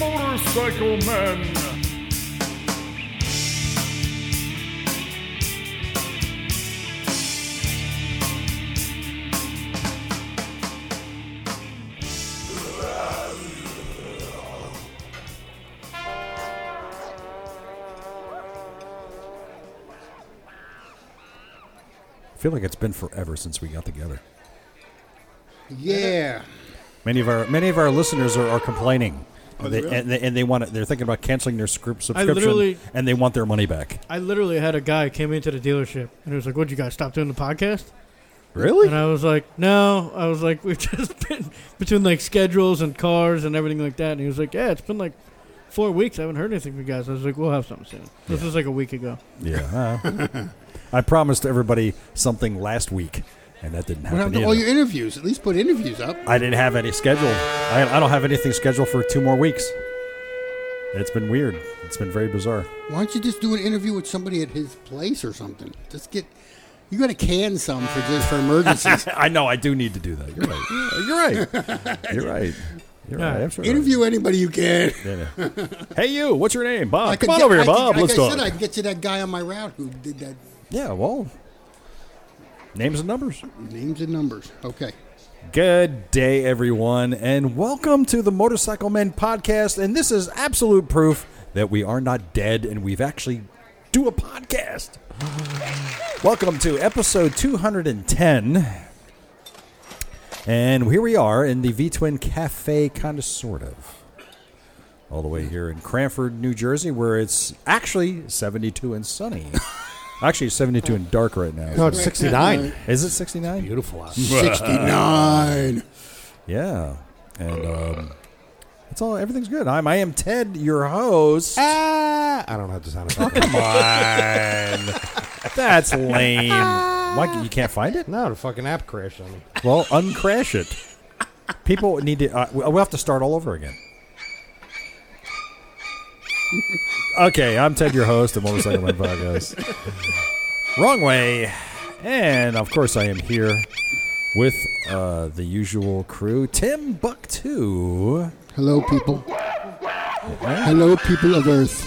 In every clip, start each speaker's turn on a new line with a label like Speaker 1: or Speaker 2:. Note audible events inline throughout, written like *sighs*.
Speaker 1: Motorcycle Men.
Speaker 2: I feel like it's been forever since we got together.
Speaker 3: Yeah.
Speaker 2: Many of our many of our listeners are, are complaining,
Speaker 4: Oh,
Speaker 2: and, they,
Speaker 4: really?
Speaker 2: and, they, and they want it, they're thinking about canceling their script subscription,
Speaker 4: literally-
Speaker 2: and they want their money back.
Speaker 4: I literally had a guy came into the dealership and he was like, "Would you guys stop doing the podcast?"
Speaker 2: Really?
Speaker 4: And I was like, "No." I was like, "We've *laughs* just been between like schedules and cars and everything like that." And he was like, "Yeah, it's been like four weeks. I haven't heard anything from you guys." I was like, "We'll have something soon." This was like a week ago.
Speaker 2: Yeah.
Speaker 3: *laughs*
Speaker 2: uh, I promised everybody something last week, and that didn't
Speaker 3: What
Speaker 2: happen.
Speaker 3: happened to
Speaker 2: either.
Speaker 3: all your interviews? At least put interviews up.
Speaker 2: I didn't have any scheduled. I, I don't have anything scheduled for two more weeks. It's been weird. It's been very bizarre.
Speaker 3: Why don't you just do an interview with somebody at his place or something? Just get. You got to can some for just
Speaker 2: *laughs*
Speaker 3: for emergencies.
Speaker 2: I know. I do need to do that. You're
Speaker 3: *laughs*
Speaker 2: right. You're right. You're right. You're right. I'm sure.
Speaker 3: Interview anybody you can.
Speaker 2: Yeah, yeah. Hey, you. What's your name, Bob?
Speaker 3: I could
Speaker 2: Come on
Speaker 3: get-
Speaker 2: over here,
Speaker 3: I could-
Speaker 2: Bob.
Speaker 3: like
Speaker 2: Let's
Speaker 3: I
Speaker 2: talk.
Speaker 3: said, I could get you that guy on my route who did that.
Speaker 2: Yeah. Well, names and numbers.
Speaker 3: Names and numbers. Okay.
Speaker 2: Good day, everyone, and welcome to the Motorcycle Men podcast. And this is absolute proof that we are not dead and we've actually do a podcast. welcome to episode 210. And here we are in the V Twin Cafe, kind of sort of. All the way here in Cranford, New Jersey, where it's actually 72 and sunny. actually, 72 and dark right now.
Speaker 5: No, Oh, it's 69.
Speaker 2: Is it 69?
Speaker 5: Beautiful out.
Speaker 3: 69.
Speaker 2: Yeah, and um, it's all everything's good. I'm I am Ted, your host.
Speaker 5: Ah, I don't have to sound effect.
Speaker 2: Come on, that's lame. Why you can't find it?
Speaker 5: no, the fucking app crashed on me.
Speaker 2: Well, uncrash it. People need to. Uh, we- we'll have to start all over again. Okay, I'm Ted, your host of Motorcycle Man Podcast. Wrong way, and of course I am here with uh, the usual crew: Tim Buck Two.
Speaker 3: Hello, people. Hello, people of Earth.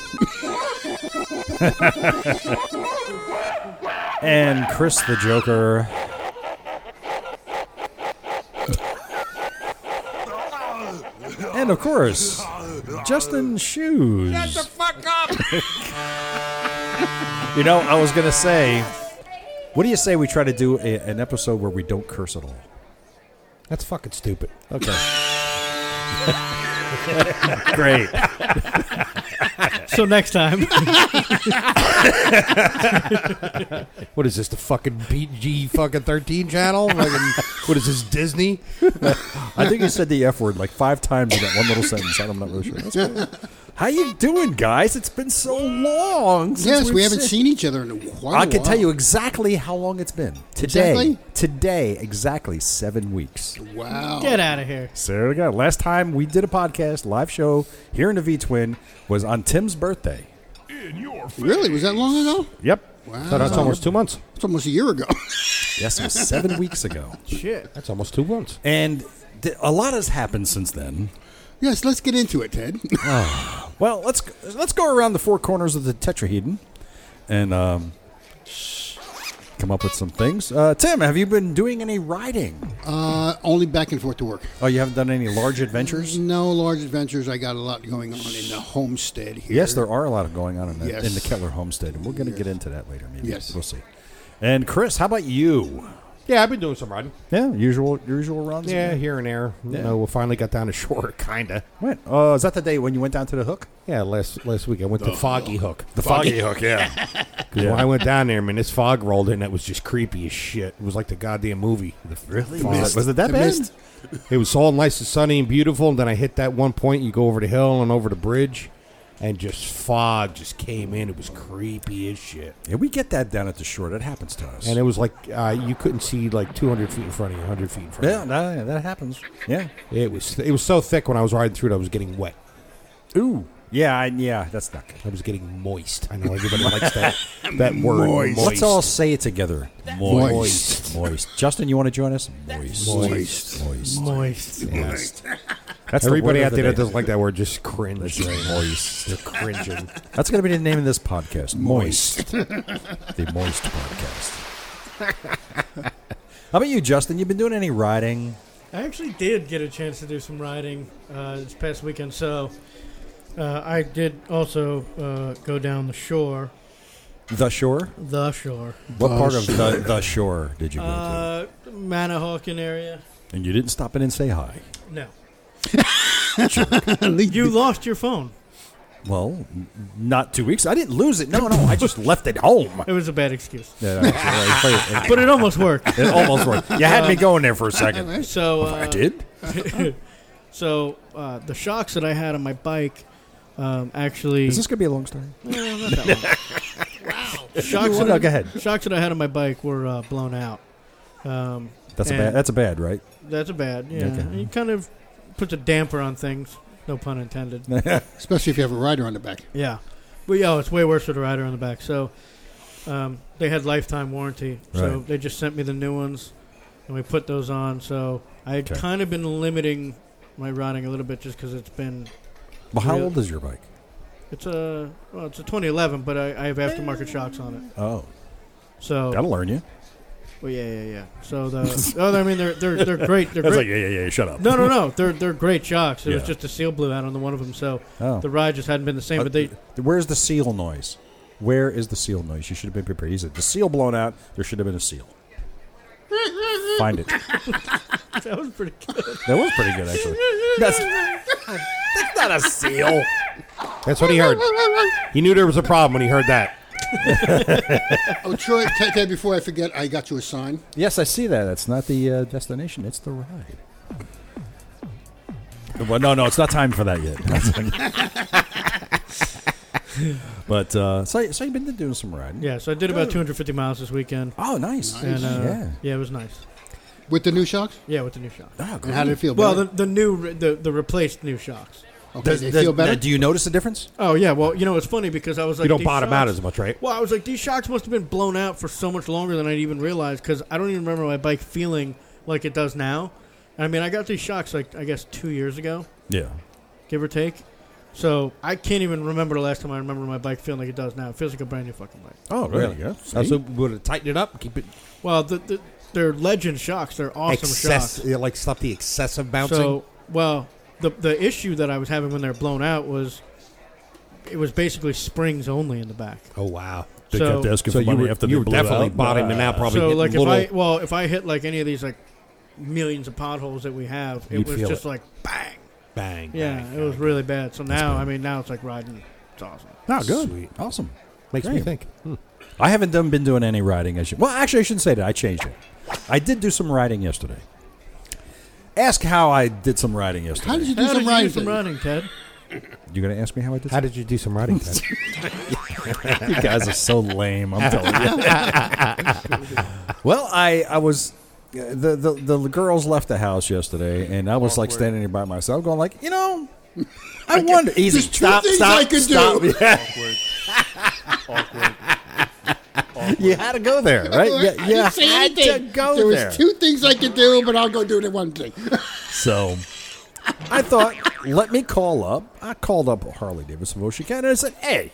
Speaker 2: and Chris the Joker. And of course, Justin Shoes. Shut the fuck up! *laughs* you know, I was gonna say, what do you say we try to do a, an episode where we don't curse at all?
Speaker 5: That's fucking stupid.
Speaker 2: *laughs* Okay. Great.
Speaker 4: So next time,
Speaker 5: What is this? The fucking PG fucking 13 channel? Fucking- what is this? Disney?
Speaker 2: I think you said the F word like five times in that one little sentence. I'm not really sure. That's cool. How you doing, guys? It's been so long. Since
Speaker 3: Yes,
Speaker 2: we've
Speaker 3: we haven't
Speaker 2: seen-
Speaker 3: seen each other in a while.
Speaker 2: I can tell you exactly how long it's been today.
Speaker 3: Exactly?
Speaker 2: Today, exactly seven weeks.
Speaker 3: Wow.
Speaker 4: get out of here.
Speaker 2: So God, last time we did a podcast live show here in the V Twin was on Tim's birthday.
Speaker 3: Really? Was that long ago?
Speaker 2: Yep.
Speaker 3: Wow.
Speaker 5: No, that's almost two months.
Speaker 3: It's almost a year ago. *laughs*
Speaker 2: Yes, it was seven weeks ago,
Speaker 4: Shit.
Speaker 5: That's almost two months.
Speaker 2: and th- a lot has happened since then.
Speaker 3: yes, let's get into it, Ted.
Speaker 2: Well, let's let's go around the four corners of the tetrahedron and um, come up with some things. Uh, Tim, have you been doing any riding?
Speaker 3: *laughs* Uh, only back and forth to work.
Speaker 2: Oh, you haven't done any large adventures.
Speaker 3: No large adventures. I got a lot going on in the homestead here.
Speaker 2: Yes, there are a lot of going on in the,
Speaker 3: Yes.
Speaker 2: in the Kettler homestead, and we're going to get into that later. Maybe
Speaker 3: Yes.
Speaker 2: we'll see. And Chris, how about you?
Speaker 5: Yeah, I've been doing some riding.
Speaker 2: Yeah, usual usual runs.
Speaker 5: Yeah, here and there.
Speaker 2: Yeah.
Speaker 5: You know, we finally got down to shore, *laughs* kinda.
Speaker 2: When? Oh, is that the day when you went down to the hook?
Speaker 5: Yeah, last last week I went to Foggy Hook.
Speaker 2: The foggy hook. Yeah.
Speaker 5: 'Cause when I went down there, man, this fog rolled in. That was just creepy as shit. It was like the goddamn movie. The really?
Speaker 2: Was it- Uh, was it that
Speaker 3: I
Speaker 2: bad?
Speaker 3: missed.
Speaker 5: It was all nice and sunny and beautiful, and then I hit that one point. You go over the hill and over the bridge, and just fog just came in. It was creepy as shit,
Speaker 2: Yeah, we get that down at the shore. That happens to us.
Speaker 5: and it was like uh, you couldn't see like 200 feet in front of you, 100 feet in front.
Speaker 2: yeah,
Speaker 5: Of
Speaker 2: no, yeah, that happens. Yeah.
Speaker 5: you. It was it was so thick when I was riding through it, I was getting wet.
Speaker 2: Ooh. Yeah. I, yeah. That's not good.
Speaker 5: I was getting moist. I know everybody likes
Speaker 2: *laughs*
Speaker 5: that that word.
Speaker 3: Moist.
Speaker 2: Let's all say it together.
Speaker 3: Moist.
Speaker 2: Moist. Justin, you want to join us? Moist.
Speaker 3: Moist.
Speaker 2: Moist.
Speaker 4: Moist.
Speaker 2: Yes. That's the
Speaker 5: Everybody
Speaker 2: word of
Speaker 5: out
Speaker 2: the
Speaker 5: there that
Speaker 2: day.
Speaker 5: doesn't like that word just cringe.
Speaker 2: moist.
Speaker 5: *laughs* They're cringing.
Speaker 2: That's going to be the name of this podcast. Moist. the Moist Podcast. How about you, Justin? You been doing any riding?
Speaker 4: I actually did get a chance to do some riding uh, this past weekend, so uh, I did also uh, go down the shore,
Speaker 2: The shore?
Speaker 4: the shore,
Speaker 2: What
Speaker 3: The
Speaker 2: part of
Speaker 3: shore.
Speaker 2: the, the shore did you go
Speaker 4: uh, Manahawkin area.
Speaker 2: to? And you didn't stop in and say hi. *laughs*
Speaker 4: No, you
Speaker 3: you
Speaker 4: lost your phone.
Speaker 2: Well, n- not two weeks. I didn't lose it. No, no, I just left it home.
Speaker 4: It was a bad excuse,
Speaker 2: *laughs* Yeah, no, it's- it- *laughs*
Speaker 4: but it almost worked.
Speaker 2: it almost worked. You had me going there for a second.
Speaker 4: So uh,
Speaker 2: Oh, I did.
Speaker 4: *laughs* So uh, the shocks that I had on my bike um, actually.
Speaker 2: Is this going to be a long story?
Speaker 4: *laughs* No, not that long.
Speaker 2: *laughs*
Speaker 4: The Shocks
Speaker 2: No,
Speaker 4: that,
Speaker 2: go ahead.
Speaker 4: shocks that I had on my bike were uh, blown out. Um,
Speaker 2: That's a
Speaker 4: And-
Speaker 2: bad. That's a bad, right? *laughs*
Speaker 4: That's a bad. Yeah,
Speaker 2: Okay.
Speaker 4: it kind of puts a damper on things. No pun intended.
Speaker 3: especially if you have a rider on the back.
Speaker 4: Yeah, but yeah, it's way worse with a rider on the back. So um, they had lifetime warranty, so
Speaker 2: Right.
Speaker 4: they just sent me the new ones, and we put those on. So I had
Speaker 2: Okay.
Speaker 4: kind of been limiting my riding a little bit just because it's been
Speaker 2: Well, how
Speaker 4: Yeah.
Speaker 2: old is your bike?
Speaker 4: it's a well, it's a 2011, but I, I have aftermarket shocks on it.
Speaker 2: Oh,
Speaker 4: So
Speaker 2: that'll learn you.
Speaker 4: well, yeah, yeah, yeah. So the *laughs* oh, I mean they're they're they're
Speaker 2: *laughs*
Speaker 4: great. They're
Speaker 2: I was
Speaker 4: great.
Speaker 2: like, yeah, yeah, yeah. Shut up.
Speaker 4: no, no, no. They're they're great shocks. It
Speaker 2: Yeah.
Speaker 4: was just a seal blew out on the one of them, so
Speaker 2: Oh.
Speaker 4: the ride just hadn't been the same.
Speaker 2: Uh,
Speaker 4: But they
Speaker 2: th- where's the seal noise? Where is the seal noise? You should have been prepared. He said the seal blown out. There should have been a *laughs* seal. Find it.
Speaker 4: *laughs* that was
Speaker 2: *laughs*
Speaker 4: pretty good.
Speaker 2: That was pretty good, actually. That's, that's not a seal.
Speaker 5: That's what he heard. He knew there was a problem when he heard that.
Speaker 3: Oh, Troy, Ted, Ted, before I forget, I got you a sign.
Speaker 2: Yes, I see that. That's not the uh, destination. It's the ride. Well, no, no, it's not time for that yet. *laughs* That's okay. but uh, so, so you've been doing some riding.
Speaker 4: Yeah, so I did about 250 miles this weekend,
Speaker 2: Oh, nice.
Speaker 4: and uh,
Speaker 2: yeah.
Speaker 4: yeah. it was nice.
Speaker 3: With the new shocks?
Speaker 4: Yeah, with the new shocks.
Speaker 2: Oh,
Speaker 3: And how did it feel?
Speaker 4: Well, the,
Speaker 3: better?
Speaker 4: the new the the replaced new shocks.
Speaker 3: okay, they feel better.
Speaker 2: Do you notice the difference?
Speaker 4: Oh yeah, well you know it's funny because I was like
Speaker 5: You don't
Speaker 4: these
Speaker 5: bottom out
Speaker 4: shocks-
Speaker 5: as much, right?
Speaker 4: Well, I was like, these shocks must have been blown out for so much longer than I'd even realized because I don't even remember my bike feeling like it does now. And I mean, I got these shocks like I guess two years ago,
Speaker 2: Yeah.
Speaker 4: give or take. So I can't even remember the last time I remember my bike feeling like it does now. It feels like a brand new fucking bike.
Speaker 2: Oh,
Speaker 5: really?
Speaker 2: Yeah.
Speaker 5: Uh, so would it tighten it up? Keep it
Speaker 4: Well, the, the, they're legend shocks. They're awesome
Speaker 5: excess,
Speaker 4: shocks.
Speaker 5: yeah, like stop the excessive bouncing.
Speaker 4: So, well, the the issue that I was having when they're blown out was it was basically springs only in the back.
Speaker 5: oh wow!
Speaker 2: They
Speaker 4: so-
Speaker 2: kept asking
Speaker 5: so
Speaker 2: for
Speaker 5: you
Speaker 2: money
Speaker 5: were,
Speaker 2: after
Speaker 5: you
Speaker 2: they
Speaker 5: were
Speaker 2: blew it
Speaker 5: definitely
Speaker 2: out.
Speaker 5: bottoming out, probably
Speaker 4: so
Speaker 5: getting
Speaker 4: like
Speaker 5: little.
Speaker 4: if I well if I hit like any of these like millions of potholes that we have, it
Speaker 5: You'd
Speaker 4: was
Speaker 5: feel
Speaker 4: just
Speaker 5: it.
Speaker 4: like bang.
Speaker 5: bang,
Speaker 4: Yeah,
Speaker 5: bang,
Speaker 4: it was
Speaker 5: bang.
Speaker 4: really bad. So now
Speaker 5: bad.
Speaker 4: I mean now it's like riding. It's awesome.
Speaker 2: Oh, good.
Speaker 5: Sweet.
Speaker 2: Awesome.
Speaker 5: makes me
Speaker 2: Great.
Speaker 5: think. Hmm.
Speaker 2: I haven't done been doing any riding. I should, well, actually, I shouldn't say that. I changed it. I did do some riding yesterday. Ask how I did some riding yesterday.
Speaker 3: how did you do
Speaker 4: How
Speaker 3: some
Speaker 4: did you
Speaker 3: riding?
Speaker 4: do some riding, Ted?
Speaker 2: You gonna ask me how I did?
Speaker 5: How did you do some
Speaker 4: *laughs*
Speaker 5: riding? Ted?
Speaker 2: you guys are so lame. *laughs* I'm telling you. *laughs* well, I I was the, the the girls left the house yesterday, and I was like standing there by myself, going like, you know, I wonder. Easy.
Speaker 3: There's two things I
Speaker 2: *laughs*
Speaker 3: could do.
Speaker 1: awkward. awkward.
Speaker 2: You had to go there,
Speaker 3: *laughs*
Speaker 2: right?
Speaker 3: Oh, I
Speaker 2: Yeah,
Speaker 3: didn't
Speaker 2: you
Speaker 3: say
Speaker 2: had to
Speaker 3: anything.
Speaker 2: go
Speaker 3: there
Speaker 2: there.
Speaker 3: was two things I could do, but I'll go do the one thing.
Speaker 2: So I thought, let me call up. I called up Harley Davidson of Ocean and I said, hey,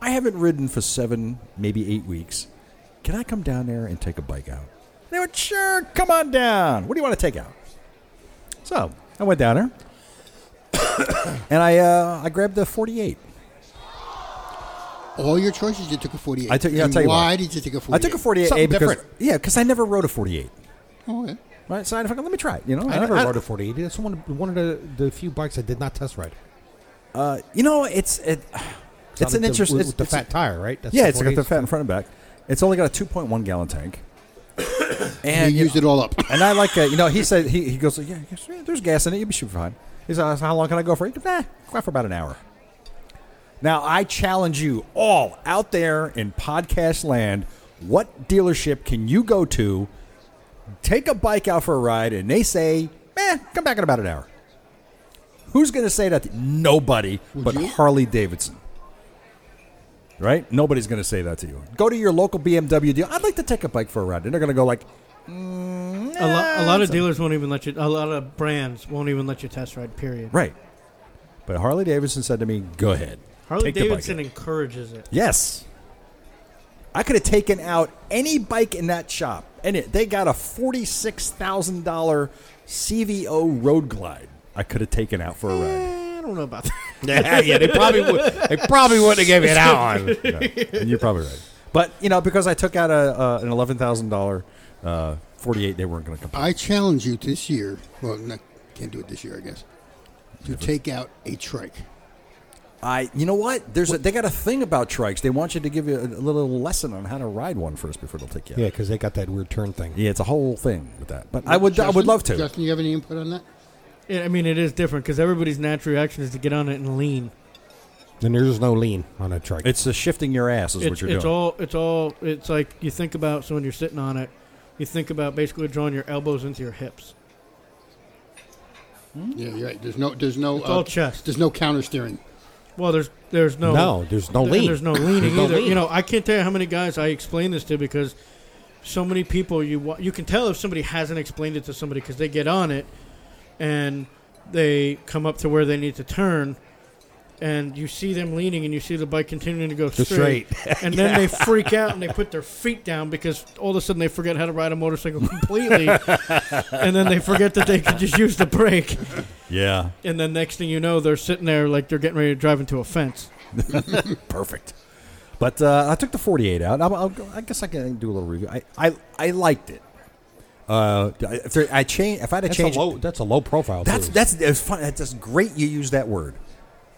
Speaker 2: I haven't ridden for seven, maybe eight weeks. Can I come down there and take a bike out? And they went, sure, come on down. What do you want to take out? So I went down there *coughs* and I uh, I grabbed a 48.
Speaker 3: *laughs* All your choices, you took a 48.
Speaker 2: I took- yeah, I'll
Speaker 3: And
Speaker 2: tell you
Speaker 3: why
Speaker 2: what.
Speaker 3: did you take a 48?
Speaker 2: I took a 48A
Speaker 5: Something
Speaker 2: because
Speaker 5: different.
Speaker 2: yeah, because I never rode a 48.
Speaker 3: Oh, yeah.
Speaker 2: Right, so I fucking let me try it. You know,
Speaker 5: I never rode a 48. That's one of, one of the, the few bikes I did not test ride.
Speaker 2: Uh, you know, it's it, *sighs* it's,
Speaker 5: not
Speaker 2: an
Speaker 5: the-
Speaker 2: interesting.
Speaker 5: with,
Speaker 2: it's,
Speaker 5: with the
Speaker 2: it's-
Speaker 5: fat tire, right? That's
Speaker 2: Yeah, it's got the
Speaker 5: 48s.
Speaker 2: fat in front and back. It's only got a 2.1 gallon tank.
Speaker 3: You
Speaker 2: And you
Speaker 3: used it all *laughs* up.
Speaker 2: and I like, uh, you know, he said, he, he goes, yeah, yes, yeah, there's gas in it. You'll be super fine. He's like, how long can I go for? He goes, nah, go out for about an hour. Now, I challenge you all out there in podcast land what dealership can you go to, take a bike out for a ride, and they say, eh, come back in about an hour? Who's going to say that? Nobody but
Speaker 3: you?
Speaker 2: Harley Davidson. Right? Nobody's going to say that to you. Go to your local BMW deal. I'd like to take a bike for a ride. And they're going to go like,
Speaker 4: A, lo- a lot of dealers won't even let you. A lot of brands won't even let you test ride. Period.
Speaker 2: Right. But Harley Davidson said to me, "Go ahead."
Speaker 4: Harley
Speaker 2: Take the bike
Speaker 4: Davidson
Speaker 2: out."
Speaker 4: encourages it.
Speaker 2: Yes. I could have taken out any bike in that shop, and it, they got a forty-six thousand dollar CVO Road Glide. I could have taken out for a ride.
Speaker 4: Eh, I don't know about
Speaker 5: *laughs*
Speaker 4: that.
Speaker 5: yeah, yeah, they probably would. They probably wouldn't have given it out
Speaker 2: *laughs*
Speaker 5: on.
Speaker 2: Yeah, you're probably right. But you know, because I took out a, a an eleven thousand dollar uh, forty-eight, they weren't going to compete.
Speaker 3: I challenge you this year. Well, not, can't do it this year, I guess. To take out a trike.
Speaker 2: I, you know what? There's a, they got a thing about trikes. They want you to give you a, a little lesson on how to ride one first before they'll take you. out.
Speaker 5: Yeah, because they got that weird turn thing.
Speaker 2: yeah, it's a whole thing with that. But I would, I would
Speaker 3: Justin?
Speaker 2: love to.
Speaker 3: Justin, you have any input on that?
Speaker 4: *laughs* Yeah, I mean, it is different because everybody's natural reaction is to get on it and lean.
Speaker 5: And there's no lean on a trike.
Speaker 2: It's the shifting your ass is
Speaker 4: It's,
Speaker 2: what you're
Speaker 4: it's
Speaker 2: doing.
Speaker 4: all. It's all. It's like you think about. So when you're sitting on it, you think about basically drawing your elbows into your hips.
Speaker 3: Yeah, you're right. There's no, there's no, uh,
Speaker 4: It's all chest.
Speaker 3: there's no counter steering.
Speaker 4: Well, there's there's no
Speaker 5: no, there's no
Speaker 4: and
Speaker 5: lean.
Speaker 4: There's no leaning
Speaker 5: There's no
Speaker 4: either.
Speaker 5: lean.
Speaker 4: You know, I can't tell you how many guys I explain this to because so many people you wa- you can tell if somebody hasn't explained it to somebody because they get on it and they come up to where they need to turn. And you see them leaning, and you see the bike continuing to go
Speaker 5: Just
Speaker 4: straight. *laughs* and then they freak out and they put their feet down because all of a sudden they forget how to ride a motorcycle
Speaker 5: *laughs*
Speaker 4: completely. and then they forget that they could just use the brake.
Speaker 2: Yeah,
Speaker 4: And then next thing you know, they're sitting there like they're getting ready to drive into a fence.
Speaker 2: perfect. But uh, I took the 48 out. I'll, I'll, go- I guess I can do a little review. I, I, I liked it. Uh, if there, I change, if I had to
Speaker 5: that's
Speaker 2: change,
Speaker 5: a low. That's a low profile.
Speaker 2: That's
Speaker 5: too.
Speaker 2: that's it's fun. That's just great. You use that word,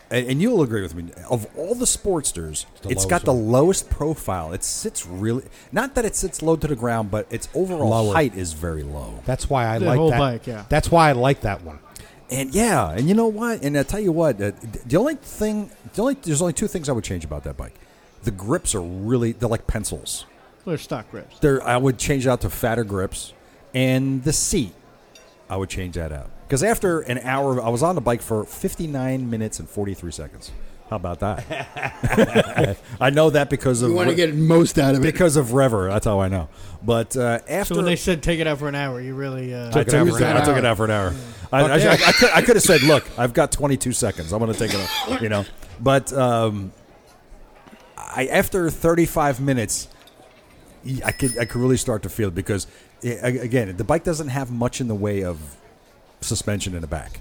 Speaker 2: and, and you'll agree with me. Of all the sportsters,
Speaker 5: the
Speaker 2: it's
Speaker 5: lowest
Speaker 2: got the
Speaker 5: one.
Speaker 2: lowest profile. It sits really not that it sits low to the ground, but its overall
Speaker 5: Lower.
Speaker 2: height is very low.
Speaker 5: That's why I
Speaker 4: The
Speaker 5: like
Speaker 4: whole
Speaker 5: that.
Speaker 4: bike, yeah.
Speaker 5: That's why I like that one.
Speaker 2: And yeah, and you know what? And I tell you what, uh, th- the only thing, the only there's only two things I would change about that bike. The grips are really they're like pencils.
Speaker 4: They're stock rips.
Speaker 2: There, I would change it out to fatter grips, and the seat, I would change that out because after an hour, I was on the bike for 59 minutes and 43 seconds. How about that?
Speaker 4: *laughs*
Speaker 2: I know that because of
Speaker 3: You want to
Speaker 2: Re-
Speaker 3: get most out of it.
Speaker 2: because of Rever. That's how I know. But uh, after
Speaker 4: So when they said take it out for an hour, you really uh,
Speaker 2: I took, it out for
Speaker 3: Use
Speaker 2: an hour.
Speaker 3: that
Speaker 2: I took
Speaker 3: hour.
Speaker 2: it out for an hour. I, I, I, I could, I could have said, "Look, I've got 22 seconds. I'm going to take it." Out, you know, but um, I after 35 minutes, y- I could I could really start to feel it because i- a- again, the bike doesn't have much in the way of suspension in the back.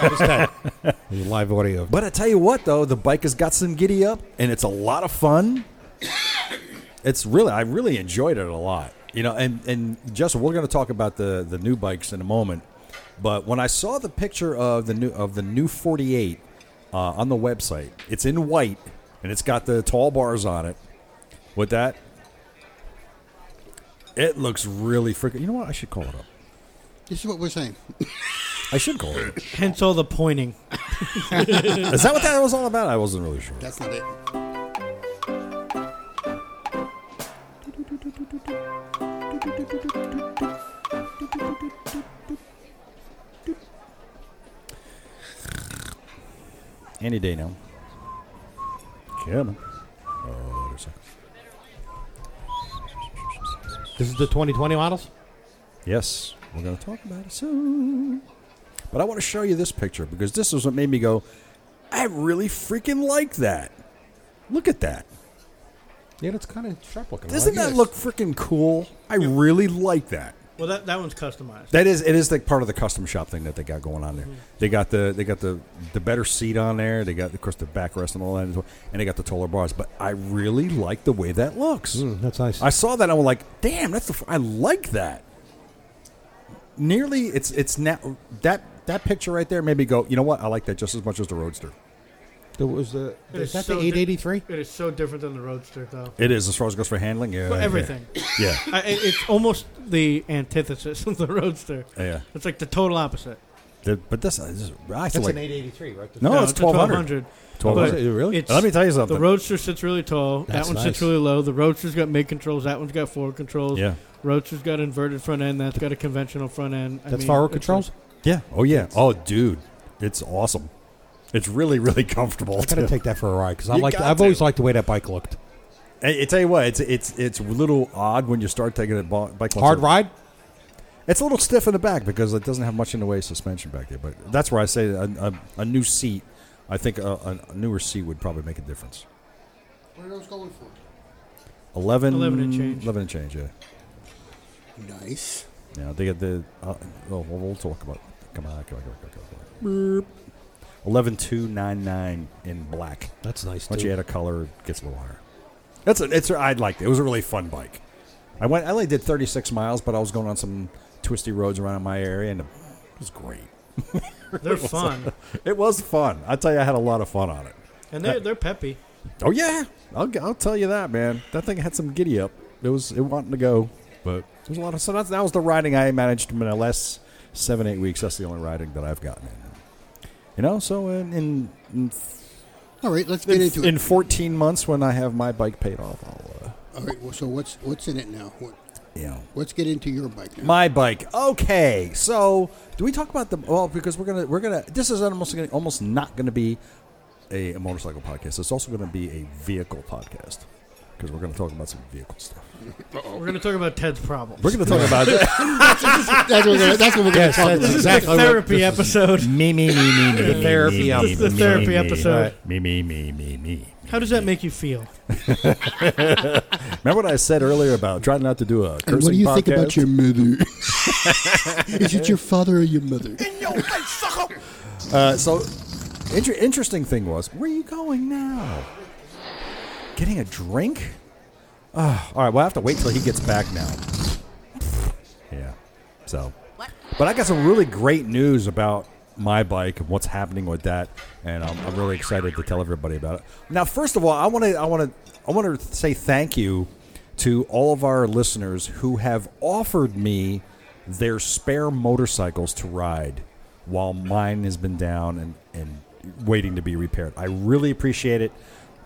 Speaker 5: The live audio.
Speaker 2: But I tell you what, though, the bike has got some giddy up, and it's a lot of fun. it's really, I really enjoyed it a lot. You know, and and Justin, we're going to talk about the the new bikes in a moment. But when I saw the picture of the new of the new 48 uh, on the website, it's in white and it's got the tall bars on it. With that, it looks really freaking. You know what? I should call it up.
Speaker 3: This is what we're saying.
Speaker 2: I should call it. up.
Speaker 4: hence all the pointing.
Speaker 2: Is that what that was all about? I wasn't really sure.
Speaker 3: That's not it.
Speaker 2: Any day now. Come on. Oh, there's a-
Speaker 5: This is the 2020 models.
Speaker 2: Yes, we're going to talk about it soon. But I want to show you this picture because this is what made me go, I really freaking like that. Look at that.
Speaker 5: Yeah, that's kind of sharp looking.
Speaker 2: Doesn't that look freaking cool? I really like that.
Speaker 4: Well, that, that one's customized.
Speaker 2: That is it is like part of the custom shop thing that they got going on there. They got the they got the the better seat on there. They got of course the backrest and all that, as well, and they got the taller bars. But I really like the way that looks.
Speaker 5: that's nice.
Speaker 2: I saw that. I was like, "Damn, that's the f- I like that." Nearly, it's it's now that that picture right there made me go. You know what? I like that just as much as the Roadster.
Speaker 5: That was the.
Speaker 4: It
Speaker 5: Is that
Speaker 4: so
Speaker 5: the Oh,
Speaker 4: di-
Speaker 5: 883?
Speaker 4: it is so different than the Roadster, though.
Speaker 2: It is as far as it goes for handling. Yeah,
Speaker 4: For
Speaker 2: yeah,
Speaker 4: everything.
Speaker 2: Yeah,
Speaker 4: I, it- it's almost the antithesis of the Roadster.
Speaker 2: yeah. yeah.
Speaker 4: It's like the total opposite.
Speaker 2: The- but this, this I feel
Speaker 5: That's
Speaker 2: like
Speaker 5: an 883, right?
Speaker 2: No, it's
Speaker 4: the
Speaker 2: 1200. 1200.
Speaker 5: Is it really?
Speaker 4: It's,
Speaker 2: Let me tell you
Speaker 4: the
Speaker 2: something.
Speaker 4: Roadster sits really tall.
Speaker 5: That's
Speaker 4: that one
Speaker 5: nice.
Speaker 4: sits really low. The Roadster's got mid controls. That one's got forward controls.
Speaker 2: yeah,
Speaker 4: Roadster's got inverted front end. That's got a conventional front end. I
Speaker 5: That's
Speaker 4: mean,
Speaker 5: forward
Speaker 4: it's
Speaker 5: controls.
Speaker 2: yeah. Oh yeah. Oh dude, it's awesome. It's really *laughs* really comfortable.
Speaker 5: I gotta
Speaker 2: too.
Speaker 5: take that for a ride because I
Speaker 2: You
Speaker 5: like.
Speaker 2: got
Speaker 5: I've
Speaker 2: to.
Speaker 5: always liked the way that bike looked.
Speaker 2: I, I tell you what, it's it's it's a little odd when you start taking a bo- bike. once
Speaker 5: Hard
Speaker 2: a-
Speaker 5: ride?
Speaker 2: It's a little stiff in the back because it doesn't have much in the way of suspension back there. But that's where I say a, a, a new seat. I think a, a newer seat would probably make a difference.
Speaker 3: What are those going for?
Speaker 2: 11,
Speaker 4: 11 and change.
Speaker 2: 11 and change, yeah.
Speaker 3: Nice.
Speaker 2: Now they get the. Uh, oh, we'll, we'll talk about. Come on, come on, come on, come on, come on. Eleven two nine nine in black.
Speaker 5: That's nice.
Speaker 2: Once
Speaker 5: too.
Speaker 2: you add a color, it gets a little higher. That's a, it's. a- I liked it. It was a really fun bike. I went. I only did thirty six miles, but I was going on some twisty roads around my area, and it was great.
Speaker 4: *laughs* They're fun,
Speaker 2: It was fun. I tell you, I had a lot of fun on it.
Speaker 4: and they're they're peppy.
Speaker 2: Oh yeah, I'll, g- I'll tell you that, man. That thing had some giddy up. It was it wanting to go, but there's a lot of so that's, that was the riding I managed in the last seven eight weeks. That's the only riding that I've gotten in. You know, so in in in,
Speaker 3: All right, let's get
Speaker 2: in,
Speaker 3: into it.
Speaker 2: 14 months when I have my bike paid off, I'll uh,
Speaker 3: All right, well, so what's what's in it now? What,
Speaker 2: you know
Speaker 3: let's get into your bike now.
Speaker 2: my bike. Okay, so do we talk about the well because we're gonna we're gonna this is almost gonna, almost not gonna be a, a motorcycle podcast. It's also gonna be a vehicle podcast because we're gonna talk about some vehicle stuff.
Speaker 4: We're gonna talk about Ted's problems.
Speaker 2: We're gonna talk
Speaker 4: *laughs*
Speaker 2: about
Speaker 3: that's, what we're gonna, that's what we're *laughs* going to
Speaker 5: Yes,
Speaker 3: talk
Speaker 5: that's
Speaker 3: about.
Speaker 4: this is
Speaker 5: exactly
Speaker 4: the
Speaker 5: what
Speaker 4: therapy
Speaker 5: this is.
Speaker 4: episode.
Speaker 2: me, me, me, me, me,
Speaker 5: The therapy
Speaker 2: me,
Speaker 5: episode.
Speaker 2: me,
Speaker 4: The
Speaker 2: me,
Speaker 4: therapy
Speaker 2: me,
Speaker 4: episode.
Speaker 2: Me, me, me, me, me.
Speaker 4: How does that make you feel?
Speaker 2: Remember what I said earlier about trying not to do a cursing
Speaker 3: And what do you think
Speaker 2: podcast?
Speaker 3: about your mother? *laughs* is it your father or your *laughs* mother?
Speaker 2: Uh, so, inter- interesting thing was, where are you going now? Getting a drink? Ah, all right, we'll have to wait till he gets back now. Yeah. So, but I got some really great news about my bike and what's happening with that, and I'm, I'm really excited to tell everybody about it. Now, first of all, I want to I want to I want to say thank you to all of our listeners who have offered me their spare motorcycles to ride while mine has been down and and waiting to be repaired. I really appreciate it.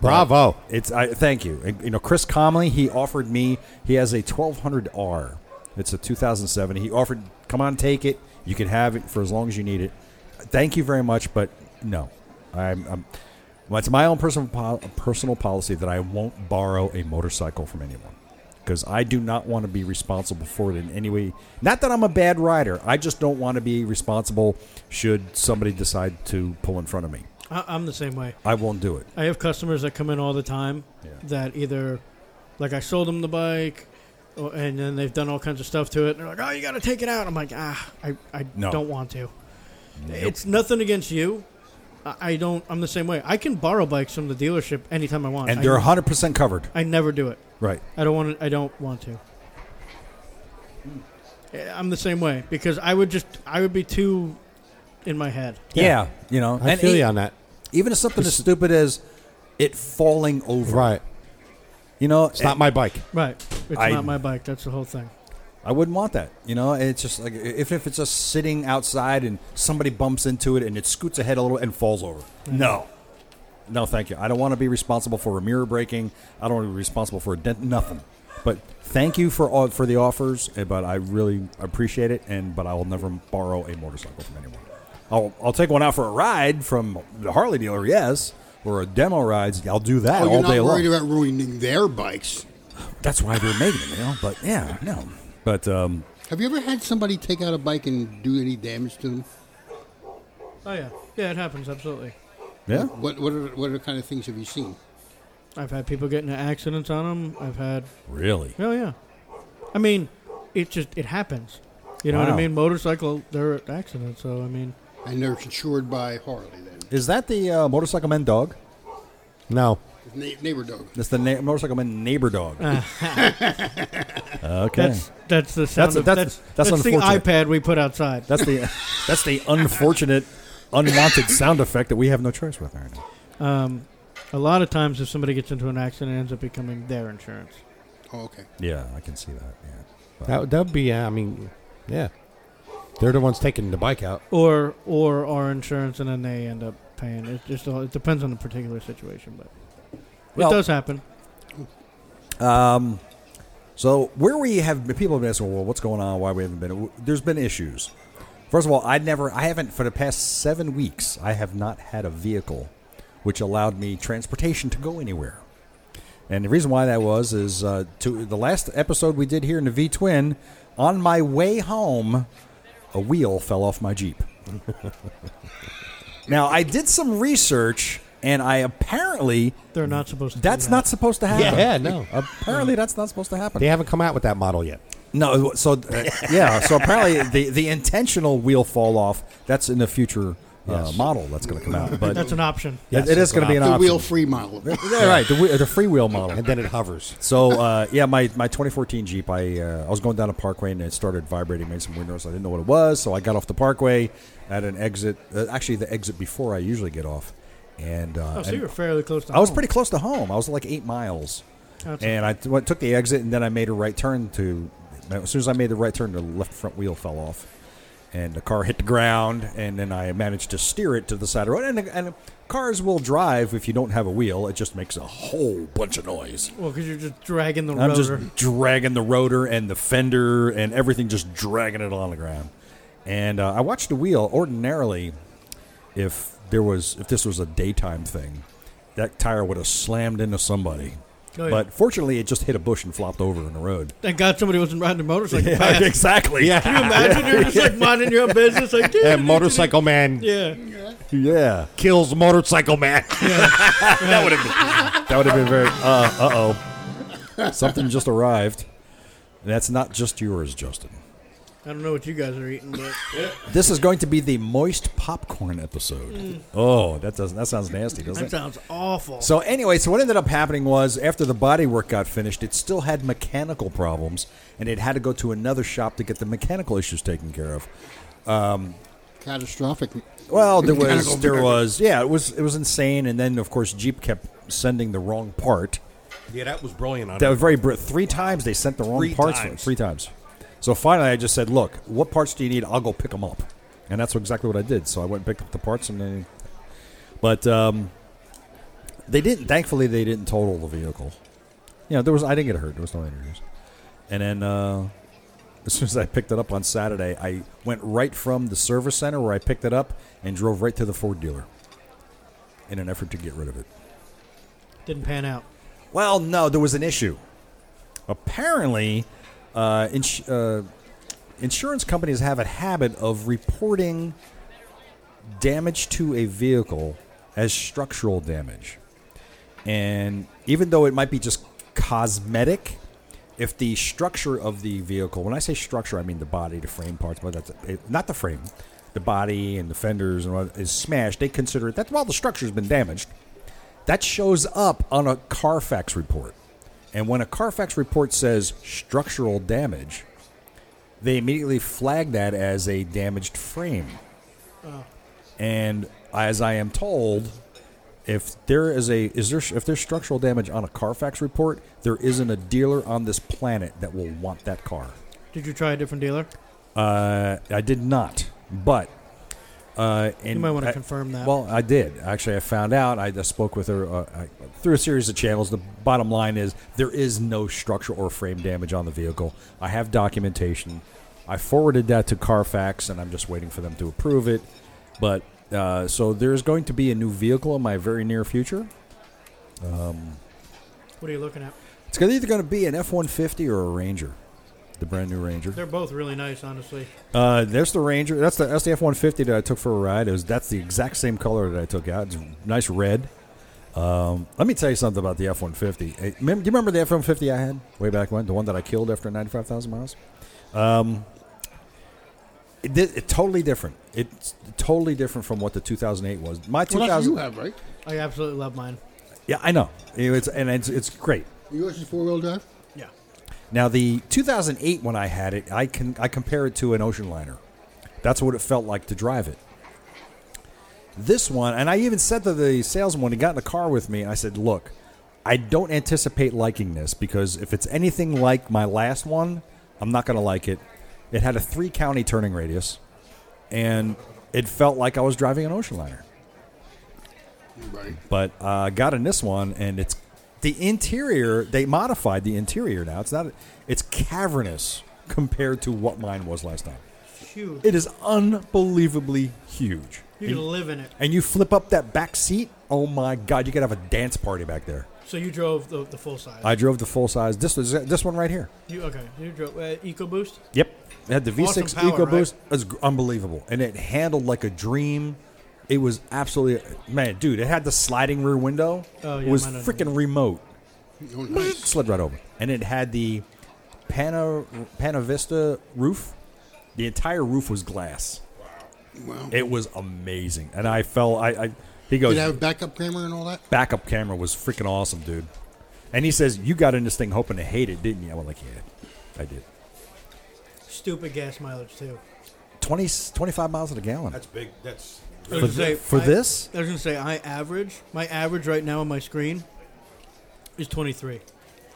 Speaker 5: Bravo.
Speaker 2: It's I thank you. And, you know, Chris Comley, he offered me. He has a 1200R. It's a 2007. He offered, come on, take it. You can have it for as long as you need it. Thank you very much, but no, I'm. I'm well, it's my own personal pol- personal policy that I won't borrow a motorcycle from anyone because I do not want to be responsible for it in any way. Not that I'm a bad rider. I just don't want to be responsible should somebody decide to pull in front of me.
Speaker 4: I, I'm the same way.
Speaker 2: I won't do it.
Speaker 4: I have customers that come in all the time
Speaker 2: Yeah.
Speaker 4: that either, like, I sold them the bike, or, and then they've done all kinds of stuff to it. And they're like, "Oh, you got to take it out." I'm like, "Ah, I, I
Speaker 2: No.
Speaker 4: don't want to." It's nothing against you. I, I don't. I'm the same way. I can borrow bikes from the dealership anytime I want.
Speaker 2: And
Speaker 4: I,
Speaker 2: they're 100% covered.
Speaker 4: I never do it.
Speaker 2: Right.
Speaker 4: I don't want to. I don't want to. Eh, I'm the same way because I would just. I would be too in my head.
Speaker 2: Yeah,
Speaker 5: Yeah.
Speaker 2: you know,
Speaker 5: I
Speaker 2: and
Speaker 5: feel
Speaker 2: e-
Speaker 5: you on that.
Speaker 2: even if something as stupid as it falling over,
Speaker 5: Right.
Speaker 2: You know,
Speaker 5: It's not my bike.
Speaker 4: Right. It's
Speaker 2: I-
Speaker 4: not my bike. That's the whole thing.
Speaker 2: I wouldn't want that. You know, it's just like if, if it's just sitting outside and somebody bumps into it and it scoots ahead a little and falls over.
Speaker 3: Mm-hmm.
Speaker 2: No, no, thank you. I don't want to be responsible for a mirror breaking. I don't want to be responsible for a dent. Nothing. But thank you for all, for the offers. eh, But I really appreciate it. And but I will never borrow a motorcycle from anyone. I'll I'll take one out for a ride from the Harley dealer. Yes. Or a demo rides, I'll do that
Speaker 3: Oh,
Speaker 2: all
Speaker 3: you're
Speaker 2: day
Speaker 3: not
Speaker 2: long.
Speaker 3: worried about ruining their bikes.
Speaker 2: That's why they're making them, you know. But yeah, no. But um,
Speaker 3: Have you ever had somebody take out a bike and do any damage to them?
Speaker 4: Oh yeah, yeah, it happens absolutely.
Speaker 2: yeah,
Speaker 3: What what are, what are the kind of things have you seen?
Speaker 4: I've had people get into accidents on them. I've had,
Speaker 2: really.
Speaker 4: oh yeah, I mean, it just it happens. You know what
Speaker 2: Wow.
Speaker 4: I mean? Motorcycle, they're accidents. So I mean,
Speaker 3: And they're insured by Harley then.
Speaker 2: Is that the uh, motorcycle man dog?
Speaker 5: No.
Speaker 3: Na- neighbor dog.
Speaker 2: That's the na- motorcycle man neighbor dog. okay,
Speaker 4: that's
Speaker 2: that's,
Speaker 4: that's the sound
Speaker 2: That's-
Speaker 4: of
Speaker 2: that's-
Speaker 4: that's
Speaker 2: that's
Speaker 4: that's, the
Speaker 2: unfortunate.
Speaker 4: iPad we put outside.
Speaker 2: the that's the unfortunate, unwanted sound effect that we have no choice with right now.
Speaker 4: Um, a lot of times, if somebody gets into an accident, it ends up becoming their insurance.
Speaker 3: Oh, okay.
Speaker 2: Yeah, I can see that. Yeah.
Speaker 5: That that would be. uh, I mean, yeah. They're the ones taking the bike out.
Speaker 4: or or our insurance, and then they end up paying. It just all, it depends on the particular situation, but
Speaker 2: Well-
Speaker 4: it does happen.
Speaker 2: So where we have been, people have been asking, well, what's going on? Why we haven't been? There's been issues. First of all, I never, I haven't for the past seven weeks. I have not had a vehicle, which allowed me transportation to go anywhere. And the reason why that was is uh, to the last episode we did here in the V Twin. On my way home, a wheel fell off
Speaker 5: *laughs*
Speaker 2: my Jeep. now I did some research, and I apparently
Speaker 4: They're not supposed to. do
Speaker 2: that's
Speaker 4: that.
Speaker 2: not supposed to happen.
Speaker 5: Yeah, no.
Speaker 2: Apparently, that's not supposed to happen.
Speaker 5: They haven't come out with that model yet.
Speaker 2: No, so uh, yeah, so apparently the the intentional wheel fall off that's in the future uh,
Speaker 5: Yes.
Speaker 2: model that's going to come out, but
Speaker 4: That's an option.
Speaker 2: it-
Speaker 5: Yes,
Speaker 2: it
Speaker 5: it's
Speaker 2: is going to be an
Speaker 5: an
Speaker 3: The
Speaker 2: option.
Speaker 3: wheel free model.
Speaker 2: *laughs* Yeah, right, the, whe- the freewheel model.
Speaker 5: Oh, And then it hovers.
Speaker 2: So uh, yeah, my, my 2014 Jeep, I uh, I was going down a parkway and it started vibrating, made some weird noise. I didn't know what it was, so I got off the parkway at an exit, uh, actually the exit before I usually get off, and uh,
Speaker 4: Oh, so
Speaker 2: and
Speaker 4: you were fairly close to
Speaker 2: I was
Speaker 4: home.
Speaker 2: pretty close to home. I was like eight miles,
Speaker 4: Oh. That's-
Speaker 2: and I t- went- took the exit, and then I made a right turn to. As soon as I made the right turn, the left front wheel fell off, and the car hit the ground, and then I managed to steer it to the side of the road. And, and cars will drive if you don't have a wheel; it just makes a whole bunch of noise.
Speaker 4: Well, because you're just dragging the
Speaker 2: I'm
Speaker 4: rotor.
Speaker 2: just dragging the rotor and the fender and everything, just dragging it on the ground. And uh, I watched the wheel. Ordinarily, if there was, if this was a daytime thing, that tire would have slammed into somebody.
Speaker 4: Oh, yeah.
Speaker 2: But fortunately, it just hit a bush and flopped over in the road.
Speaker 4: Thank God somebody wasn't riding a motorcycle. past.
Speaker 2: *laughs* exactly.
Speaker 4: Can you imagine? You're just like minding your own business, like dude.
Speaker 5: And motorcycle man
Speaker 4: Yeah,
Speaker 2: Yeah.
Speaker 5: kills motorcycle
Speaker 4: *laughs*
Speaker 5: man. *laughs* that would have
Speaker 2: That would have been very. Uh oh. Something just arrived. And that's not just yours, Justin.
Speaker 4: I don't know what you guys are eating, but
Speaker 2: This is going to be the moist popcorn episode. Oh, that doesn't. That sounds nasty, doesn't
Speaker 4: that
Speaker 2: it?
Speaker 4: sounds awful.
Speaker 2: So anyway, so what ended up happening was after the body work got finished, it still had mechanical problems, and it had to go to another shop to get the mechanical issues taken care of.
Speaker 3: Catastrophic.
Speaker 2: Well, there was
Speaker 3: Mechanical
Speaker 2: there
Speaker 3: miracle.
Speaker 2: was yeah, it was it was insane, and then of course Jeep kept sending the wrong part.
Speaker 5: been. Yeah, that was brilliant. On
Speaker 2: That
Speaker 5: it.
Speaker 2: was very br- three times they sent the wrong
Speaker 5: Three
Speaker 2: parts
Speaker 5: times.
Speaker 2: three times. So finally, I just said, "Look, what parts do you need? I'll go pick them up," and that's exactly what I did. So I went and picked up the parts, and then, but um, they didn't. Thankfully, they didn't total the vehicle. You know, there was I didn't get hurt. There was no injuries. And then uh, as soon as I picked it up on Saturday, I went right from the service center where I picked it up and drove right to the Ford dealer in an effort to get rid of it.
Speaker 4: Didn't pan out.
Speaker 2: Well, no, there was an issue. Apparently, uh, ins- uh, insurance companies have a habit of reporting damage to a vehicle as structural damage. And even though it might be just cosmetic, if the structure of the vehicle, when I say structure, I mean the body, the frame parts, but that's it, not the frame, the body and the fenders and what is smashed, they consider it that well, the structure's been damaged. That shows up on a Carfax report. And when a Carfax report says structural damage, they immediately flag that as a damaged frame. And as I am told, if there is a is there if there's structural damage on a Carfax report, there isn't a dealer on this planet that will want that car.
Speaker 4: Did you try a different dealer?
Speaker 2: Uh, I did not, but uh, and
Speaker 4: You might want to
Speaker 2: I-
Speaker 4: confirm that.
Speaker 2: Well, I did actually. I found out. I just spoke with her uh, I, through a series of channels. The bottom line is there is no structural or frame damage on the vehicle. I have documentation. I forwarded that to Carfax, and I'm just waiting for them to approve it. But uh, so there's going to be a new vehicle in my very near future.
Speaker 4: what are you looking at?
Speaker 2: It's gonna- either going to be an F-150 or a Ranger, the brand new Ranger.
Speaker 4: They're both really nice, honestly.
Speaker 2: Uh, there's the Ranger. That's the that's the F one fifty that I took for a ride. It was that's the exact same color that I took out. It's nice red. Um, let me tell you something about the F one fifty. Do you remember the F one fifty I had way back when? The one that I killed after ninety five thousand miles. Um, it did, it totally different. It's totally different from what the two thousand eight was. My two
Speaker 3: Well, that's what
Speaker 2: thousand.
Speaker 3: you have, right?
Speaker 4: I absolutely love mine.
Speaker 2: yeah, I know. It's and it's it's great.
Speaker 3: Yours is four wheel drive.
Speaker 4: Yeah.
Speaker 2: Now the 2008 when I had it, I can I compare it to an ocean liner. That's what it felt like to drive it. This one, and I even said to the salesman when he got in the car with me, I said, "Look, I don't anticipate liking this because if it's anything like my last one, I'm not going to like it. It had a three county turning radius, and it felt like I was driving an ocean liner."
Speaker 3: Right.
Speaker 2: but uh, got in this one and it's the interior they modified the interior now it's not it's cavernous compared to what mine was last time
Speaker 4: Huge.
Speaker 2: it is unbelievably huge
Speaker 4: You can live in it.
Speaker 2: and you flip up that back seat oh my god you could have a dance party back there
Speaker 4: So you drove the, the full size.
Speaker 2: I drove the full size. This was this one right here.
Speaker 4: you, okay. You drove uh, EcoBoost.
Speaker 2: Yep. It had the V6
Speaker 4: Awesome power,
Speaker 2: EcoBoost. It was gr- unbelievable. And it handled like a dream. It was absolutely man, dude, it had the sliding rear window.
Speaker 4: Oh,
Speaker 2: it
Speaker 4: yeah,
Speaker 2: was
Speaker 4: mine doesn't.
Speaker 2: freaking remote.
Speaker 3: Oh, nice.
Speaker 2: Slid right over. And it had the Pana Panavista roof. The entire roof was glass.
Speaker 3: Wow.
Speaker 2: It was amazing. And I fell I, I he goes
Speaker 3: Did it have backup camera and all that?
Speaker 2: backup camera was freaking awesome, dude. And he says, You got in this thing hoping to hate it, didn't you? I was like, Yeah, I did.
Speaker 4: Stupid gas mileage too.
Speaker 2: 20, 25 miles at a gallon.
Speaker 5: That's big. That's
Speaker 4: I was
Speaker 2: For
Speaker 4: gonna
Speaker 2: thi-
Speaker 4: say,
Speaker 2: for
Speaker 4: I-
Speaker 2: this?
Speaker 4: I was gonna say I average. My average right now on my screen is 23.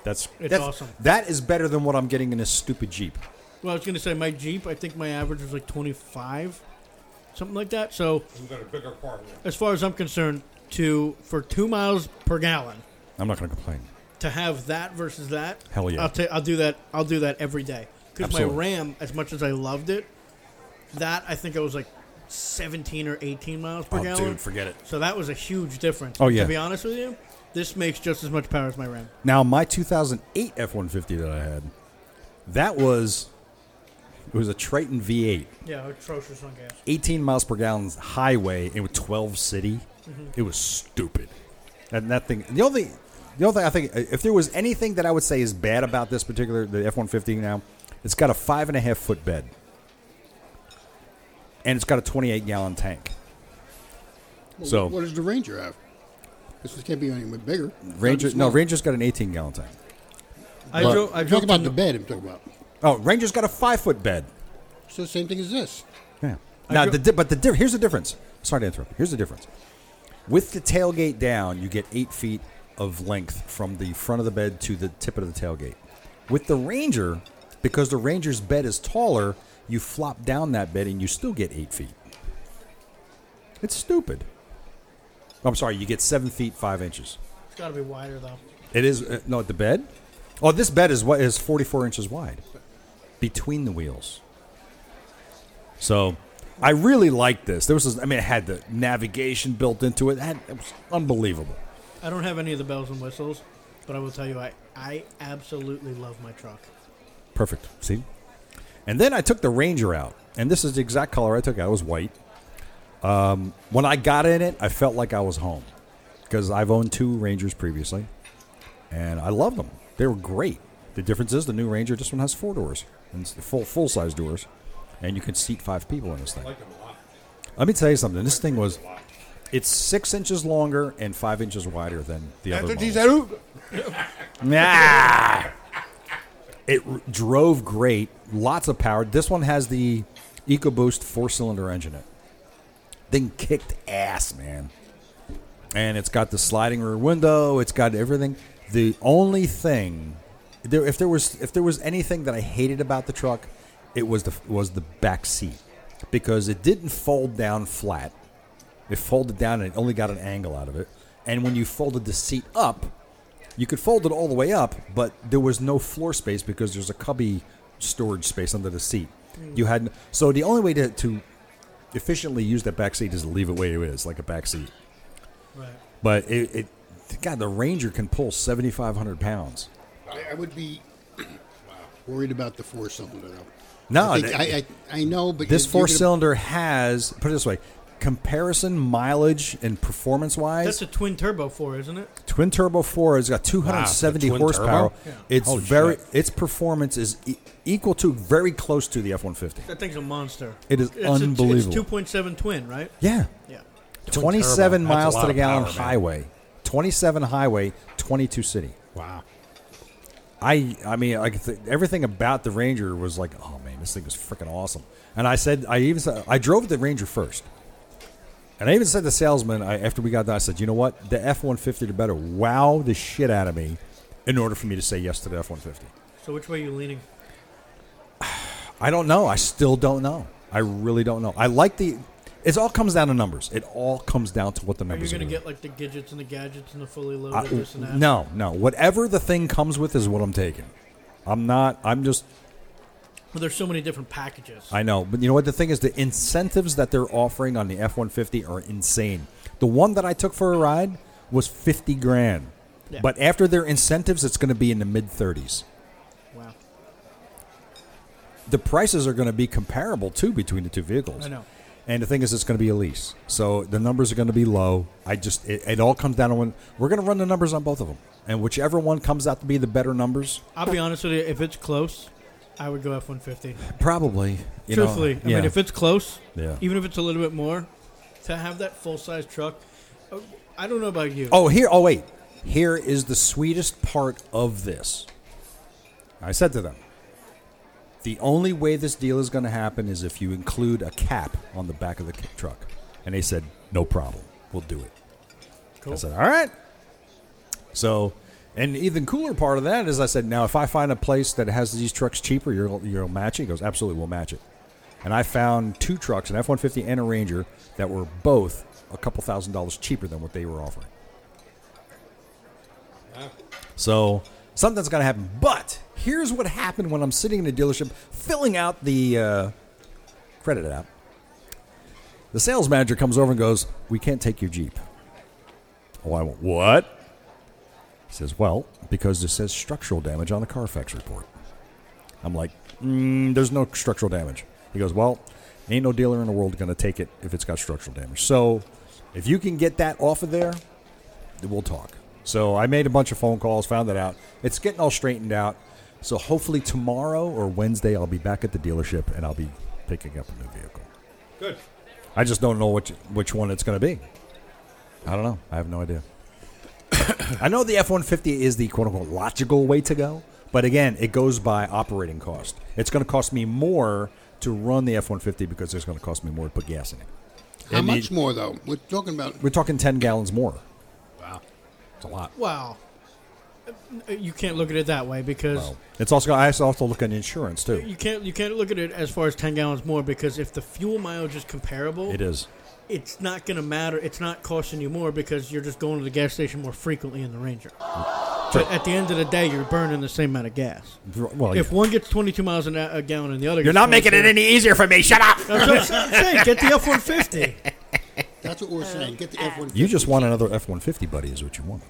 Speaker 2: That's
Speaker 4: It's
Speaker 2: that's,
Speaker 4: awesome.
Speaker 2: That is better than what I'm getting in this stupid Jeep.
Speaker 4: Well, I was gonna say my Jeep. I think my average was like 25, something like that. So
Speaker 5: you got a bigger car.
Speaker 4: as far as I'm concerned, to for two miles per gallon
Speaker 2: I'm not going to complain.
Speaker 4: to have that versus that.
Speaker 2: Hell yeah.
Speaker 4: I'll, ta- I'll do that. I'll do that every day because my
Speaker 2: Absolutely.
Speaker 4: Ram, as much as I loved it, that I think I was like 17 or 18 miles per gallon.
Speaker 2: Oh, forget it.
Speaker 4: So that was a huge difference.
Speaker 2: Oh, yeah.
Speaker 4: To be honest with you, this makes just as much power as my RAM.
Speaker 2: Now my 2008 F150 that I had, that was it was a Triton V8,
Speaker 4: Yeah, atrocious on gas.
Speaker 2: 18 miles per gallon highway, and with 12 city,
Speaker 4: Mm-hmm.
Speaker 2: it was stupid. And that thing, the only the only thing I think, uh, if there was anything that I would say is bad about this particular the F150 now, it's got a five and a half foot bed, and it's got a 28 gallon tank.
Speaker 3: Well,
Speaker 2: So-
Speaker 3: what does the Ranger have? This one can't be any bigger.
Speaker 2: Ranger,
Speaker 3: It's
Speaker 2: no,
Speaker 3: small.
Speaker 2: Ranger's got an 18 gallon tank.
Speaker 4: I
Speaker 2: But-
Speaker 4: drove. I
Speaker 3: I'm
Speaker 4: drove
Speaker 3: talking
Speaker 4: to
Speaker 3: about the bed. I'm talking about.
Speaker 2: Oh, Ranger's got a five foot bed.
Speaker 3: So same thing as this.
Speaker 2: Yeah. Now,
Speaker 4: dro-
Speaker 2: the, di- but the di- here's the difference. Sorry to interrupt. Here's the difference. With the tailgate down, you get eight feet of length from the front of the bed to the tip of the tailgate. With the Ranger, because the Ranger's bed is taller, you flop down that bed and you still get eight feet. It's stupid. I'm sorry, you get seven feet five inches.
Speaker 4: It's got to be wider though.
Speaker 2: It is uh, no the bed. Oh, this bed is what is 44 inches wide between the wheels. So, I really liked this. There was, this, I mean, it had the navigation built into it. That it was unbelievable.
Speaker 4: I don't have any of the bells and whistles, but I will tell you, I I absolutely love my truck.
Speaker 2: Perfect. See? And then I took the Ranger out, and this is the exact color I took out. It was white. Um, when I got in it, I felt like I was home because I've owned two Rangers previously, and I loved them. They were great. The difference is the new Ranger, this one has four doors and it's the full full size doors, and you can seat five people in this thing. Let me tell you something. This thing was, it's six inches longer and five inches wider than the other. models. Nah. It r- drove great, lots of power. This one has the EcoBoost four-cylinder engine in it. Thing kicked ass, man. And it's got the sliding rear window. It's got everything. The only thing, there, if there was if there was anything that I hated about the truck, it was the was the back seat because it didn't fold down flat. It folded down and it only got an angle out of it. And when you folded the seat up, you could fold it all the way up, but there was no floor space because there's a cubby storage space under the seat. You had so the only way to, to efficiently use that back seat is to leave it where it is, like a back seat.
Speaker 4: Right.
Speaker 2: But it, it God, the Ranger can pull 7,500 pounds.
Speaker 3: I, I would be *clears throat* worried about the four cylinder though.
Speaker 2: No,
Speaker 3: I, think,
Speaker 2: that-
Speaker 3: I, I I know, but
Speaker 2: This
Speaker 3: you're- you're
Speaker 2: four
Speaker 3: gonna-
Speaker 2: cylinder has put it this way: comparison mileage and performance wise,
Speaker 4: That's a twin turbo four, isn't it?
Speaker 2: twin turbo four has got 270
Speaker 5: Wow, the twin
Speaker 2: horsepower.
Speaker 5: turbo?
Speaker 2: It's
Speaker 5: Holy
Speaker 2: very
Speaker 5: shit.
Speaker 2: its performance is e- equal to very close to the F150.
Speaker 4: That thing's a monster.
Speaker 2: It is
Speaker 4: a-
Speaker 2: unbelievable.
Speaker 4: it's 2.7 twin, right?
Speaker 2: Yeah,
Speaker 4: Yeah.
Speaker 2: 27
Speaker 5: turbo. That's
Speaker 2: miles
Speaker 5: a lot
Speaker 2: to the
Speaker 5: of
Speaker 2: gallon
Speaker 5: power, man.
Speaker 2: highway. 27 highway, 22 city.
Speaker 5: Wow.
Speaker 2: I I mean, I could th- everything about the Ranger was like, oh man, this thing is freaking awesome. And I said, I even said, I drove the Ranger first, and I even said to the salesman I, after we got done, I said, you know what, the F one fifty to better wow the shit out of me, in order for me to say yes to the F one fifty.
Speaker 4: So which way are you leaning?
Speaker 2: I don't know. I still don't know. I really don't know. I like the. It all comes down to numbers. It all comes down to what the
Speaker 4: Are you
Speaker 2: numbers
Speaker 4: going to
Speaker 2: gonna
Speaker 4: get like the gadgets and the gadgets and the fully loaded
Speaker 2: I-
Speaker 4: this and that?
Speaker 2: no, no. Whatever the thing comes with is what I'm taking. I'm not. I'm just.
Speaker 4: Well, there's so many different packages.
Speaker 2: I know, but you know what? The thing is, the incentives that they're offering on the F one fifty are insane. The one that I took for a ride was fifty grand
Speaker 4: Yeah.
Speaker 2: But after their incentives, it's going to be in the mid 30s.
Speaker 4: Wow.
Speaker 2: The prices are going to be comparable too between the two vehicles.
Speaker 4: I know.
Speaker 2: And the thing is, it's going to be a lease, so the numbers are going to be low. I just it, it all comes down to when we're going to run the numbers on both of them, and whichever one comes out to be the better numbers,
Speaker 4: I'll be honest with you. If it's close, I would go F one fifty.
Speaker 2: probably. You know,
Speaker 4: Truthfully, I
Speaker 2: yeah.
Speaker 4: mean, if it's close,
Speaker 2: Yeah.
Speaker 4: even if it's a little bit more, to have that full size truck. uh, I don't know about you.
Speaker 2: Oh, here. Oh, wait. Here is the sweetest part of this. I said to them, the only way this deal is going to happen is if you include a cap on the back of the ca- truck. And they said, no problem. We'll do it. I
Speaker 4: Cool.
Speaker 2: said, all right. So, and even cooler part of that is I said, now if I find a place that has these trucks cheaper, you'll, you'll match it. He goes, absolutely, we'll match it. And I found two trucks, an F 150 and a Ranger, that were both a couple thousand dollars cheaper than what they were offering. So something's going to happen. But here's what happened when I'm sitting in a dealership filling out the uh, credit app. The sales manager comes over and goes, We can't take your Jeep. Oh, I went, What? He says, Well, because this says structural damage on the Carfax report. I'm like, mm, There's no structural damage. He goes, Well, ain't no dealer in the world going to take it if it's got structural damage. So if you can get that off of there, we'll talk. So I made a bunch of phone calls, found that out. It's getting all straightened out. So hopefully tomorrow or Wednesday, I'll be back at the dealership and I'll be picking up a new vehicle.
Speaker 5: Good.
Speaker 2: I just don't know which which one it's going to be. I don't know. I have no idea. *coughs* I know the F one fifty is the quote unquote logical way to go, but again, it goes by operating cost. It's going to cost me more to run the F one fifty because it's going to cost me more to put gas in it.
Speaker 3: How
Speaker 2: And
Speaker 3: much
Speaker 2: the-
Speaker 3: more though? We're talking about
Speaker 2: We're talking ten gallons more. Wow, it's a lot.
Speaker 4: Wow. Uh, You can't look at it that way because
Speaker 2: Well, it's also I also look at insurance too.
Speaker 4: you can't you can't look at it as far as ten gallons more because if the fuel mileage is comparable,
Speaker 2: It is.
Speaker 4: it's not going to matter. It's not costing you more because you're just going to the gas station more frequently in the Ranger. But at the end of the day, you're burning the same amount of gas.
Speaker 2: Well,
Speaker 4: If one gets 22 miles an, a gallon and the other,
Speaker 2: oh, you're
Speaker 4: gets
Speaker 2: not making it
Speaker 4: 22
Speaker 2: any easier for me. Shut up.
Speaker 4: That's what I'm saying. saying, Get the F-150.
Speaker 3: that's what we're saying. Get the F one.
Speaker 2: You just want another F one fifty, buddy, is what you want.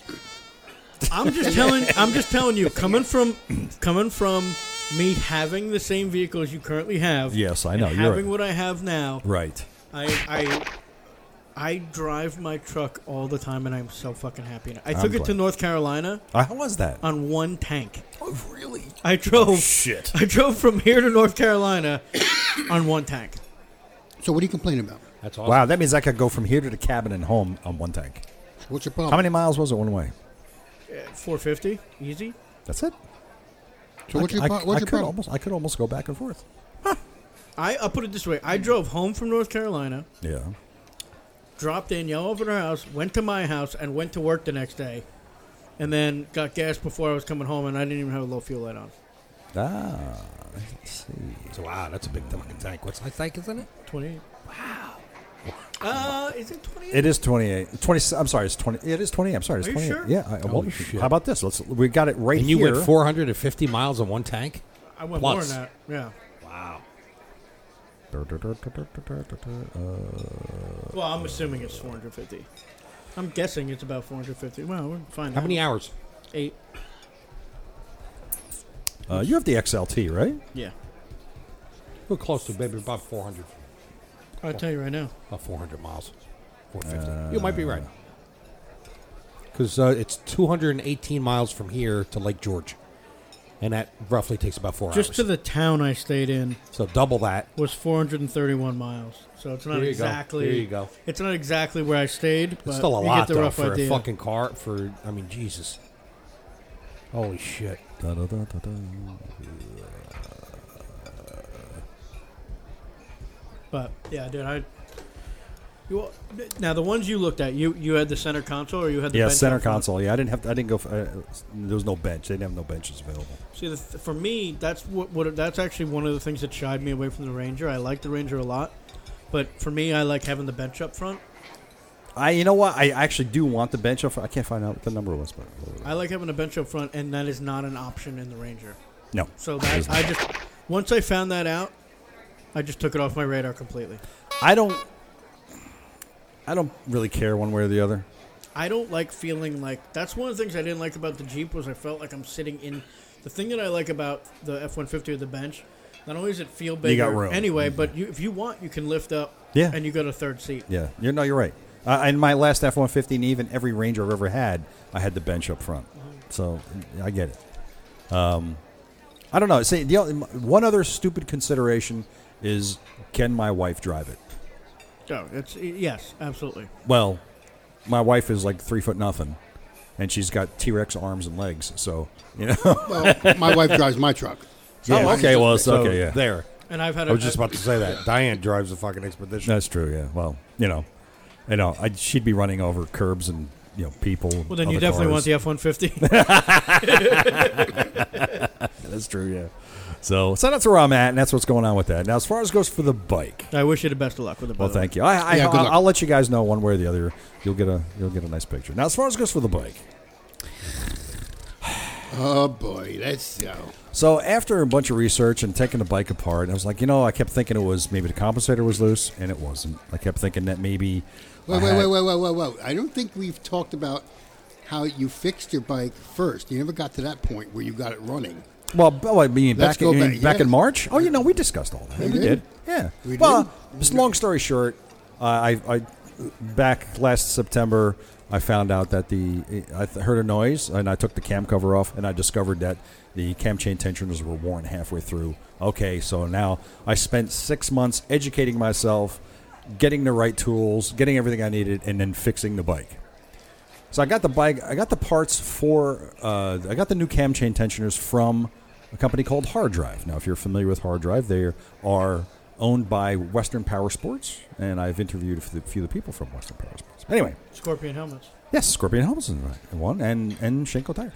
Speaker 4: I'm
Speaker 2: *laughs*
Speaker 4: just telling. I'm just telling you. Coming from, coming from me having the same vehicle as you currently have.
Speaker 2: Yes, I
Speaker 4: and
Speaker 2: know, you're
Speaker 4: having
Speaker 2: right.
Speaker 4: what I have now,
Speaker 2: Right.
Speaker 4: I, I, I drive my truck all the time, and I'm so fucking happy. in it. I
Speaker 2: I'm
Speaker 4: took it to
Speaker 2: glad.
Speaker 4: North Carolina
Speaker 2: Uh, How was that?
Speaker 4: on one tank.
Speaker 2: Oh, really?
Speaker 4: I
Speaker 2: Oh,
Speaker 4: drove.
Speaker 2: Shit.
Speaker 4: I drove from here to North Carolina *coughs* on one tank.
Speaker 3: So what do you complain about?
Speaker 5: That's awesome.
Speaker 2: Wow, that means I could go from here to the cabin and home on one tank.
Speaker 3: What's your
Speaker 2: How
Speaker 3: problem?
Speaker 2: many miles was it one way?
Speaker 4: 450, Uh, easy.
Speaker 2: That's it.
Speaker 3: so what's your,
Speaker 2: I,
Speaker 3: pro-
Speaker 2: I
Speaker 3: what's your
Speaker 2: could
Speaker 3: problem?
Speaker 2: almost I could almost go back and forth.
Speaker 4: I, I'll put it this way: I drove home from North Carolina.
Speaker 2: Yeah.
Speaker 4: dropped Danielle over at her house, went to my house, and went to work the next day, and then got gas before I was coming home, and I didn't even have a low fuel light on.
Speaker 2: Ah. I see.
Speaker 5: Wow, that's a big fucking tank. What's my tank, isn't it?
Speaker 4: Twenty-eight. Wow. Uh, is it twenty-eight?
Speaker 2: It is 28. 20 I'm sorry, it's 20. It is 20. I'm sorry, it's
Speaker 4: Are you
Speaker 2: 28.
Speaker 4: sure?
Speaker 2: Yeah, I, well,
Speaker 5: shit.
Speaker 2: How about this? Let's we got it right
Speaker 5: And you
Speaker 2: here.
Speaker 5: went 450 miles on one tank?
Speaker 4: I went
Speaker 5: Plus.
Speaker 4: more than that. Yeah.
Speaker 5: Wow.
Speaker 4: Well, I'm assuming it's 450. I'm guessing it's about 450. Well, we're fine.
Speaker 5: How many hours?
Speaker 4: Eight.
Speaker 2: Uh, you have the XLT, right?
Speaker 4: Yeah.
Speaker 5: We're close to maybe about 400,
Speaker 4: I'll tell you right now.
Speaker 5: about 400 miles. 450. you might be right. Because uh, it's 218 miles from here to Lake George. And that roughly takes about four
Speaker 4: Just
Speaker 5: hours.
Speaker 4: to the town I stayed in
Speaker 5: so double that.
Speaker 4: was 431 miles. So it's not
Speaker 5: There you go.
Speaker 4: exactly.
Speaker 5: There you go.
Speaker 4: It's not exactly where I stayed. But
Speaker 5: It's still a
Speaker 4: you
Speaker 5: lot,
Speaker 4: get the
Speaker 5: though,
Speaker 4: rough
Speaker 5: for
Speaker 4: idea.
Speaker 5: a fucking car. For, I mean, Jesus. Holy shit.
Speaker 2: Da-da-da-da-da.
Speaker 4: But yeah, dude, I. You, now the ones you looked at, you you had the center console or you had the
Speaker 2: Yeah,
Speaker 4: bench
Speaker 2: center
Speaker 4: out front?
Speaker 2: console. Yeah, I didn't have. I didn't go. For, uh, there was no bench. They didn't have no benches available.
Speaker 4: See, the th- for me, that's what, what that's actually one of the things that shied me away from the Ranger. I like the Ranger a lot, but for me, I like having the bench up front.
Speaker 2: I. You know what? I actually do want the bench. up- I can't find out what the number was, but
Speaker 4: I like having a bench up front, and that is not an option in the Ranger.
Speaker 2: no.
Speaker 4: So that I just once I found that out, I just took it off my radar completely.
Speaker 2: I don't. I don't really care one way or the other.
Speaker 4: I don't like feeling like that's one of the things I didn't like about the Jeep was I felt like I'm sitting in. The thing that I like about the F one fifty or the bench, not only is it feel bigger
Speaker 2: got room. Mm-hmm.
Speaker 4: anyway, but you, if you want, you can lift up.
Speaker 2: Yeah.
Speaker 4: and you go to third seat.
Speaker 2: Yeah, you no, you're right. Uh, in my last F one fifty, and even every Ranger I've ever had, I had the bench up front. So I get it. Um, I don't know. See, the only, one other stupid consideration is can my wife drive it?
Speaker 4: No, Oh, it's yes, absolutely.
Speaker 2: Well, my wife is like three foot nothing, and she's got T Rex arms and legs. So you know.
Speaker 3: Well, my wife drives my truck.
Speaker 2: Yeah.
Speaker 3: Oh, okay, well, it's
Speaker 5: So,
Speaker 2: *laughs* okay, yeah.
Speaker 5: There.
Speaker 4: And I've had.
Speaker 5: I was just about to say that. Diane drives a fucking expedition.
Speaker 2: That's true. Yeah. Well, you know, you know, I, she'd be running over curbs and you know people.
Speaker 4: Well, then you definitely want the F
Speaker 2: *laughs*
Speaker 4: one fifty.
Speaker 2: That's true. Yeah. So, so that's where I'm at, and that's what's going on with that. Now, as far as goes for the bike,
Speaker 4: I wish you the best of luck with it. by
Speaker 2: well,
Speaker 4: the way.
Speaker 2: thank you. I, I,
Speaker 3: Yeah, good
Speaker 2: I'll,
Speaker 3: luck.
Speaker 2: I'll let you guys know one way or the other. You'll get a you'll get a nice picture. Now, as far as goes for the bike,
Speaker 3: Oh boy, that's uh,
Speaker 2: so after a bunch of research and taking the bike apart, I was like, you know, I kept thinking it was maybe the compensator was loose, and it wasn't. I kept thinking that maybe. I
Speaker 3: Wait, wait,
Speaker 2: had-
Speaker 3: wait, wait, wait, wait, wait. I don't think we've talked about how you fixed your bike first. You never got to that point where you got it running.
Speaker 2: Well, b- well, I mean,
Speaker 3: Let's
Speaker 2: back, in,
Speaker 3: go
Speaker 2: you mean
Speaker 3: back,
Speaker 2: back in
Speaker 3: yeah.
Speaker 2: March. Oh, you know, we discussed all that.
Speaker 3: We did.
Speaker 2: Yeah.
Speaker 3: We
Speaker 2: well,
Speaker 3: did.
Speaker 2: just long story short, uh, I, I back last September, I found out that the I th- heard a noise, and I took the cam cover off, and I discovered that the cam chain tensioners were worn halfway through. Okay, so now I spent six months educating myself, getting the right tools, getting everything I needed, and then fixing the bike. So I got the bike. I got the parts for. Uh, I got the new cam chain tensioners from a company called Hard Drive. Now, if you're familiar with Hard Drive, they are owned by Western Power Sports, and I've interviewed a few a few of the people from Western Power Sports. Anyway,
Speaker 4: Scorpion helmets.
Speaker 2: yes, Scorpion Helmets is right- one, and and Shinko tires.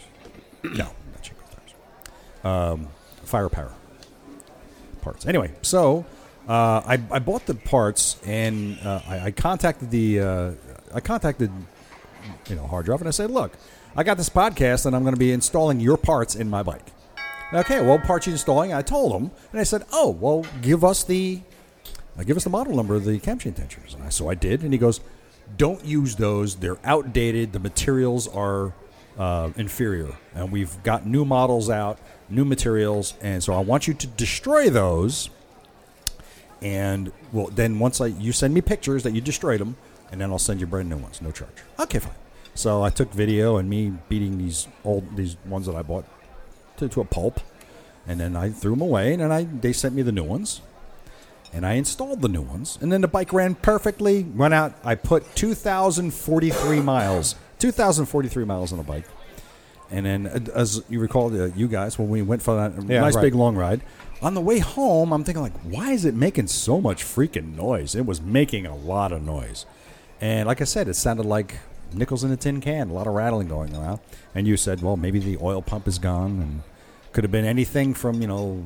Speaker 2: No, not Shinko tires. Um, firepower parts. Anyway, so uh, I, I bought the parts and uh, I, I contacted the uh, I contacted you know hard drive and I said, look, I got this podcast and I'm going to be installing your parts in my bike. Okay, well, parts you installing? I told them and I said, oh, well, give us the uh, give us the model number of the cam chain tensioners. And I, so I did, and he goes, don't use those. They're outdated. The materials are uh, inferior, and we've got new models out, new materials, and so I want you to destroy those and well, then once I you send me pictures that you destroyed them, and then I'll send you brand new ones, no charge. Okay, fine. So I took video and me beating these old these ones that I bought to, to a pulp, and then I threw them away, and then I they sent me the new ones, and I installed the new ones, and then the bike ran perfectly. Went out, I put two thousand forty three miles, two thousand forty three miles on the bike. And then, uh, as you recall, uh, you guys, when we went for that
Speaker 5: Yeah,
Speaker 2: nice
Speaker 5: right.
Speaker 2: big long ride, on the way home, I'm thinking like, why is it making so much freaking noise? It was making a lot of noise, and like I said, it sounded like nickels in a tin can, a lot of rattling going around. And you said, well, maybe the oil pump is gone, and could have been anything from you know,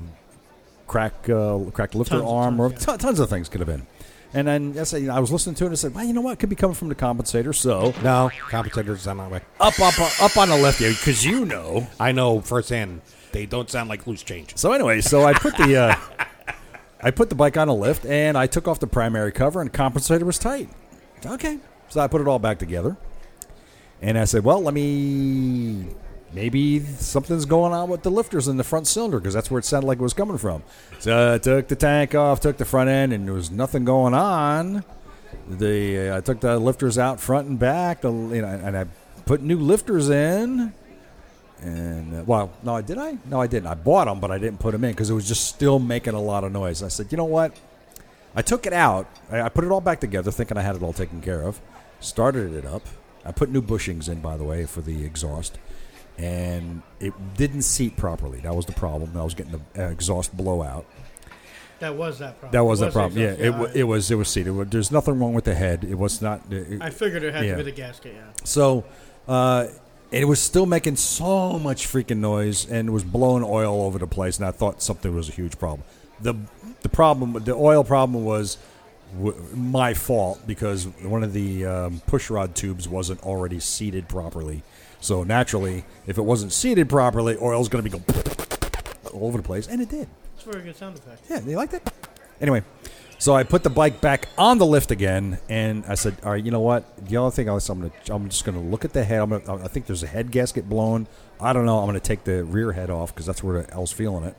Speaker 2: crack, uh, cracked lifter
Speaker 4: Tons of
Speaker 2: arm,
Speaker 4: times,
Speaker 2: or
Speaker 4: yeah.
Speaker 2: ton- tons of things could have been. And then I said, you know, I was listening to it and I said, well, you know what, it could be coming from the compensator. So
Speaker 5: No, compensators sound that way.
Speaker 2: up, up, up on the left here, because you know.
Speaker 5: I know firsthand. They don't sound like loose change.
Speaker 2: So anyway, so I put the uh, I put the bike on a lift and I took off the primary cover and compensator was tight. Okay. So I put it all back together. And I said, "Well, let me maybe something's going on with the lifters in the front cylinder because that's where it sounded like it was coming from." So I took the tank off, took the front end and there was nothing going on. The uh, I took the lifters out front and back, the, you know, and I put new lifters in. And uh, well, no, I did I? No, I didn't. I bought them, but I didn't put them in because it was just still making a lot of noise. I said, you know what? I took it out. I, I put it all back together, thinking I had it all taken care of. Started it up. I put new bushings in, by the way, for the exhaust, and it didn't seat properly. That was the problem. I was getting the uh, exhaust blowout.
Speaker 4: That was that problem.
Speaker 2: That was
Speaker 4: It
Speaker 2: that problem. Yeah,
Speaker 4: exhaust.
Speaker 2: it, wa-
Speaker 4: I-
Speaker 2: it was it was seated. There's nothing wrong with the head. It was not. it-
Speaker 4: I figured it had
Speaker 2: Yeah.
Speaker 4: to be the gasket. Yeah.
Speaker 2: so uh, it was still making so much freaking noise and was blowing oil all over the place. And I thought something was a huge problem. The the problem, the oil problem was w- my fault because one of the um, push rod tubes wasn't already seated properly. So naturally, if it wasn't seated properly, oil's going to be going *laughs* all over the place, and it did.
Speaker 4: It's a very good sound effect.
Speaker 2: Yeah, they like that. Anyway, So I put the bike back on the lift again, and I said, "All right, you know what? Y'all think I was, I'm gonna? I'm just gonna look at the head. I'm gonna, I think there's a head gasket blown. I don't know. I'm gonna take the rear head off because that's where I was feeling it.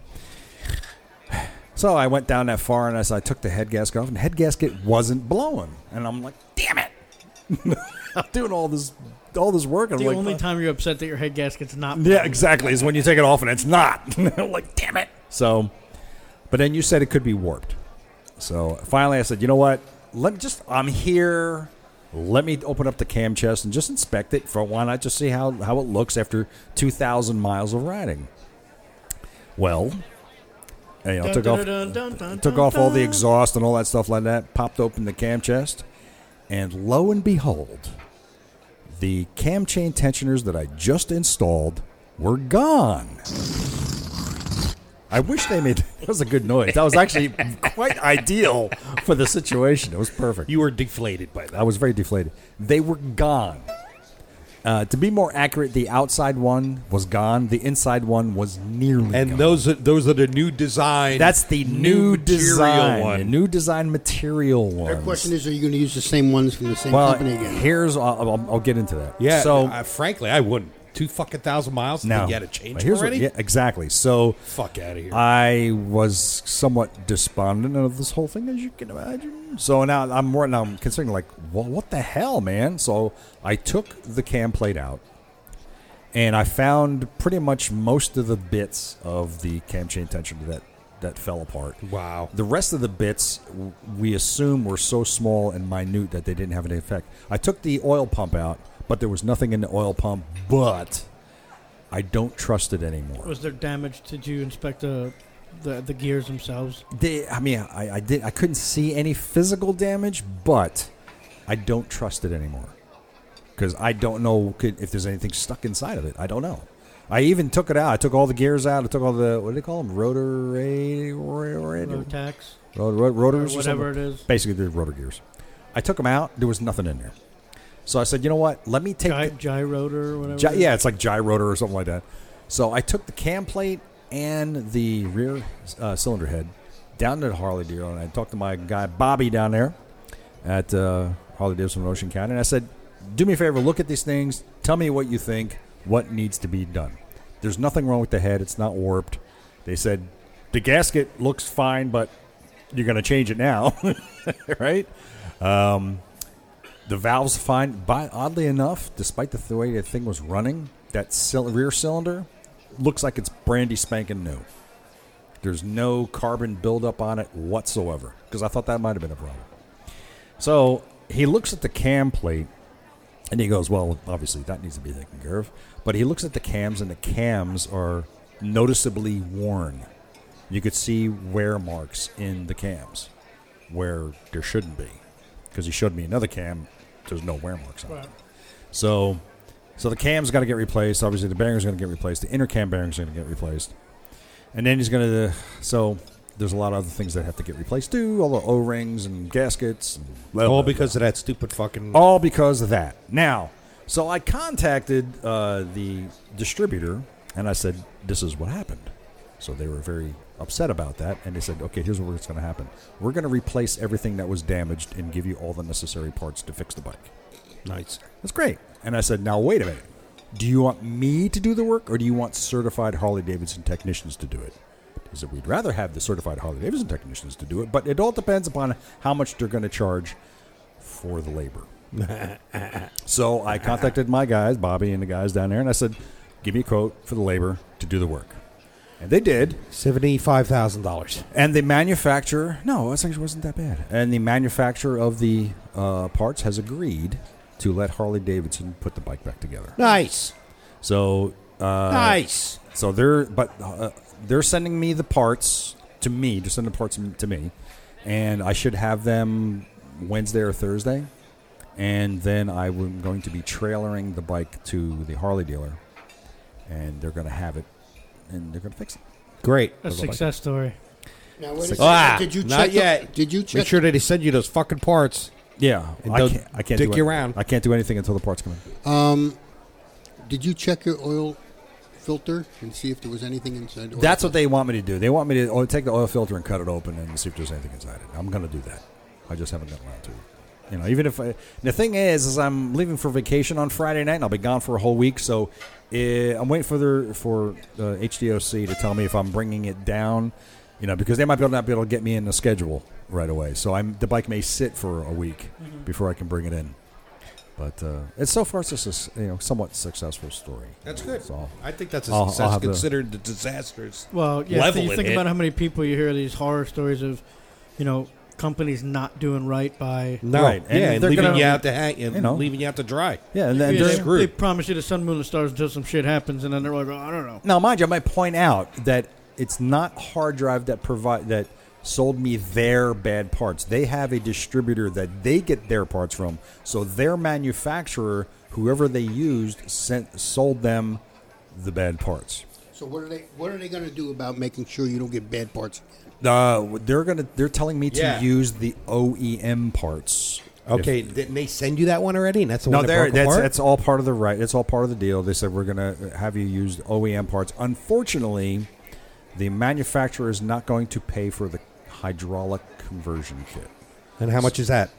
Speaker 2: So I went down that far, and as I took the head gasket off, and the head gasket wasn't blowing, and I'm like, "Damn it! *laughs* I'm doing all this, all this work." And
Speaker 4: The
Speaker 2: I'm like,
Speaker 4: only
Speaker 2: "Uh,
Speaker 4: time you're upset that your head gasket's not.
Speaker 2: yeah, exactly. Is when you take it off and it's not. *laughs* like, damn it. So, but then you said it could be warped. So finally, I said, you know what? Let me just. I'm here. Let me open up the cam chest and just inspect it for why not just see how how it looks after two thousand miles of riding. Well, you know, took off took off all the exhaust and all that stuff like that, popped open the cam chest, and lo and behold, the cam chain tensioners that I just installed were gone. I wish they made *laughs* that was a good noise. That was actually quite ideal for the situation. It was perfect.
Speaker 5: You were deflated by that.
Speaker 2: I was very deflated. They were gone. Uh, to be more accurate, the outside one was gone. The inside one was nearly
Speaker 5: And
Speaker 2: gone.
Speaker 5: those are, those are the new design.
Speaker 2: That's the new,
Speaker 5: material
Speaker 2: design
Speaker 5: one.
Speaker 2: New design material one.
Speaker 3: Their question is: Are you going to use the same ones from the same
Speaker 2: well,
Speaker 3: company again?
Speaker 2: here's I'll, I'll, I'll get into that.
Speaker 5: yeah.
Speaker 2: So
Speaker 5: So frankly, I wouldn't. Two fucking thousand miles.
Speaker 2: now
Speaker 5: you had to change
Speaker 2: here's
Speaker 5: already.
Speaker 2: What, yeah, exactly. So
Speaker 5: Fuck out of here.
Speaker 2: I was somewhat despondent of this whole thing, as you can imagine. So now I'm more now I'm considering like, well, what the hell, man? So I took the cam plate out, and I found pretty much most of the bits of the cam chain tensioner that that fell apart.
Speaker 5: wow.
Speaker 2: The rest of the bits w- we assume were so small and minute that they didn't have any effect. I took the oil pump out, but there was nothing in the oil pump, but I don't trust it anymore.
Speaker 4: Was there damage? Did you inspect the the, the gears themselves?
Speaker 2: They, I mean, I, I did. I couldn't see any physical damage, but I don't trust it anymore because I don't know could, if there's anything stuck inside of it. I don't know. I even took it out. I took all the gears out. I took all the what do they call them? Rotor,
Speaker 4: Road
Speaker 2: rotor,
Speaker 4: tax
Speaker 2: rotor
Speaker 4: or
Speaker 2: rotors, or something?
Speaker 4: whatever it is.
Speaker 2: Basically, the rotor gears. I took them out. There was nothing in there. So I said, you know what? Let me take.
Speaker 4: Gy-
Speaker 2: the-
Speaker 4: gyrotor or whatever.
Speaker 2: Gy-
Speaker 4: it is.
Speaker 2: yeah, it's like gyrotor or something like that. So I took the cam plate and the rear uh, cylinder head down to Harley Davidson, and I talked to my guy Bobby down there at uh, Harley Davidson in Ocean County, and I said, "Do me a favor, look at these things. Tell me what you think. What needs to be done? There's nothing wrong with the head. It's not warped." They said, "The gasket looks fine, but you're going to change it now, *laughs* right?" The valve's fine. By, oddly enough, despite the th- way the thing was running, that cyl- rear cylinder looks like it's brandy spanking new. There's no carbon buildup on it whatsoever because I thought that might have been a problem. So he looks at the cam plate and he goes, Well, obviously that needs to be taken care of. But he looks at the cams and the cams are noticeably worn. You could see wear marks in the cams where there shouldn't be because he showed me another cam. There's no wear marks on it. So, so the cam's got to get replaced. Obviously, the bearing's going to get replaced. The inner cam bearing's going to get replaced, and then he's going to. So there's a lot of other things that have to get replaced too. All the O rings and gaskets. And blah,
Speaker 5: All
Speaker 2: blah, blah.
Speaker 5: because of that stupid fucking.
Speaker 2: all because of that. Now, so I contacted uh, the distributor and I said, "This is what happened." So they were very upset about that, and they said, "Okay, here's what's going to happen. We're going to replace everything that was damaged and give you all the necessary parts to fix the bike."
Speaker 5: Nice.
Speaker 2: That's great. And I said, now wait a minute. Do you want me to do the work or do you want certified Harley Davidson technicians to do it? He said, we'd rather have the certified Harley Davidson technicians to do it, but it all depends upon how much they're going to charge for the labor. so I contacted my guys, Bobby and the guys down there, and I said, give me a quote for the labor to do the work. And they did.
Speaker 5: Seventy-five thousand dollars.
Speaker 2: And the manufacturer, no, it actually wasn't that bad. And the manufacturer of the uh, parts has agreed to let Harley Davidson put the bike back together.
Speaker 5: Nice.
Speaker 2: So, uh,
Speaker 5: nice.
Speaker 2: so they're but uh, they're sending me the parts to me. They're sending the parts to me, and I should have them Wednesday or Thursday. And then I'm going to be trailering the bike to the Harley dealer, and they're going to have it, and they're going to fix it.
Speaker 5: Great.
Speaker 4: A success story.
Speaker 3: Now, wait a
Speaker 2: Six-
Speaker 3: second.
Speaker 5: Ah,
Speaker 3: did you check
Speaker 5: not
Speaker 3: the-
Speaker 5: yet.
Speaker 3: did you
Speaker 5: Make
Speaker 3: check?
Speaker 5: sure that they send you those fucking parts.
Speaker 2: Yeah,
Speaker 5: And
Speaker 2: I
Speaker 5: they'll
Speaker 2: can't. I can't
Speaker 5: dick
Speaker 2: do
Speaker 5: you
Speaker 2: it.
Speaker 5: around.
Speaker 2: I can't do anything until the parts come in.
Speaker 3: Um, did you check your oil filter and see if there was anything inside. the oil
Speaker 2: That's what they want me to do. They want me to oh, take the oil filter and cut it open and see if there's anything inside it. I'm going to do that. I just haven't gotten around to it. You know, even if I, the thing is, is I'm leaving for vacation on Friday night and I'll be gone for a whole week. So eh, I'm waiting for the for uh, HDOC to tell me if I'm bringing it down. You know, because they might be able, not be able to get me in the schedule right away. So I'm the bike may sit for a week
Speaker 5: Mm-hmm.
Speaker 2: before I can bring it in. But uh, it's so far it's just a s- you know somewhat successful story.
Speaker 5: That's good.
Speaker 2: So,
Speaker 5: I think that's a
Speaker 2: I'll- I'll
Speaker 5: success
Speaker 2: have to-
Speaker 5: considered the disastrous.
Speaker 4: Well, yeah.
Speaker 5: Level
Speaker 4: so you
Speaker 5: it
Speaker 4: think
Speaker 5: hit.
Speaker 4: about how many people you hear these horror stories of, you know, companies not doing right by.
Speaker 5: No,
Speaker 2: Right, and
Speaker 5: yeah, and
Speaker 2: they're
Speaker 5: leaving
Speaker 2: gonna-
Speaker 5: you out to hang, and
Speaker 2: you know.
Speaker 5: leaving you out to dry.
Speaker 2: yeah, and then
Speaker 4: Yeah,
Speaker 2: during-
Speaker 4: they,
Speaker 5: screwed.
Speaker 4: they promise you the sun, moon, and stars until some shit happens, and then they're like, oh, I don't know.
Speaker 2: Now, mind you, I might point out that it's not hard drive that provide that sold me their bad parts. They have a distributor that they get their parts from. So their manufacturer, whoever they used, sent sold them the bad parts.
Speaker 3: So what are they? What are they going to do about making sure you don't get bad parts?
Speaker 2: Uh, they're gonna. They're telling me to
Speaker 5: Yeah.
Speaker 2: use the OEM parts.
Speaker 5: Okay, didn't they send you that one already? And that's the
Speaker 2: No,
Speaker 5: one that
Speaker 2: there.
Speaker 5: broke
Speaker 2: That's
Speaker 5: apart?
Speaker 2: that's all part of the right. It's all part of the deal. They said we're gonna have you use OEM parts. Unfortunately, the manufacturer is not going to pay for the hydraulic conversion kit.
Speaker 5: and how much is that?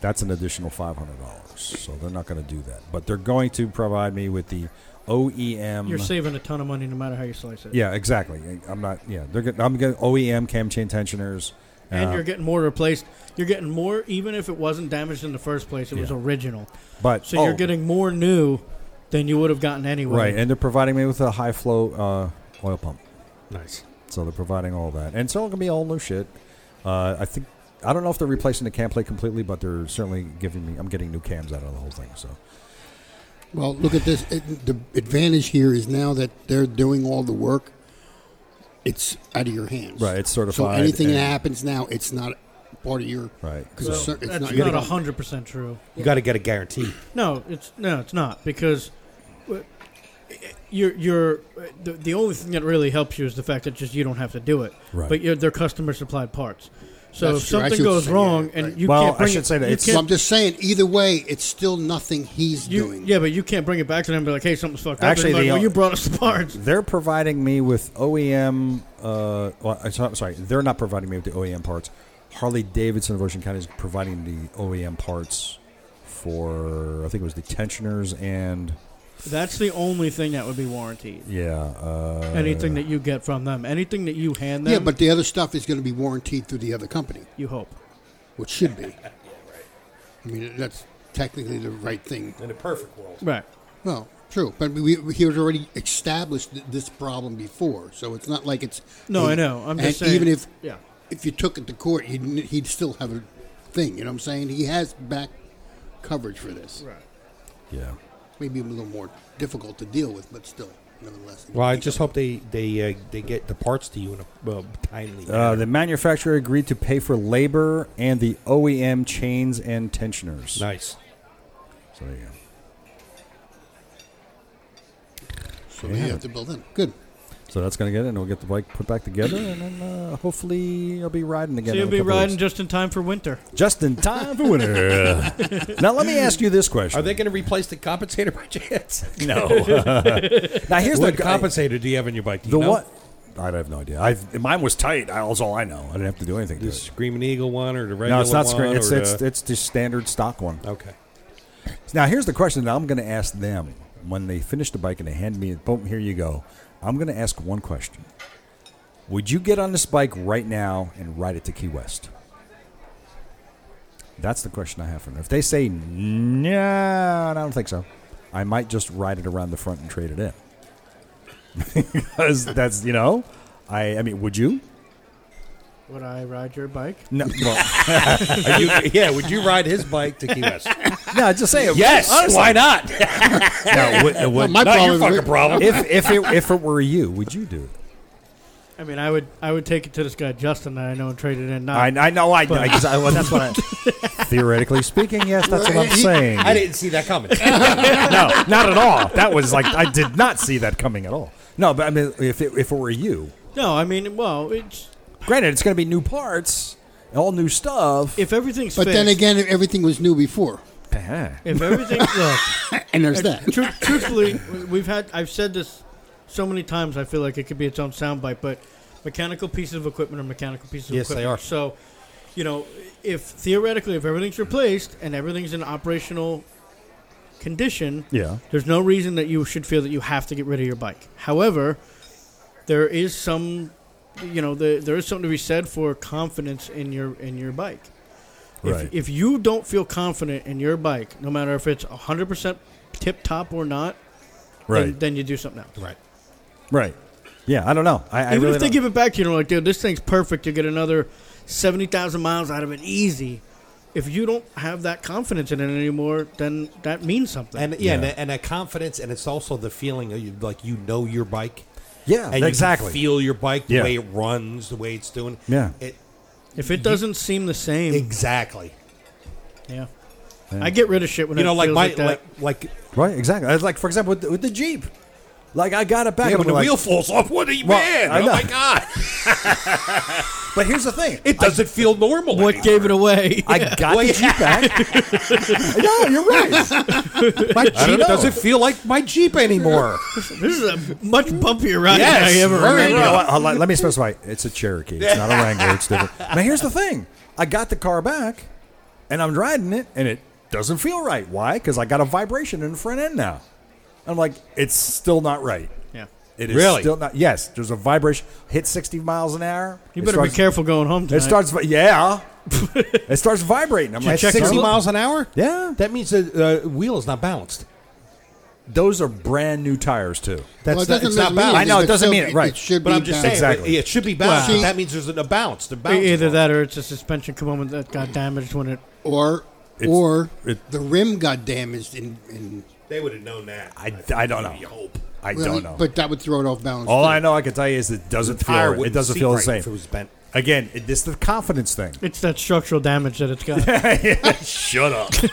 Speaker 2: That's an additional five hundred dollars. So they're not going to do that. But they're going to provide me with the OEM.
Speaker 4: You're saving a ton of money no matter how you slice it.
Speaker 2: yeah, exactly. I'm not. Yeah, they're. Getting, I'm getting OEM cam chain tensioners.
Speaker 4: And
Speaker 2: uh,
Speaker 4: you're getting more replaced. You're getting more, even if it wasn't damaged in the first place. It was original,
Speaker 2: but
Speaker 4: so
Speaker 2: oh,
Speaker 4: you're getting more new than you would have gotten anyway.
Speaker 2: right, and they're providing me with a high flow uh, oil pump.
Speaker 5: Nice.
Speaker 2: So they're providing all that, and it's all gonna be all new shit. Uh, I think I don't know if they're replacing the cam plate completely, but they're certainly giving me. I'm getting new cams out of the whole thing. So
Speaker 3: Well, look at this. It, the advantage here is now that they're doing all the work. It's out of your hands.
Speaker 2: Right, it's certified
Speaker 3: So anything
Speaker 2: and-
Speaker 3: that happens now, it's not part of your
Speaker 2: right,
Speaker 3: because
Speaker 4: Well,
Speaker 3: it's, cer- it's
Speaker 4: that's
Speaker 3: not your
Speaker 4: not
Speaker 3: problem.
Speaker 4: hundred percent true.
Speaker 5: You got to get a guarantee.
Speaker 4: No, it's no, it's not because uh, you're you're the, the only thing that really helps you is the fact that just you don't have to do it.
Speaker 2: Right.
Speaker 4: But you're, they're customer supplied parts. So
Speaker 3: That's
Speaker 4: if
Speaker 3: true. I see
Speaker 4: something
Speaker 3: what you're
Speaker 4: goes
Speaker 3: saying,
Speaker 4: wrong
Speaker 3: yeah,
Speaker 4: and
Speaker 3: right.
Speaker 4: you
Speaker 2: Well,
Speaker 4: can't
Speaker 2: I
Speaker 4: bring
Speaker 2: should
Speaker 4: it,
Speaker 2: say that
Speaker 4: you
Speaker 2: it's-
Speaker 4: can't-
Speaker 3: So I'm just saying. Either way, it's still nothing he's
Speaker 4: you-
Speaker 3: doing.
Speaker 4: yeah, but you can't bring it back to them and be like, "Hey, something's fucked
Speaker 2: Actually,
Speaker 4: up." Actually,
Speaker 2: the-
Speaker 4: like, well, you brought us the parts.
Speaker 2: they're providing me with OEM. Uh, well, I'm so- I'm sorry, they're not providing me with the OEM parts. Harley Davidson of Ocean County is providing the OEM parts for I think it was the tensioners and
Speaker 4: That's the only thing that would be warranted.
Speaker 2: yeah. Uh,
Speaker 4: Anything that you get from them, anything that you hand them,
Speaker 3: Yeah, but the other stuff is going to be warranted through the other company,
Speaker 4: you hope.
Speaker 3: which should be. I mean, that's technically the right thing.
Speaker 5: In a perfect world.
Speaker 4: Right.
Speaker 3: Well, true, but we, we, he was already established th- this problem before, so it's not like it's.
Speaker 4: No,
Speaker 3: I
Speaker 4: I know. I'm
Speaker 3: and
Speaker 4: just saying.
Speaker 3: Even if
Speaker 4: yeah.
Speaker 3: if you took it to court, he'd, n- he'd still have a thing. You know what I'm saying? He has back coverage for this.
Speaker 4: Right.
Speaker 2: yeah.
Speaker 3: Maybe a little more difficult to deal with, but still, nonetheless.
Speaker 5: Well, I just hope they they uh, they get the parts to you in a uh, timely.
Speaker 2: Uh,
Speaker 5: manner.
Speaker 2: the manufacturer agreed to pay for labor and the OEM chains and tensioners.
Speaker 5: nice.
Speaker 2: So there you go.
Speaker 3: So you have to build in. Good.
Speaker 2: So that's going to get it, and we'll get the bike put back together, and then uh, hopefully I'll be riding again.
Speaker 4: So
Speaker 2: in
Speaker 4: you'll
Speaker 2: a
Speaker 4: be
Speaker 2: couple of
Speaker 4: riding
Speaker 2: weeks.
Speaker 4: just in time for winter.
Speaker 2: just in time for winter. now let me ask you this question:
Speaker 5: Are
Speaker 2: *laughs*
Speaker 5: they going to replace the compensator by *laughs* chance?
Speaker 2: No. now here's
Speaker 5: what
Speaker 2: the
Speaker 5: compensator do you have in your bike? Do you
Speaker 2: The
Speaker 5: know?
Speaker 2: what? I have no idea. I've, mine was tight. That's all I know. I didn't have to do anything. To
Speaker 5: The
Speaker 2: it.
Speaker 5: Screaming Eagle one or the regular
Speaker 2: No, it's not
Speaker 5: one
Speaker 2: screen. It's
Speaker 5: or
Speaker 2: it's
Speaker 5: the-
Speaker 2: it's the standard stock one.
Speaker 5: okay.
Speaker 2: Now, here's the question that I'm going to ask them when they finish the bike and they hand me, boom, here you go. I'm going to ask one question. Would you get on this bike right now and ride it to Key West? That's the question I have for them. If they say, no, I don't think so, I might just ride it around the front and trade it in. *laughs* because that's, you know, I, I mean, would you?
Speaker 4: Would I ride your bike?
Speaker 2: No, well, *laughs*
Speaker 5: Are you, yeah, would you ride his bike to Key West?
Speaker 2: no just say
Speaker 5: *laughs*
Speaker 2: it.
Speaker 5: yes. Why *laughs* not?
Speaker 2: *laughs* No, would- would-
Speaker 3: Well, my
Speaker 5: Not your
Speaker 3: problem.
Speaker 5: fucking problem.
Speaker 2: if, if, *laughs* it, if it were you, would you do it?
Speaker 4: I mean, I would I would take it to this guy Justin that I know and trade it in. Not,
Speaker 2: I, I know. I, I, I well, that's what I, *laughs* theoretically speaking. Yes, that's what I'm saying.
Speaker 5: I didn't see that coming.
Speaker 2: No, not at all. That was like I did not see that coming at all. No, but I mean, if it, if it were you,
Speaker 4: no, I mean, well, it's
Speaker 2: granted, it's going to be new parts, all new stuff.
Speaker 4: if everything's
Speaker 3: But
Speaker 4: fixed,
Speaker 3: then again, everything was new before,
Speaker 2: Uh-huh.
Speaker 4: if everything look, Uh, *laughs*
Speaker 3: and there's that.
Speaker 4: truth, truthfully, we've had I've said this so many times I feel like it could be its own soundbite, but mechanical pieces of equipment are mechanical pieces of
Speaker 5: Yes, they
Speaker 4: equipment.
Speaker 5: are.
Speaker 4: So, you know, if theoretically, if everything's replaced and everything's in operational condition,
Speaker 2: Yeah.
Speaker 4: there's no reason that you should feel that you have to get rid of your bike. However, there is some, you know, the, there is something to be said for confidence in your in your bike.
Speaker 2: Right.
Speaker 4: If, if you don't feel confident in your bike, no matter if it's 100% tip top or not,
Speaker 2: Right.
Speaker 4: then, then you do something else.
Speaker 5: *laughs* Right.
Speaker 2: right. Yeah. I don't know. I, I
Speaker 4: Even
Speaker 2: really
Speaker 4: if they
Speaker 2: don't-
Speaker 4: give it back to you, and are like, dude, this thing's perfect. You get another 70,000 miles out of it easy. If you don't have that confidence in it anymore, then that means something.
Speaker 5: And yeah, And,
Speaker 2: Yeah.
Speaker 5: a, and a confidence, and it's also the feeling of you, like you know your bike.
Speaker 2: yeah.
Speaker 5: And
Speaker 2: exactly.
Speaker 5: You can feel your bike, the
Speaker 2: Yeah.
Speaker 5: way it runs, the way it's doing.
Speaker 2: Yeah.
Speaker 5: It,
Speaker 4: if it doesn't seem the same,
Speaker 5: exactly.
Speaker 4: yeah.
Speaker 2: Yeah.
Speaker 4: I get rid of shit when
Speaker 5: You know,
Speaker 4: it
Speaker 5: like
Speaker 4: feels
Speaker 5: my
Speaker 4: like that.
Speaker 5: like like
Speaker 2: right. Exactly. I was Like for example, with the, with the Jeep. Like I got it back.
Speaker 5: yeah,
Speaker 2: I'm
Speaker 5: when the
Speaker 2: like-
Speaker 5: wheel falls off, what are you
Speaker 2: Well,
Speaker 5: man?
Speaker 2: I
Speaker 5: Oh
Speaker 2: know.
Speaker 5: my
Speaker 2: *laughs*
Speaker 5: god!
Speaker 2: But here's the thing.
Speaker 5: It doesn't feel normal.
Speaker 4: what gave it away?
Speaker 2: I got the Jeep back. *laughs* no, you're right.
Speaker 5: My Jeep
Speaker 2: know.
Speaker 5: doesn't feel like my Jeep *laughs* anymore.
Speaker 4: *laughs* this is a much bumpier ride
Speaker 5: Yes,
Speaker 4: than I ever
Speaker 5: very
Speaker 2: You
Speaker 4: remember.
Speaker 2: know what? I'll let, let me specify. It's a Cherokee. It's not a Wrangler. It's different. Now, here's the thing. I got the car back, and I'm riding it, and it doesn't feel right. Why? Because I got a vibration in the front end now. I'm like, it's still not right.
Speaker 4: Yeah.
Speaker 2: It is
Speaker 5: Really?
Speaker 2: still not. Yes, there's a vibration. Hit 60 miles an hour.
Speaker 4: You
Speaker 2: it
Speaker 4: better
Speaker 2: starts-
Speaker 4: be careful going home tonight.
Speaker 2: It starts. vi-
Speaker 4: *laughs*
Speaker 2: Yeah. it starts vibrating. I'm like,
Speaker 5: At
Speaker 4: check
Speaker 2: "Six-
Speaker 4: the-
Speaker 5: 60 miles an hour?
Speaker 2: Yeah.
Speaker 5: That means the uh, wheel is not balanced.
Speaker 2: those are brand new tires too.
Speaker 5: That's
Speaker 3: Well,
Speaker 5: not,
Speaker 3: it doesn't
Speaker 5: it's not
Speaker 3: mean
Speaker 5: balanced.
Speaker 2: I know, it
Speaker 3: but
Speaker 2: doesn't
Speaker 3: still,
Speaker 2: mean it, right.
Speaker 3: It should
Speaker 5: But
Speaker 3: be
Speaker 5: I'm just
Speaker 3: balanced.
Speaker 5: saying,
Speaker 2: Exactly.
Speaker 5: it, it should be balanced.
Speaker 3: Well,
Speaker 5: that means there's an, a balance. They're balanced.
Speaker 4: e-, Either that or it's a suspension component that got damaged when it.
Speaker 3: or
Speaker 2: It's-
Speaker 3: or
Speaker 2: it-
Speaker 3: the rim got damaged in. in
Speaker 5: They would have known that.
Speaker 2: I, I don't know. I
Speaker 3: well,
Speaker 2: don't know.
Speaker 3: But that would throw it off balance.
Speaker 2: All
Speaker 3: too.
Speaker 2: I know I can tell you is it doesn't feel
Speaker 5: Tire
Speaker 2: right.
Speaker 5: wouldn't
Speaker 2: it doesn't
Speaker 5: seat
Speaker 2: feel the
Speaker 5: right
Speaker 2: same.
Speaker 5: If it was bent.
Speaker 2: Again, it, this is the confidence
Speaker 4: *laughs*
Speaker 2: thing.
Speaker 4: It's that structural damage that it's
Speaker 2: *laughs*
Speaker 4: got.
Speaker 2: Shut up. but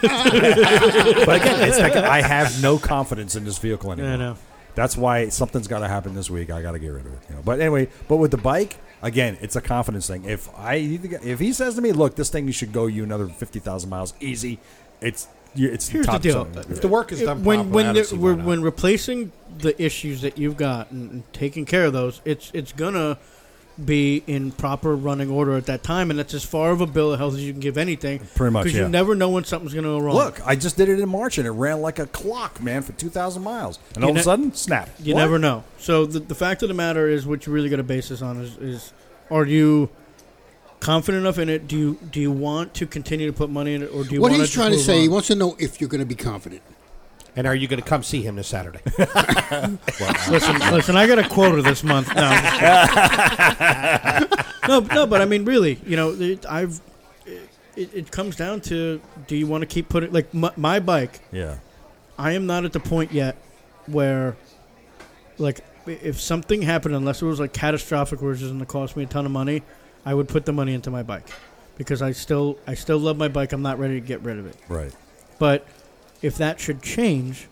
Speaker 2: again, it's like I have no confidence in this vehicle anymore.
Speaker 4: I know.
Speaker 2: That's why something's got to happen this week. I got to get rid of it. You know? But anyway, but with the bike, again, it's a confidence thing. If I if he says to me, "Look, this thing should go you another fifty thousand miles easy," it's it's
Speaker 4: Here's the
Speaker 2: top
Speaker 4: deal.
Speaker 2: selling.
Speaker 5: If the work is done
Speaker 4: when
Speaker 5: properly, I
Speaker 4: when
Speaker 5: don't
Speaker 4: the-
Speaker 5: see why
Speaker 4: when,
Speaker 5: not.
Speaker 4: when replacing the issues that you've got and, and taking care of those, it's it's gonna be in proper running order at that time, and that's as far of a bill of health as you can give anything.
Speaker 2: Pretty much,
Speaker 4: because
Speaker 2: yeah.
Speaker 4: you never know when something's gonna go wrong.
Speaker 2: Look, I just did it in March and it ran like a clock, man, for two thousand miles, and all of a
Speaker 4: ne-
Speaker 2: sudden, snap.
Speaker 4: you
Speaker 2: What?
Speaker 4: never know. So the, the fact of the matter is, what you really got to base this on is, is are you confident enough in it? Do you do you want to continue to put money in it, or do you?
Speaker 3: What
Speaker 4: wanna
Speaker 3: he's
Speaker 4: just
Speaker 3: trying to
Speaker 4: move
Speaker 3: say,
Speaker 4: on?
Speaker 3: he wants to know if you're going to be confident.
Speaker 5: and are you going to come see him this
Speaker 2: *laughs*
Speaker 5: Saturday?
Speaker 4: Listen, listen, I got a quota this month.
Speaker 3: *laughs*
Speaker 4: No, I'm just kidding. no, no, but I mean, really, you know, it, I've. It, it comes down to do you want to keep putting like my, my bike?
Speaker 2: Yeah.
Speaker 4: I am not at the point yet where, like, i- if something happened, unless it was like catastrophic, where it's going to cost me a ton of money, I would put the money into my bike because I still I still love my bike. I'm not ready to get rid of it.
Speaker 2: Right.
Speaker 4: But if that should change,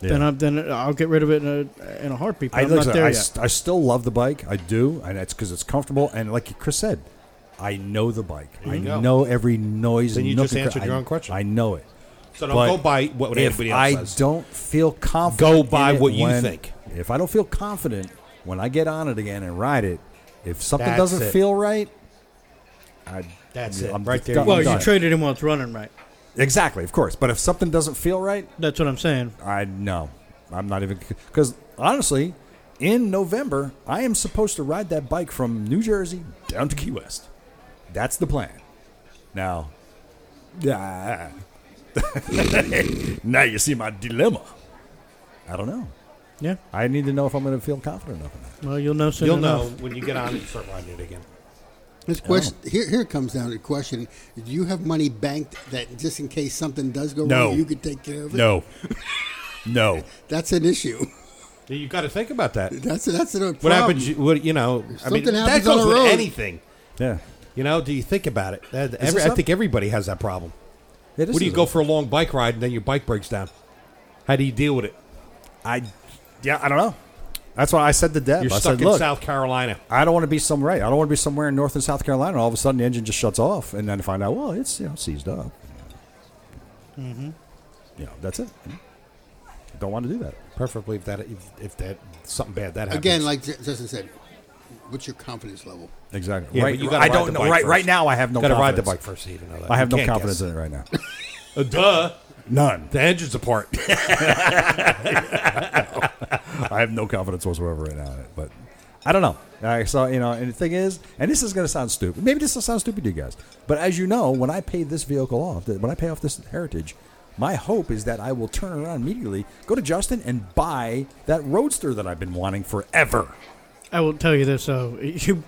Speaker 2: Yeah.
Speaker 4: then I'm then I'll get rid of it in a, in a heartbeat. But
Speaker 2: I,
Speaker 4: I, am
Speaker 2: like I
Speaker 4: not
Speaker 2: said,
Speaker 4: there
Speaker 2: I,
Speaker 4: yet.
Speaker 2: st- I still love the bike. I do, and it's because it's comfortable. And like Chris said, I know the bike. I
Speaker 5: you go.
Speaker 2: know every noise.
Speaker 5: Then
Speaker 2: and
Speaker 5: you
Speaker 2: nook
Speaker 5: just
Speaker 2: and cra-
Speaker 5: answered your
Speaker 2: I-
Speaker 5: own question.
Speaker 2: I know it.
Speaker 5: so
Speaker 2: But
Speaker 5: don't go by what
Speaker 2: If
Speaker 5: anybody else
Speaker 2: I
Speaker 5: says.
Speaker 2: don't feel confident,
Speaker 5: Go by
Speaker 2: in it
Speaker 5: what you
Speaker 2: when-
Speaker 5: think.
Speaker 2: If I don't feel confident when I get on it again and ride it, if something
Speaker 5: That's
Speaker 2: doesn't
Speaker 5: it.
Speaker 2: feel right, I,
Speaker 5: That's
Speaker 2: I'm
Speaker 5: it. Right there.
Speaker 2: done.
Speaker 5: Well,
Speaker 4: Well,
Speaker 5: I'm
Speaker 4: you
Speaker 2: Done.
Speaker 4: traded him while it's running right.
Speaker 2: exactly, of course. But if something doesn't feel right,
Speaker 4: That's what I'm saying.
Speaker 2: I no, I'm not even because honestly, in November I am supposed to ride that bike from New Jersey down to Key West. That's the plan. Now, yeah, *laughs* now you see my dilemma. I don't know.
Speaker 4: Yeah.
Speaker 2: I need to know if I'm going to feel confident enough. In that.
Speaker 4: Well, you'll know soon
Speaker 5: You'll
Speaker 4: enough.
Speaker 5: know when you get on it and start riding it again.
Speaker 3: This question here, here comes down to the question: Do you have money banked that just in case something does go
Speaker 2: No.
Speaker 3: wrong, you could take care of it?
Speaker 2: No, *laughs* no.
Speaker 3: that's an issue. *laughs*
Speaker 5: You got to think about that. What
Speaker 3: That's that's a problem.
Speaker 5: happens? You, what you know? I mean,
Speaker 3: Something
Speaker 5: that
Speaker 3: happens on
Speaker 5: goes
Speaker 3: the
Speaker 5: with
Speaker 3: road.
Speaker 5: anything.
Speaker 2: Yeah,
Speaker 5: You know? Do you think about it? That- every- I
Speaker 2: something-
Speaker 5: think everybody has that problem.
Speaker 2: it
Speaker 5: What do you go for a long bike ride and then your bike breaks down? How do you deal with it?
Speaker 2: I, yeah, I don't know. That's why I said to Deb.
Speaker 5: You're
Speaker 2: I
Speaker 5: stuck
Speaker 2: said,
Speaker 5: in
Speaker 2: look,
Speaker 5: South Carolina.
Speaker 2: I don't want to be some right. I don't want to be somewhere in North and South Carolina. And all of a sudden, the engine just shuts off, and then find out, well, it's you know seized up. Mm-hmm. You know, that's it. don't want to do that.
Speaker 5: Preferably if that if, if that something bad that happens.
Speaker 3: Again, like J- Justin said, what's your confidence level?
Speaker 2: Exactly.
Speaker 5: Yeah, but
Speaker 2: right.
Speaker 5: you gotta
Speaker 2: I
Speaker 5: ride
Speaker 2: don't
Speaker 5: the
Speaker 2: know.
Speaker 5: bike
Speaker 2: Right.
Speaker 5: first.
Speaker 2: Right now, I have no.
Speaker 5: gotta ride the
Speaker 2: confidence.
Speaker 5: bike first, even though that
Speaker 2: I have
Speaker 5: you
Speaker 2: no
Speaker 5: can't
Speaker 2: confidence
Speaker 5: guess.
Speaker 2: in it right now.
Speaker 5: Uh, duh,
Speaker 2: None.
Speaker 5: the engine's apart.
Speaker 2: I have no confidence whatsoever right now in it, but I don't know. I saw, you know, and the thing is, and this is going to sound stupid. Maybe this will sound stupid to you guys, but as you know, when I pay this vehicle off, that- when I pay off this Heritage, my hope is that I will turn around immediately, go to Justin, and buy that Roadster that I've been wanting forever.
Speaker 4: I will tell you this though, *laughs* you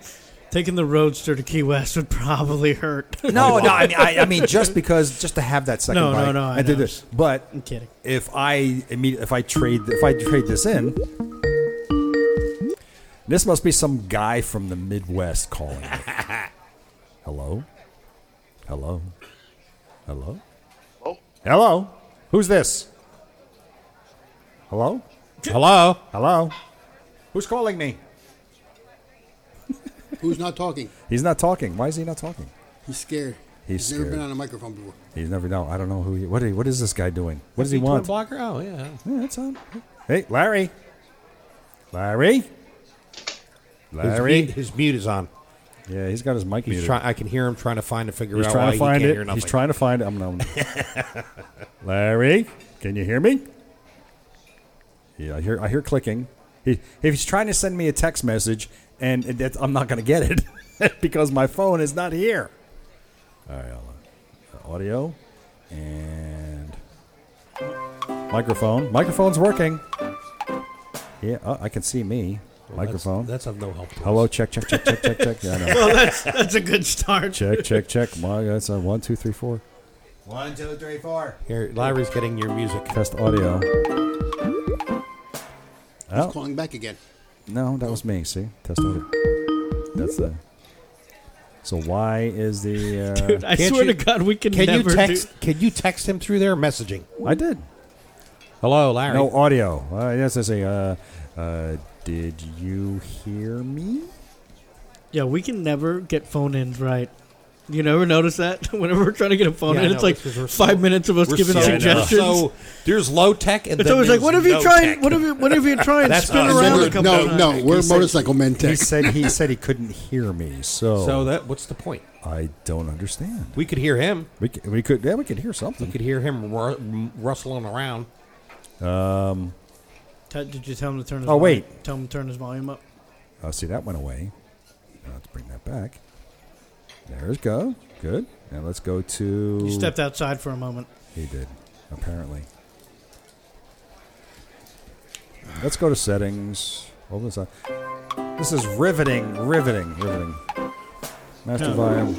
Speaker 4: taking the roadster to Key West would probably hurt. *laughs*
Speaker 2: *laughs* No, no, I mean, I, I mean, just because, just to have that second
Speaker 4: No, no,
Speaker 2: bike
Speaker 4: no, I
Speaker 2: and do
Speaker 4: know.
Speaker 2: this. But
Speaker 4: I'm kidding.
Speaker 2: if I immediately, if I trade, if I trade this in, this must be some guy from the Midwest calling. me. Hello, hello, hello,
Speaker 6: Oh,
Speaker 2: hello. Who's this? Hello,
Speaker 5: Hello,
Speaker 2: hello. Who's calling me?
Speaker 3: Who's not talking?
Speaker 2: He's not talking. Why is he not talking?
Speaker 3: He's scared.
Speaker 2: He's
Speaker 3: never been
Speaker 2: scared.
Speaker 3: on a microphone before.
Speaker 2: He's never know. I don't know who. He, what? Are, what is this guy doing?
Speaker 5: *laughs*
Speaker 2: What does he
Speaker 5: Twin
Speaker 2: want?
Speaker 5: blocker. Oh yeah,
Speaker 2: Yeah, that's on. Hey, Larry. Larry.
Speaker 5: his
Speaker 2: Larry.
Speaker 5: mute, his mute is on.
Speaker 2: Yeah, he's got his mic
Speaker 5: He's
Speaker 2: muted.
Speaker 5: trying. I can hear him trying to find to figure
Speaker 2: He's
Speaker 5: out
Speaker 2: trying
Speaker 5: why
Speaker 2: to find
Speaker 5: he can't hear
Speaker 2: it.
Speaker 5: nothing.
Speaker 2: He's trying to find it. I'm
Speaker 5: *laughs*
Speaker 2: known. Larry, can you hear me? Yeah, I hear. I hear clicking. He, if he's trying to send me a text message, and it, that's- I'm not going to get it *laughs* because my phone is not here. All right, hold on. audio and microphone. Microphone's working. Yeah, oh, I can see me.
Speaker 5: That's-
Speaker 2: Microphone.
Speaker 5: That's, of no help. to us.
Speaker 2: Hello. Check. Check. Check. Check. Check. Check. Yeah, I know.
Speaker 4: Well, that's that's a good start.
Speaker 2: Check, check, check. My, that's a one, two, three, four.
Speaker 1: One, two, three, four.
Speaker 5: Here, Larry's getting your music.
Speaker 2: Test audio.
Speaker 3: He's
Speaker 2: Oh,
Speaker 3: calling back again.
Speaker 2: no, that was me. See? Test audio. That's the. So why is the. Uh,
Speaker 4: Dude, I
Speaker 5: Can't
Speaker 4: swear
Speaker 5: you-
Speaker 4: to God, we can,
Speaker 5: Can you
Speaker 4: never
Speaker 5: text?
Speaker 4: do.
Speaker 5: Can you text him through there messaging?
Speaker 2: I did.
Speaker 5: Hello, Larry.
Speaker 2: No audio. Uh, yes, I say, uh, uh, did you hear me?
Speaker 4: Yeah, we can never get phone ins right. You never notice that *laughs* whenever we're trying to get a phone
Speaker 5: Yeah, I
Speaker 4: in,
Speaker 5: know,
Speaker 4: it's like
Speaker 5: it's 'cause we're
Speaker 4: five
Speaker 5: so-
Speaker 4: minutes of us
Speaker 5: We're
Speaker 4: giving
Speaker 5: so-
Speaker 4: suggestions.
Speaker 5: So there's low tech, and
Speaker 4: it's
Speaker 5: then
Speaker 4: always like,
Speaker 5: there's
Speaker 4: what if you
Speaker 5: no
Speaker 4: try?
Speaker 5: tech.
Speaker 4: What if you, what if you try and
Speaker 5: That's
Speaker 4: spin
Speaker 5: us.
Speaker 4: around
Speaker 5: Remember-
Speaker 4: a couple
Speaker 3: no,
Speaker 4: times?
Speaker 3: no, we're motorcycle men
Speaker 2: He
Speaker 3: tech.
Speaker 2: said
Speaker 3: *laughs*
Speaker 2: he said he couldn't hear me, so,
Speaker 5: So that what's the point?
Speaker 2: I don't understand.
Speaker 5: We could hear him.
Speaker 2: We could, we could yeah we could hear something.
Speaker 5: We could hear him ru- rustling around.
Speaker 4: T- did you tell him to turn? His
Speaker 2: Oh,
Speaker 4: volume-
Speaker 2: wait.
Speaker 4: Tell him to turn his volume up.
Speaker 2: Uh, see, that went away. Now let's bring that back. There's go. Good. Now let's go to.
Speaker 4: You stepped outside for a moment.
Speaker 2: He did, apparently. Let's go to settings. Hold this up. This is riveting, riveting, riveting. Master volume.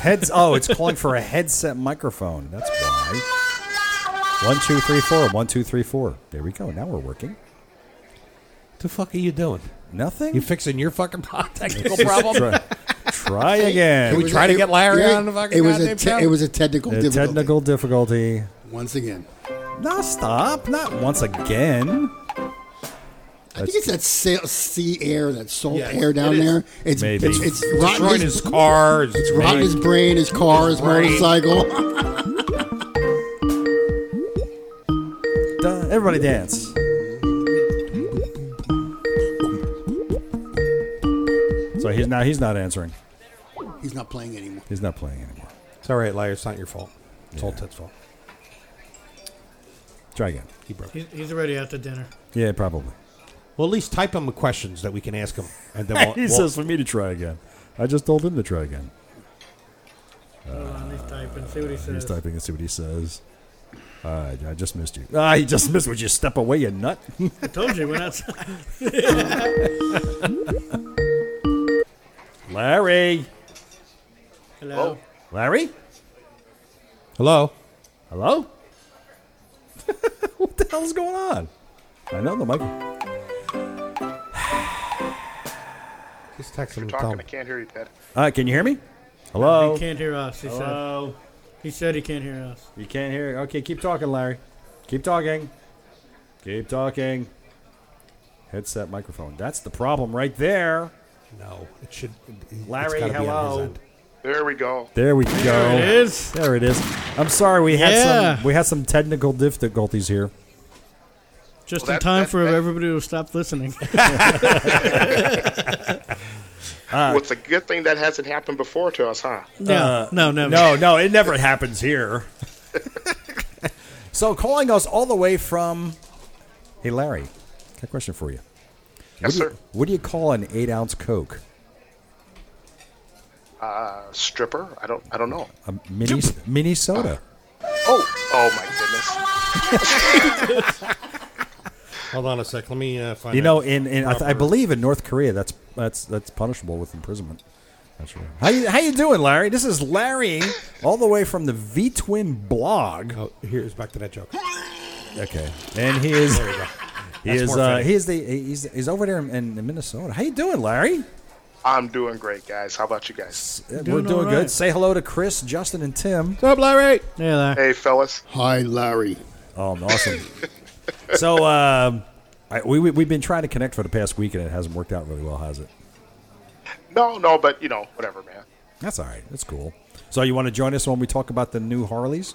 Speaker 2: Heads. Oh, it's calling for a headset microphone. That's why. One, two, three, four. One, two, three, four. There we go. Now we're working.
Speaker 5: The fuck are you doing?
Speaker 2: Nothing.
Speaker 5: You fixing your fucking *laughs* pod technical
Speaker 2: Just
Speaker 5: problem?
Speaker 2: Try, try again.
Speaker 3: It
Speaker 5: we
Speaker 3: was
Speaker 5: try
Speaker 3: a-
Speaker 5: to get Larry
Speaker 3: yeah,
Speaker 5: on the fucking
Speaker 3: It was a
Speaker 5: goddamn show?
Speaker 3: te- it was a technical
Speaker 2: A
Speaker 3: difficulty.
Speaker 2: technical difficulty.
Speaker 3: Once again,
Speaker 2: No, stop. Not once again.
Speaker 3: I think it's that sa- sea air, that salt
Speaker 5: Yeah,
Speaker 3: air down
Speaker 5: it is.
Speaker 3: there. It's
Speaker 2: Maybe.
Speaker 3: it's, it's
Speaker 5: Destroying
Speaker 3: rotten
Speaker 5: his
Speaker 3: his,
Speaker 5: cars.
Speaker 3: it's *laughs* rotten his brain, his car, his,
Speaker 5: brain.
Speaker 3: motorcycle.
Speaker 2: Duh, Everybody dance. So he's now he's not answering.
Speaker 3: *laughs* He's not playing anymore.
Speaker 2: He's not playing anymore.
Speaker 5: It's all right, Larry. It's not your fault. It's all Ted's fault.
Speaker 2: Try again.
Speaker 5: He broke. it.
Speaker 4: He's, he's already out to dinner.
Speaker 2: Yeah, probably.
Speaker 5: Well, at least type him the questions that we can ask him, and *laughs* then we'll,
Speaker 2: *laughs* he
Speaker 5: we'll-
Speaker 2: says for me to try again. I just told him to try again.
Speaker 4: Hold on, Uh, he's typing. See what he
Speaker 2: He's
Speaker 4: says.
Speaker 2: typing and see what he says. Uh, I just missed you. Ah, he just missed. Would you step away, you nut?
Speaker 4: I told you we're *laughs* outside.
Speaker 2: Larry,
Speaker 4: Hello.
Speaker 2: Larry,
Speaker 5: "Hello."
Speaker 2: hello. *laughs* what the hell's going on? I know the mic.
Speaker 5: Just text him.
Speaker 6: you're
Speaker 5: and tell
Speaker 6: talking. I
Speaker 5: him.
Speaker 6: can't hear you, Ted.
Speaker 2: Uh, can you hear me? Hello.
Speaker 4: He can't hear us. He said.
Speaker 2: Hello.
Speaker 4: He said he can't hear us.
Speaker 2: You can't hear. Okay, keep talking, Larry. Keep talking. Keep talking. Headset microphone. That's the problem right there.
Speaker 5: No, it should. it's
Speaker 2: Larry,
Speaker 5: gotta be on
Speaker 2: hello.
Speaker 5: his end.
Speaker 6: There we go.
Speaker 2: There we
Speaker 4: There it
Speaker 2: go.
Speaker 4: is.
Speaker 2: There it is. I'm sorry we had
Speaker 4: Yeah.
Speaker 2: some we had some technical difficulties here.
Speaker 4: Just
Speaker 6: Well,
Speaker 4: in
Speaker 6: that-
Speaker 4: time
Speaker 6: that-
Speaker 4: for
Speaker 6: that-
Speaker 4: everybody to stop listening. *laughs*
Speaker 6: well, it's a good thing that hasn't happened before to us, huh?
Speaker 4: no,
Speaker 2: Uh,
Speaker 4: no, never.
Speaker 2: *laughs* No, no, it never happens here. so calling us all the way from. Hey, Larry, got a question for you. what,
Speaker 6: Yes,
Speaker 2: do
Speaker 6: sir.
Speaker 2: you what do you call an eight ounce Coke?
Speaker 6: A Uh, stripper? I don't. I don't know.
Speaker 2: A mini mini soda.
Speaker 6: Oh, oh my goodness.
Speaker 5: Hold on a sec. Let me uh, find.
Speaker 2: You
Speaker 5: out
Speaker 2: know, in, in I, th- I
Speaker 5: proper-
Speaker 2: believe in North Korea, that's that's that's punishable with imprisonment. That's right. How you how you doing, Larry? This is Larry, all the way from the V Twin blog.
Speaker 5: Oh, here's back to that joke.
Speaker 2: Okay, and he is
Speaker 5: There you go.
Speaker 2: he
Speaker 5: That's
Speaker 2: is
Speaker 5: more
Speaker 2: uh,
Speaker 5: fitting.
Speaker 2: he is the he's, he's over there in, in Minnesota. How you doing, Larry?
Speaker 6: I'm doing great, guys. How about you guys?
Speaker 2: Yeah,
Speaker 4: Doing
Speaker 2: We're doing
Speaker 4: all
Speaker 2: good.
Speaker 4: right.
Speaker 2: Say hello to Chris, Justin, and Tim.
Speaker 5: What's up, Larry?
Speaker 4: Yeah, there.
Speaker 6: Hey, fellas.
Speaker 3: Hi, Larry.
Speaker 2: Oh, awesome. so um, I, we, we we've been trying to connect for the past week, and it hasn't worked out really well, has it?
Speaker 6: No, no, but you know, whatever, man.
Speaker 2: That's all right. That's cool. So you want to join us when we talk about the new Harleys?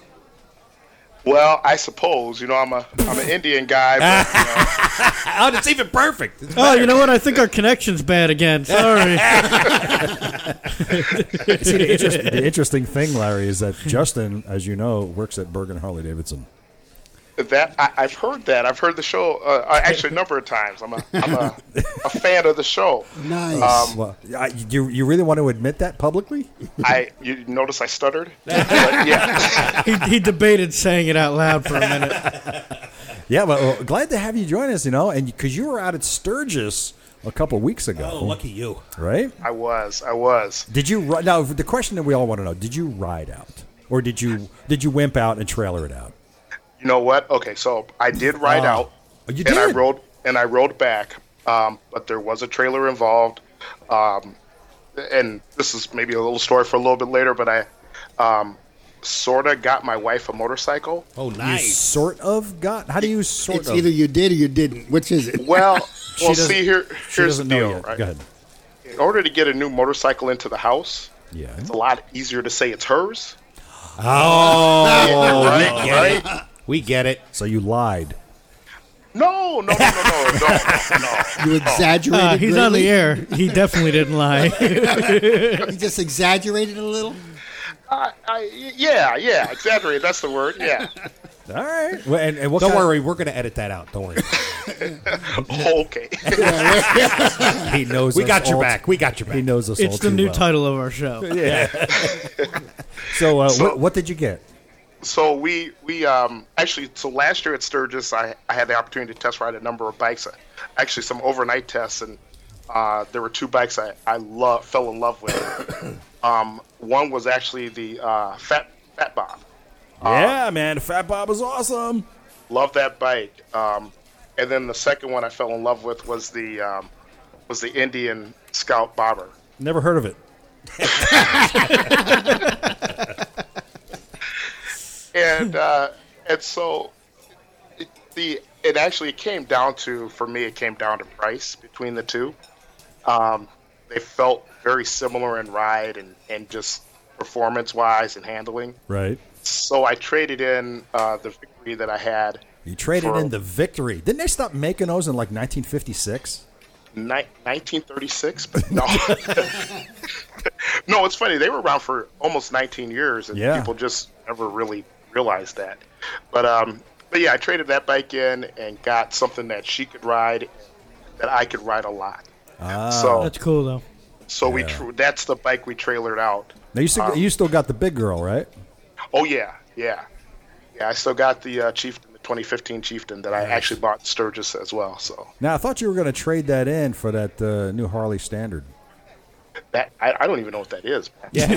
Speaker 6: Well, I suppose you know I'm a I'm an Indian guy, but you know,
Speaker 2: Oh, it's even perfect.
Speaker 4: Oh, you know what? I think our connection's bad again. *laughs* Sorry.
Speaker 2: See, the, interest, the interesting thing, Larry, is that Justin, as you know, works at Bergen Harley Davidson.
Speaker 6: that I, I've heard that I've heard the show uh, actually a number of times. I'm a I'm a, a fan of the show.
Speaker 3: Nice.
Speaker 2: Well, I, you you really want to admit that publicly?
Speaker 6: I you notice I stuttered. But yeah, *laughs*
Speaker 4: he, he debated saying it out loud for a minute.
Speaker 2: Yeah, but well, glad to have you join us. You know, and because you were out at Sturgis a couple weeks ago,
Speaker 5: Oh, lucky *laughs* you.
Speaker 2: right?
Speaker 6: I was I was.
Speaker 2: Did you ri- now? The question that we all want to know: Did you ride out, or did you did you wimp out and trailer it out?
Speaker 6: You know what? Okay, so I did ride
Speaker 2: Oh.
Speaker 6: out,
Speaker 2: Oh, you
Speaker 6: and I
Speaker 2: did?
Speaker 6: rode and I rode back, um, but there was a trailer involved. Um, and this is maybe a little story for a little bit later, but I um, sort of got my wife a motorcycle.
Speaker 5: Oh,
Speaker 2: You
Speaker 5: nice.
Speaker 2: sort of got. How do you sort
Speaker 3: It's
Speaker 2: of?
Speaker 3: either you did or you didn't. Which is
Speaker 2: *laughs*
Speaker 3: it?
Speaker 6: Well, well,
Speaker 2: doesn't-
Speaker 6: see here.
Speaker 2: she
Speaker 6: Here's the
Speaker 2: doesn't know
Speaker 6: deal,
Speaker 2: yet.
Speaker 6: right?
Speaker 2: Go ahead.
Speaker 6: In order to get a new motorcycle into the house,
Speaker 2: Yeah.
Speaker 6: it's a lot easier to say it's hers.
Speaker 5: Oh,
Speaker 6: *laughs* right, right.
Speaker 5: we get it.
Speaker 2: So you lied.
Speaker 6: No, no, no, no, no, no, no.
Speaker 2: *laughs*
Speaker 3: You exaggerated.
Speaker 4: Uh, he's on the
Speaker 3: greatly?
Speaker 4: air. He definitely didn't lie.
Speaker 3: You just exaggerated a little.
Speaker 6: I, I, yeah, yeah, exaggerated. That's the word. Yeah. *laughs*
Speaker 2: All right. Well, and, and what
Speaker 5: Don't
Speaker 2: kind-
Speaker 5: worry, we're going to edit that out. Don't worry.
Speaker 6: okay. *laughs*
Speaker 2: He knows.
Speaker 5: we
Speaker 2: us
Speaker 5: got your
Speaker 2: all-
Speaker 5: back. We got your
Speaker 2: He
Speaker 5: back.
Speaker 2: knows us.
Speaker 4: it's
Speaker 2: all
Speaker 4: the
Speaker 2: too
Speaker 4: new
Speaker 2: well.
Speaker 4: title of our show.
Speaker 2: Yeah. so, uh,
Speaker 6: So-
Speaker 2: what, what did you get?
Speaker 6: so we we um actually so last year at Sturgis I, I had the opportunity to test ride a number of bikes actually some overnight tests and uh, there were two bikes I, I love fell in love with um, one was actually the uh, fat fat bob Uh,
Speaker 2: yeah, man, Fat Bob is awesome.
Speaker 6: love that bike um, and then the second one I fell in love with was the um, was the Indian scout bobber
Speaker 2: Never heard of it.
Speaker 6: and uh, and so it, the it actually came down to for me it came down to price between the two. Um, they felt very similar in ride and and just performance wise and handling.
Speaker 2: Right.
Speaker 6: So I traded in uh, the victory that I had.
Speaker 2: You traded
Speaker 6: for
Speaker 2: in the victory. Didn't they stop making those in like 1956?
Speaker 6: ni- 1936, but no. *laughs* no, it's funny. They were around for almost 19 years, and
Speaker 2: Yeah.
Speaker 6: people just never really realized that. But um, but yeah, I traded that bike in and got something that she could ride, that I could ride a lot. so
Speaker 4: That's cool, though.
Speaker 6: so we tr- that's the bike we trailered out.
Speaker 2: Now you still
Speaker 6: Um,
Speaker 2: you still got the big girl, right?
Speaker 6: Oh yeah, yeah, yeah. I still got the uh, Chieftain, the 2015 Chieftain that I actually bought in Sturgis as well. So
Speaker 2: Now I thought you were going to trade that in for that uh, new Harley Standard.
Speaker 6: that I, I don't even know what that is. man.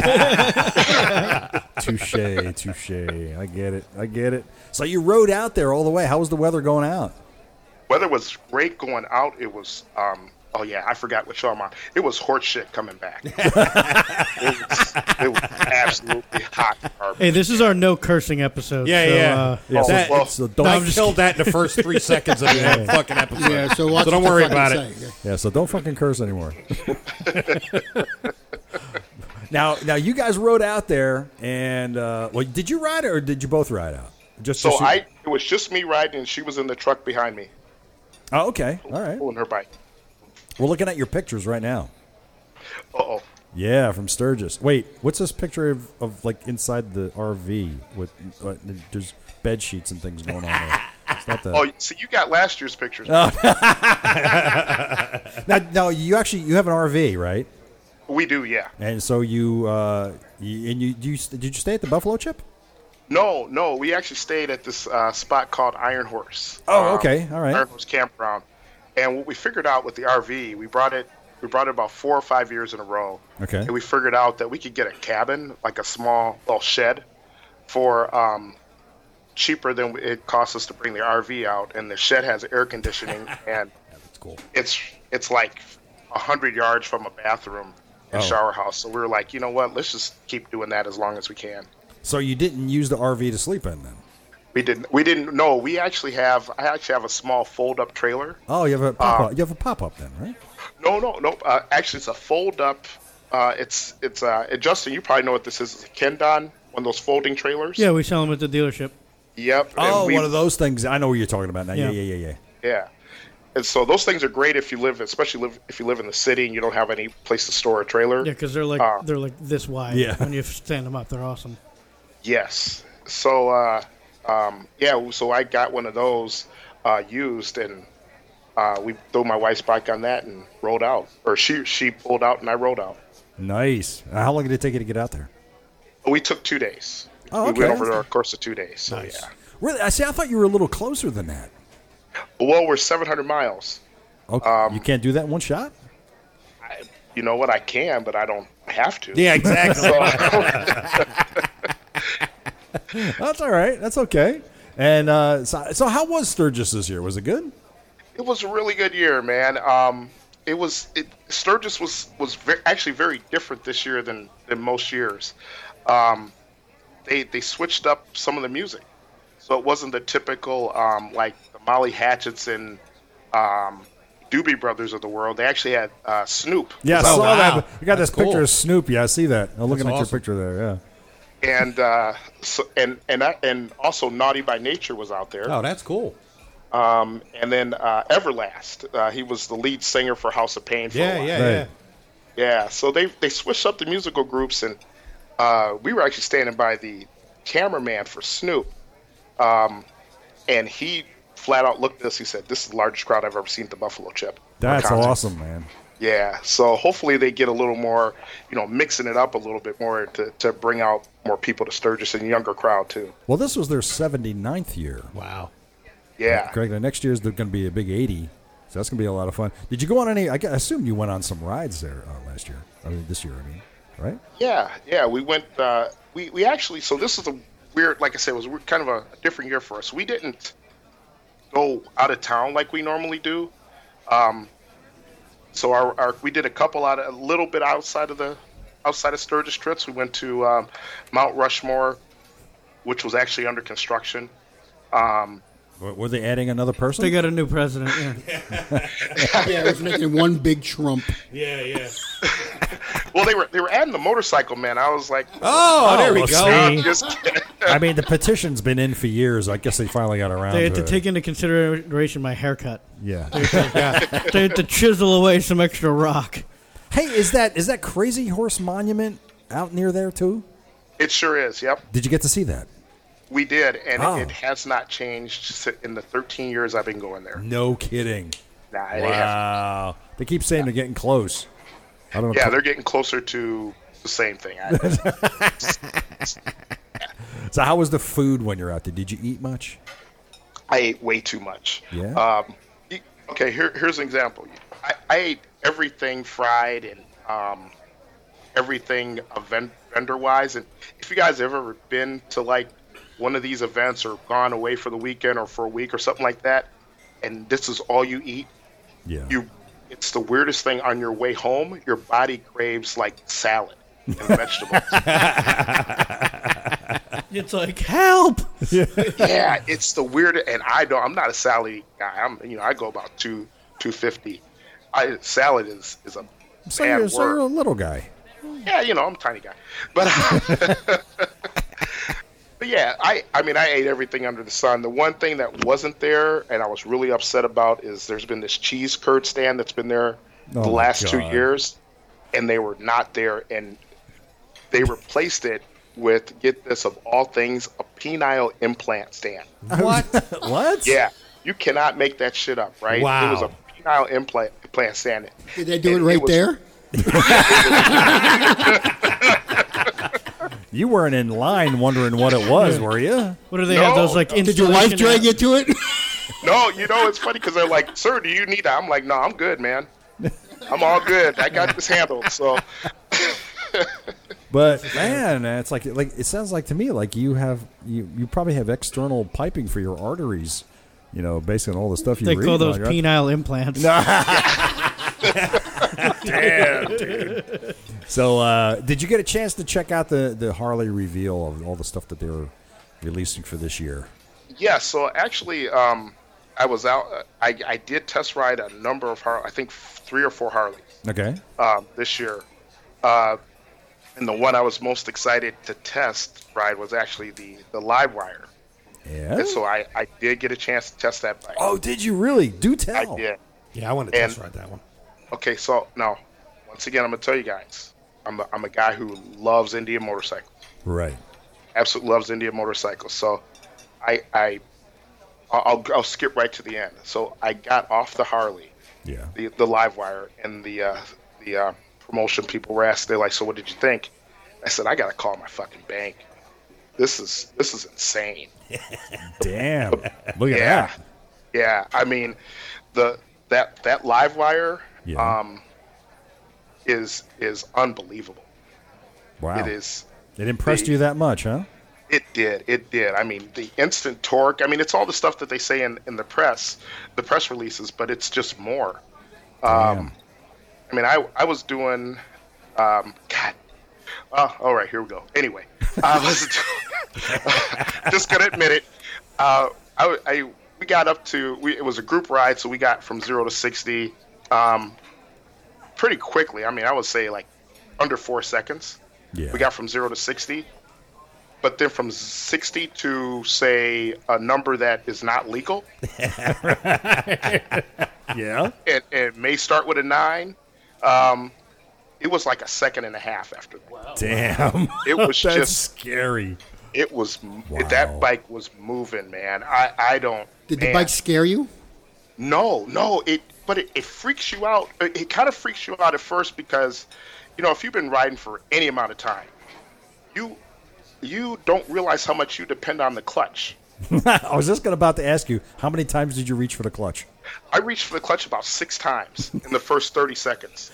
Speaker 6: *laughs*
Speaker 2: Touche, touche. I get it. I get it. So you rode out there all the way. How was the weather going out?
Speaker 6: Oh, weather was great going out. It was um oh yeah, I forgot what show I'm on. It was horse shit
Speaker 2: *laughs*
Speaker 6: coming back. it, was, it was absolutely hot. garbage.
Speaker 4: Hey, this is our no cursing episode.
Speaker 5: Yeah,
Speaker 4: so,
Speaker 5: yeah.
Speaker 4: Uh,
Speaker 6: Yeah,
Speaker 5: That-
Speaker 6: well,
Speaker 2: So
Speaker 5: I
Speaker 2: don't
Speaker 5: killed that in the first three seconds of the fucking episode.
Speaker 3: Yeah. So, watch
Speaker 5: don't
Speaker 3: what
Speaker 5: worry
Speaker 3: the
Speaker 5: about
Speaker 3: fuck you
Speaker 5: it.
Speaker 3: say.
Speaker 2: yeah. So don't fucking curse anymore. now, now you guys rode out there, and uh, well, did you ride it or did you both ride out? Just
Speaker 6: so
Speaker 2: just you-
Speaker 6: I it was just me riding and she was in the truck behind me.
Speaker 2: Oh, okay. All right.
Speaker 6: pulling her bike.
Speaker 2: We're looking at your pictures right now.
Speaker 6: Uh oh.
Speaker 2: Yeah, from Sturgis. Wait, what's this picture of, of like inside the RV with uh, there's bed sheets and things going on there? It's not the.
Speaker 6: *laughs* Oh, so you got last year's pictures.
Speaker 2: Uh. Now, now you actually you have an RV, right?
Speaker 6: We do, yeah.
Speaker 2: And so you uh you, and you, you did you stay at the Buffalo Chip?
Speaker 6: No, no, we actually stayed at this uh, spot called Iron Horse. Um,
Speaker 2: Oh, okay, all right.
Speaker 6: Iron Horse Campground, and what we figured out with the RV, we brought it, we brought it about four or five years in a row.
Speaker 2: Okay.
Speaker 6: and we figured out that we could get a cabin, like a small little shed, for um, cheaper than it costs us to bring the RV out, and the shed has air conditioning, and
Speaker 5: That's cool.
Speaker 6: it's it's like hundred yards from a bathroom and
Speaker 2: Oh.
Speaker 6: shower house. So we were like, you know what, let's just keep doing that as long as we can.
Speaker 2: So you didn't use the RV to sleep in then?
Speaker 6: We didn't. We didn't. No, we actually have. I actually have a small fold-up trailer.
Speaker 2: Oh, you have a pop up. You have a pop up then, right?
Speaker 6: No, no, no. Uh, actually, it's a fold-up. Uh, it's it's. Uh, and Justin, you probably know what this is. It's a Kendon, one of those folding trailers.
Speaker 4: Yeah, we sell them at the dealership.
Speaker 6: Yep. and
Speaker 2: Oh,
Speaker 6: we-
Speaker 2: one of those things. I know what you're talking about now. Yeah,
Speaker 4: Yeah.
Speaker 2: yeah, yeah, yeah.
Speaker 6: Yeah. And so those things are great if you live, especially live if you live in the city and you don't have any place to store a trailer.
Speaker 4: Yeah, because they're like
Speaker 6: Ah.
Speaker 4: they're like this wide.
Speaker 2: Yeah.
Speaker 4: when you stand them up, they're awesome.
Speaker 6: Yes. So, uh, um, yeah. So I got one of those uh, used, and uh, we threw my wife's bike on that and rolled out, or she she pulled out and I rolled out.
Speaker 2: Nice. Uh, How long did it take you to get out there?
Speaker 6: We took two days.
Speaker 2: Oh,
Speaker 6: We
Speaker 2: okay.
Speaker 6: went over the course of two days. So yeah.
Speaker 2: Really? I see. I thought you were a little closer than that.
Speaker 6: Well, we're 700 miles.
Speaker 2: Okay. you can't do that in one shot.
Speaker 6: You know what? I can, but I don't have to.
Speaker 2: exactly.
Speaker 6: So-
Speaker 2: That's all right. That's okay. And uh, so, so, how was Sturgis this year? Was it good?
Speaker 6: It was a really good year, man. Um, it was it, Sturgis was was ve- actually very different this year than than most years. Um, they they switched up some of the music, so it wasn't the typical um, like the Molly Hatchetson, um, Doobie Brothers of the world. They actually had uh, Snoop,
Speaker 2: Yeah, I
Speaker 5: Oh,
Speaker 2: saw
Speaker 5: wow.
Speaker 2: that. You got
Speaker 5: That's
Speaker 2: this picture
Speaker 5: cool.
Speaker 2: of Snoop. Yeah, I see that. I'm looking
Speaker 5: That's
Speaker 2: at
Speaker 5: awesome.
Speaker 2: your picture there. Yeah.
Speaker 6: and uh, so, and and I, and also Naughty by Nature was out there.
Speaker 5: Oh, that's cool.
Speaker 6: Um, and then uh, Everlast, uh, he was the lead singer for House of Pain. For a
Speaker 5: Yeah,
Speaker 6: while.
Speaker 5: yeah,
Speaker 2: Right.
Speaker 5: yeah.
Speaker 6: Yeah, so they they switched up the musical groups, and uh, we were actually standing by the cameraman for Snoop, um, and he flat out looked at us. He said, "This is the largest crowd I've ever seen at the Buffalo Chip." for
Speaker 2: That's
Speaker 6: concerts."
Speaker 2: awesome, man.
Speaker 6: Yeah, so hopefully they get a little more, you know, mixing it up a little bit more to, to bring out more people to Sturgis and younger crowd too.
Speaker 2: Well, this was their 79th year.
Speaker 5: Wow.
Speaker 6: Yeah,
Speaker 2: Greg, the next year is going to be a big 80. So that's going to be a lot of fun. Did you go on any? I gu- I assume you went on some rides there uh, last year. I mean, this year, I mean, right?
Speaker 6: Yeah, yeah, we went. Uh, we we actually. So this is a weird. Like I said, it was weird- kind of a different year for us. We didn't go out of town like we normally do. Um, so our, our we did a couple out of, a little bit outside of the outside of Sturgis trips. We went to um, Mount Rushmore, which was actually under construction.
Speaker 2: W- Were they adding another person?
Speaker 4: They got a new president. *laughs* Yeah.
Speaker 3: *laughs* Yeah, it's making one big trump.
Speaker 5: Yeah, yeah.
Speaker 6: Well, they were they were adding the motorcycle man. I was like,
Speaker 5: Oh, there we
Speaker 2: well,
Speaker 5: go.
Speaker 6: I'm just kidding.
Speaker 2: I mean, the petition's been in for years. I guess they finally got around
Speaker 4: they had
Speaker 2: to
Speaker 4: to
Speaker 2: it.
Speaker 4: take into consideration my haircut.
Speaker 2: yeah.
Speaker 4: They had to chisel away some extra rock.
Speaker 2: hey, is that is that Crazy Horse Monument out near there too?
Speaker 6: it sure is. Yep,
Speaker 2: Did you get to see that?
Speaker 6: we did, and
Speaker 2: Oh.
Speaker 6: it has not changed si- in the 13 years I've been going there.
Speaker 2: No kidding.
Speaker 6: Nah, it hasn't.
Speaker 2: Wow. They keep saying they're getting close. I don't know.
Speaker 6: Yeah, they're getting closer to the same thing. I,
Speaker 2: so how was the food when you're out there? Did you eat much?
Speaker 6: I ate way too much.
Speaker 2: Yeah.
Speaker 6: Um, e- okay, here, here's an example. I, I ate everything fried and um, everything event, vendor wise. And if you guys have ever been to like one of these events or gone away for the weekend or for a week or something like that, and this is all you eat,
Speaker 2: Yeah.
Speaker 6: you it's the weirdest thing on your way home your body craves like salad and vegetables
Speaker 4: It's like help.
Speaker 6: yeah, it's the weird, and I don't. I'm not a salad guy. I'm, you know, I go about two two fifty. I salad is is a
Speaker 2: so,
Speaker 6: bad
Speaker 2: you're,
Speaker 6: word.
Speaker 2: so you're a little guy.
Speaker 6: yeah, you know, I'm a tiny guy, but *laughs* But yeah, I I mean I ate everything under the sun. The one thing that wasn't there and I was really upset about is there's been this cheese curd stand that's been there
Speaker 2: Oh
Speaker 6: the
Speaker 2: my
Speaker 6: last two
Speaker 2: God.
Speaker 6: years and they were not there and they replaced it with get this of all things a penile implant stand.
Speaker 5: What?
Speaker 2: What?
Speaker 6: Yeah. You cannot make that shit up, right? It was
Speaker 5: Wow.
Speaker 6: a penile implant implant stand.
Speaker 3: Did they do
Speaker 6: And
Speaker 3: it right
Speaker 6: was-
Speaker 3: there?
Speaker 2: You weren't in line wondering what it was, were you?
Speaker 4: What do they have?
Speaker 6: No.
Speaker 4: Those like
Speaker 3: Did your wife drag you to it?
Speaker 6: No, you know it's funny because they're like, "Sir, do you need that?" I'm like, "No, I'm good, man. I'm all good. I got this handled." So,
Speaker 2: But man, it's like like it sounds like to me like you have you you probably have external piping for your arteries, you know, based on all the stuff you
Speaker 4: They
Speaker 2: read.
Speaker 4: call those
Speaker 2: like, I-
Speaker 4: penile implants.
Speaker 2: So, uh, did you get a chance to check out the, the Harley reveal of all the stuff that they were releasing for this year?
Speaker 6: yeah. So actually, um, I was out. uh, I, I did test ride a number of Harley. I think three or four Harleys
Speaker 2: Okay.
Speaker 6: um, this year. Uh, and the one I was most excited to test ride was actually the the live wire.
Speaker 2: Yeah.
Speaker 6: And so I, I did get a chance to test that bike.
Speaker 2: Oh, did you really? Do
Speaker 6: I
Speaker 2: tell.
Speaker 6: did.
Speaker 5: yeah, I want to test
Speaker 6: And-
Speaker 5: ride that one.
Speaker 6: Okay, so now, once again, I'm gonna tell you guys, I'm a, I'm a guy who loves Indian motorcycles,
Speaker 2: Right.
Speaker 6: absolutely loves Indian motorcycles. So, I I I'll, I'll skip right to the end. So I got off the Harley,
Speaker 2: Yeah.
Speaker 6: the the live wire, and the uh, the uh, promotion people were asked. They're like, "So what did you think?" I said, "I gotta call my fucking bank. This is this is insane."
Speaker 2: Damn. Look at
Speaker 6: Yeah,
Speaker 2: that.
Speaker 6: yeah. I mean, the that that live wire
Speaker 2: Yeah.
Speaker 6: um, is is unbelievable.
Speaker 2: Wow.
Speaker 6: It is.
Speaker 2: It impressed you that much, huh?
Speaker 6: It did. It did. I mean, the instant torque. I mean, it's all the stuff that they say in, in the press, the press releases, but it's just more.
Speaker 2: Um,
Speaker 6: I mean, I I was doing, um, God. Uh, all right, here we go. Anyway, I was *laughs* just gonna admit it. Uh, I, w- I- we got up to we, it was a group ride, so we got from zero to sixty, um, pretty quickly. I mean, I would say like under four seconds.
Speaker 2: yeah.
Speaker 6: We got from zero to sixty, but then from sixty to say a number that is not legal,
Speaker 2: yeah.
Speaker 6: and it may start with a nine. Um, it was like a second and a half after that.
Speaker 2: Damn. *laughs*
Speaker 6: It was
Speaker 2: That's
Speaker 6: just-
Speaker 2: scary. *laughs*
Speaker 6: It was m
Speaker 2: Wow.
Speaker 6: that bike was moving, man. I I don't.
Speaker 3: Did the
Speaker 6: man.
Speaker 3: bike scare you?
Speaker 6: No, no. It but it, it freaks you out. It, it kind of freaks you out at first because, you know, if you've been riding for any amount of time, you you don't realize how much you depend on the clutch.
Speaker 2: I was just gonna about to ask you, how many times did you reach for the clutch?
Speaker 6: I reached for the clutch about six times in the first 30 seconds,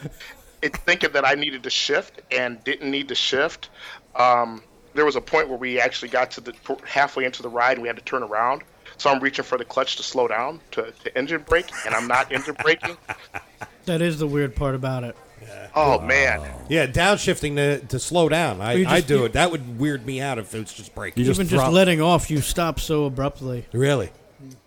Speaker 6: it, thinking that I needed to shift and didn't need to shift. Um, there was a point where we actually got to the halfway into the ride and we had to turn around. So I'm reaching for the clutch to slow down to, to engine brake, and I'm not engine
Speaker 4: *laughs*
Speaker 6: braking.
Speaker 4: That is the weird part about it.
Speaker 6: Oh man,
Speaker 5: Yeah, downshifting to, to slow down. I,
Speaker 4: You just-
Speaker 5: I do
Speaker 4: you-
Speaker 5: it. That would weird me out if it was just breaking.
Speaker 2: You just
Speaker 4: Even just
Speaker 2: throw-
Speaker 4: letting off, you stop so abruptly.
Speaker 5: really?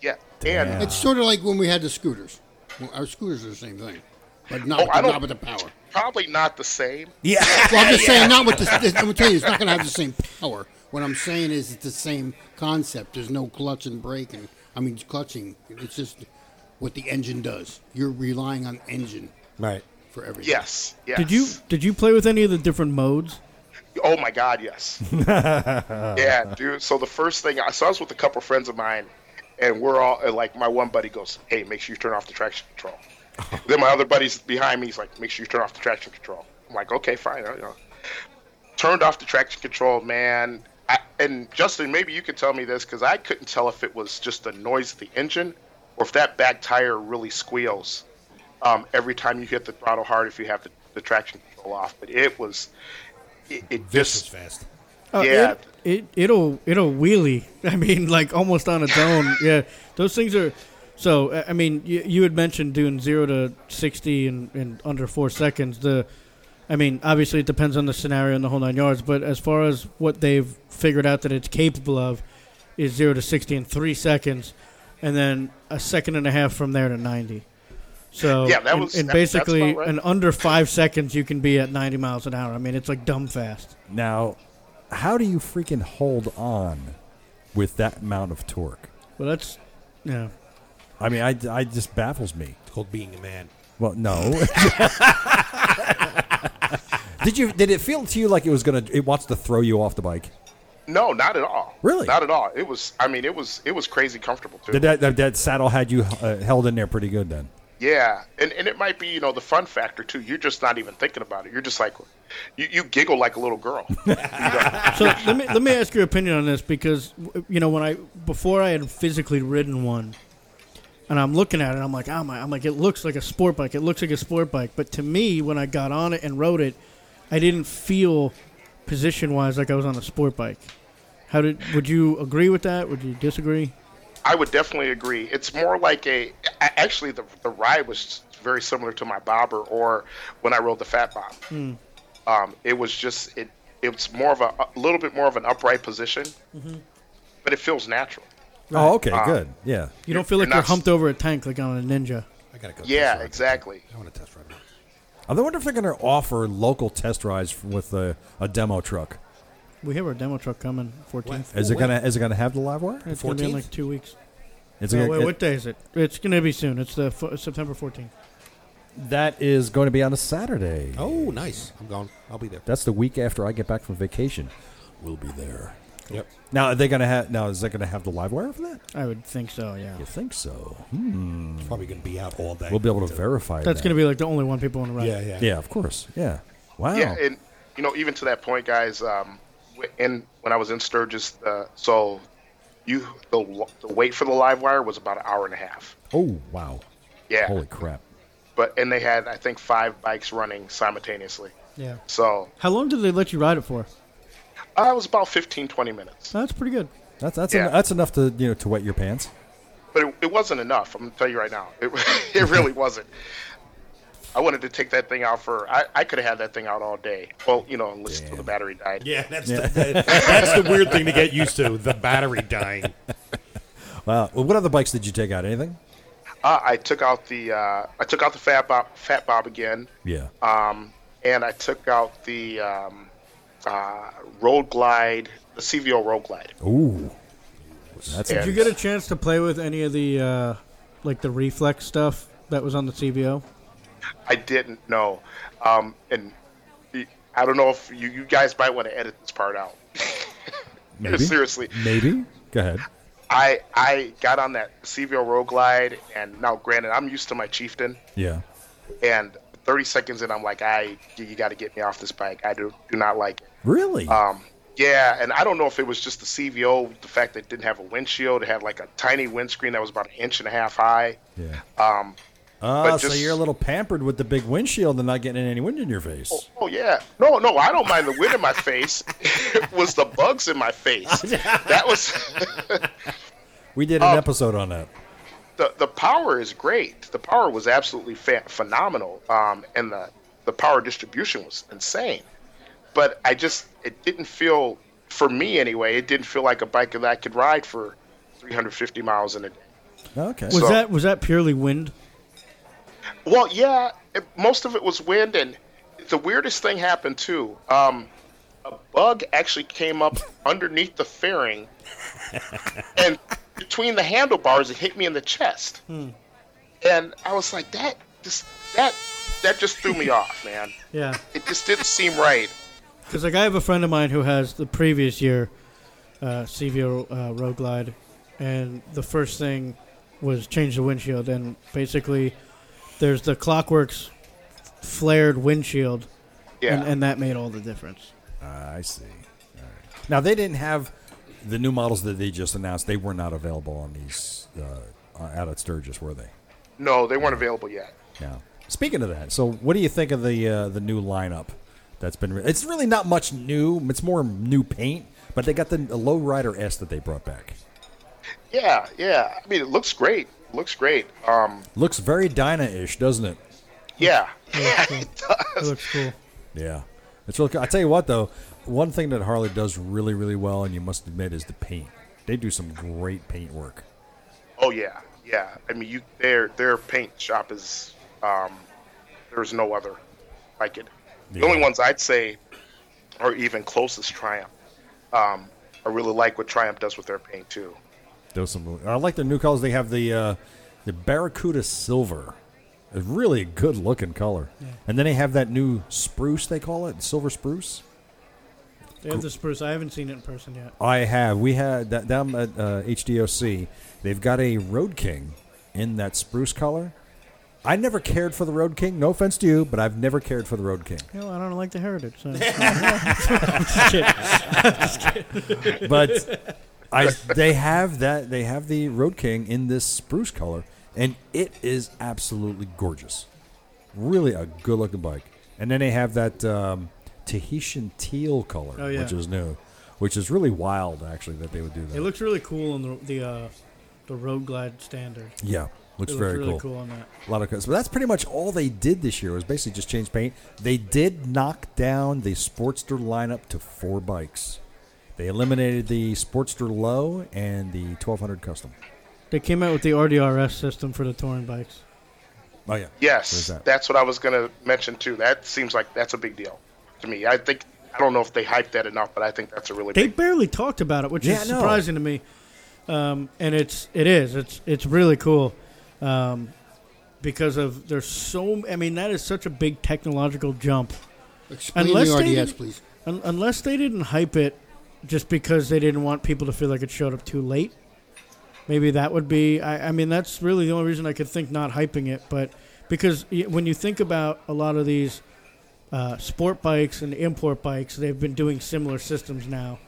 Speaker 6: yeah. And
Speaker 3: It's sort of like when we had the scooters. Well, our scooters are the same thing, but not,
Speaker 6: Oh,
Speaker 3: with,
Speaker 6: I
Speaker 3: the,
Speaker 6: don't-
Speaker 3: not with the power.
Speaker 6: probably not the same.
Speaker 5: Yeah.
Speaker 3: Well, I'm
Speaker 6: *laughs*
Speaker 3: just saying, not with the. I'm gonna tell you, it's not going to have the same power. What I'm saying is, it's the same concept. There's no clutch and brake, and I mean clutching. It's just what the engine does. You're relying on engine
Speaker 5: right.
Speaker 3: for everything.
Speaker 6: Yes, yes.
Speaker 4: Did you did you play with any of the different modes?
Speaker 6: Oh my God, yes.
Speaker 5: *laughs*
Speaker 6: yeah, dude. So the first thing I so I was with a couple friends of mine, and we're all and like my one buddy goes, "Hey, make sure you turn off the traction control."
Speaker 5: *laughs*
Speaker 6: then my other buddy's behind me. He's like, "Make sure you turn off the traction control." I'm like, "Okay, fine." I, you know. Turned off the traction control, man. I, and Justin, maybe you could tell me this because I couldn't tell if it was just the noise of the engine or if that back tire really squeals um, every time you hit the throttle hard if you have the, the traction control off. But it was, it, it
Speaker 5: This is
Speaker 6: just
Speaker 5: fast.
Speaker 4: Uh,
Speaker 6: Yeah.
Speaker 4: It, it it'll it'll wheelie. *laughs* I mean, like almost on its
Speaker 6: *laughs*
Speaker 4: own. yeah. Those things are. So I I mean, you, you had mentioned doing zero to sixty in, in under four seconds. The, I mean, obviously it depends on the scenario and the whole nine yards. But as far as what they've figured out that it's capable of, is zero to sixty in three seconds, and then a second and a half from there to ninety. So
Speaker 6: Yeah, that
Speaker 4: and-
Speaker 6: was-
Speaker 4: and,
Speaker 6: that- that's
Speaker 4: basically
Speaker 6: about right.
Speaker 4: in under five seconds you can be at ninety miles an hour. I mean, it's like dumb fast.
Speaker 2: Now, how do you freaking hold on with that amount of torque?
Speaker 4: Well, that's yeah.
Speaker 2: I mean, I, I just baffles me.
Speaker 5: It's called being a man.
Speaker 2: Well, no. *laughs* did you did it feel to you like it was gonna it wants to throw you off the bike?
Speaker 6: No, not at all.
Speaker 2: Really?
Speaker 6: Not at all. It was. I mean, it was. It was crazy comfortable too.
Speaker 2: Did that that, that saddle had you uh, held in there pretty good then?
Speaker 6: Yeah, and and it might be you know the fun factor too. You're just not even thinking about it. You're just like, you, you giggle like a little girl.
Speaker 2: *laughs*
Speaker 6: You know?
Speaker 4: So let me let me ask your opinion on this because w- you know when I before I had physically ridden one, and I'm looking at it, I'm like, oh my, I'm like, it looks like a sport bike. It looks like a sport bike, but to me, when I got on it and rode it, I didn't feel position wise like I was on a sport bike. How did would you agree with that? Would you disagree?
Speaker 6: I would definitely agree. It's more like a. a- Actually, the the ride was very similar to my bobber or when I rode the fat bob.
Speaker 2: Hmm.
Speaker 6: Um, it was just it. It's more of a, a little bit more of an upright position,
Speaker 2: Mm-hmm.
Speaker 6: but it feels natural.
Speaker 2: Oh, okay,
Speaker 6: Uh,
Speaker 2: good. Yeah.
Speaker 4: You don't feel like
Speaker 6: You're
Speaker 4: you're
Speaker 6: not-
Speaker 4: humped over a tank like on a ninja.
Speaker 5: I gotta go. test
Speaker 6: Yeah,
Speaker 5: ride.
Speaker 6: exactly.
Speaker 5: I want to test right now.
Speaker 2: I wonder if they're gonna offer local test rides f- with a, a demo truck.
Speaker 4: We have our demo truck coming 14th.
Speaker 2: Is it
Speaker 5: Well,
Speaker 2: gonna is it gonna have the live wire?
Speaker 4: It's gonna be in
Speaker 5: 14th?
Speaker 4: like two weeks.
Speaker 2: Is it
Speaker 4: No,
Speaker 2: gonna-
Speaker 4: wait, what day is it? It's gonna be soon. It's the fo- September 14th.
Speaker 2: that is going to be on a Saturday.
Speaker 5: Oh, nice. I'm gone. I'll be there.
Speaker 2: That's the week after I get back from vacation. We'll be there.
Speaker 5: Yep.
Speaker 2: Now are they gonna have now is that gonna have the live wire for that?
Speaker 4: I would think so. Yeah.
Speaker 2: You think so?
Speaker 5: It's probably gonna be out all day.
Speaker 2: We'll be able to verify
Speaker 4: That's
Speaker 2: that.
Speaker 4: going to be like the only one people want to ride.
Speaker 5: Yeah, yeah.
Speaker 2: Yeah, of course. Yeah. Wow.
Speaker 6: Yeah, and you know, even to that point, guys. Um, w- in when I was in Sturgis, uh, so you the, w- the wait for the live wire was about an hour and a half.
Speaker 2: oh wow.
Speaker 6: Yeah,
Speaker 2: Holy crap.
Speaker 6: but and they had I think five bikes running simultaneously.
Speaker 4: Yeah.
Speaker 6: So
Speaker 4: How long did they let you ride it for?
Speaker 6: uh, it was about 15, 20 minutes,
Speaker 4: That's pretty good.
Speaker 2: That's that's
Speaker 6: Yeah.
Speaker 2: en- that's enough to you know to wet your pants.
Speaker 6: but it, it wasn't enough. I'm gonna tell you right now, it, *laughs* it really wasn't. I wanted to take that thing out for I, I could have had that thing out all day. Well, you know, unless till the battery died.
Speaker 5: Yeah, that's The, that's the weird thing to get used to. The battery dying.
Speaker 2: Wow. Well, Uh, what other bikes did you take out? Anything?
Speaker 6: Uh, I took out the uh, I took out the fat bob fat bob again.
Speaker 2: Yeah.
Speaker 6: um, and I took out the um, uh, Road Glide, the CVO Road Glide.
Speaker 2: Ooh. That's
Speaker 6: Yeah.
Speaker 4: Did you get a chance to play with any of the uh, like the reflex stuff that was on the CVO?
Speaker 6: I didn't know, um, and I don't know if you, you guys might want to edit this part out.
Speaker 2: maybe.
Speaker 6: Seriously,
Speaker 2: Maybe. Go ahead.
Speaker 6: I I got on that CVO Road Glide, and now granted, I'm used to my Chieftain,
Speaker 2: Yeah.
Speaker 6: and 30 seconds in, I'm like, I you got to get me off this bike. I do do not like it.
Speaker 2: Really?
Speaker 6: Um, yeah, and I don't know if it was just the CVO, the fact that it didn't have a windshield, it had like a tiny windscreen that was about an inch and a half high.
Speaker 2: yeah.
Speaker 6: Um,
Speaker 2: Ah,
Speaker 6: but
Speaker 2: so
Speaker 6: just-
Speaker 2: you're a little pampered with the big windshield and not getting any wind in your face.
Speaker 6: oh yeah, no, no, I don't mind the wind in my face. it was the bugs in my face. That was *laughs*
Speaker 2: We did
Speaker 6: uh,
Speaker 2: an episode on that.
Speaker 6: the the power is great. The power was absolutely fa- phenomenal, um, and the the power distribution was insane. But I just it didn't feel for me anyway. It didn't feel like a bike that I could ride for 350 miles in a day.
Speaker 2: Okay.
Speaker 4: Was
Speaker 6: So-
Speaker 4: that was that purely wind?
Speaker 6: Well, yeah, it, most of it was wind, and the weirdest thing happened too. Um, a bug actually came up *laughs* underneath
Speaker 4: *laughs*
Speaker 6: the fairing, and between the handlebars, it hit me in the chest,
Speaker 4: Hmm.
Speaker 6: and I was like, "That just that that just threw
Speaker 4: *laughs*
Speaker 6: me off, man.
Speaker 4: Yeah,
Speaker 6: It just didn't seem right."
Speaker 4: because like I have a friend of mine who has the previous year uh, CVO uh, Road Glide, and the first thing was change the windshield, and basically there's the Clockworks flared windshield,
Speaker 6: Yeah,
Speaker 4: and, and that made all the difference.
Speaker 2: Ah, I see. All right. Now they didn't have the new models that they just announced. They were not available on these uh, out at Sturgis, were they?
Speaker 6: no, they weren't available yet.
Speaker 2: Now, speaking of that, so what do you think of the uh, the new lineup that's been? Re- it's really not much new. It's more new paint, but they got the lowrider S that they brought back.
Speaker 6: Yeah, yeah. I mean, it looks great. Looks great. Um,
Speaker 2: Looks very Dyna-ish, doesn't it?
Speaker 4: *laughs*
Speaker 6: yeah.
Speaker 4: It looks cool.
Speaker 2: Yeah, it's really. Cool. I tell you what, though, one thing that Harley does really, really well, and you must admit, is the paint. They do some great paint work.
Speaker 6: Oh yeah, yeah. I mean, you their their paint shop is um, there's no other like it. The
Speaker 2: Yeah.
Speaker 6: only ones I'd say are even closest Triumph. um, I really like what Triumph does with their paint too.
Speaker 2: Those some. I like their new colors. They have the uh, the Barracuda silver, a really good looking color. And then they have that new spruce. They call it silver spruce.
Speaker 4: They have the spruce. I haven't seen it in person yet.
Speaker 2: I have. We had that down at uh, HDOC. They've got a Road King in that spruce color. I never cared for the Road King. No offense to you, but I've never cared for the Road King.
Speaker 4: You know, I don't like the heritage. So.
Speaker 2: But I, they have that. They have the Road King in this spruce color, and it is absolutely gorgeous. Really a good looking bike. And then they have that um, Tahitian teal color,
Speaker 4: Oh, yeah.
Speaker 2: which is new, which is really wild actually that they would do that.
Speaker 4: it looks really cool on the the uh, the Road Glide standard.
Speaker 2: yeah, looks
Speaker 4: it looks
Speaker 2: very
Speaker 4: really cool.
Speaker 2: cool.
Speaker 4: on that.
Speaker 2: A lot of cuts. But that's pretty much all they did this year was basically just change paint. They did knock down the Sportster lineup to four bikes. They eliminated the Sportster Low and the 1200 Custom.
Speaker 4: They came out with the RDRS system for the touring bikes.
Speaker 2: Oh, yeah. There's
Speaker 6: Yes,
Speaker 2: that.
Speaker 6: that's what I was gonna mention too. That seems like that's a big deal to me. I think I don't know if they hyped that enough, but I think that's a really
Speaker 4: They
Speaker 6: big.
Speaker 4: barely talked about it, which
Speaker 2: Yeah,
Speaker 4: is
Speaker 2: I know.
Speaker 4: surprising to me. Um, and it's it is it's it's really cool, um, because of there's so I mean that is such a big technological jump.
Speaker 3: Explain
Speaker 4: Unless they
Speaker 3: the RDS,
Speaker 4: didn't-
Speaker 3: please.
Speaker 4: Un- unless they didn't hype it just because they didn't want people to feel like it showed up too late. Maybe that would be. I, I mean, that's really the only reason I could think not hyping it. But because y- when you think about a lot of these uh, sport bikes and import bikes, they've been doing similar systems now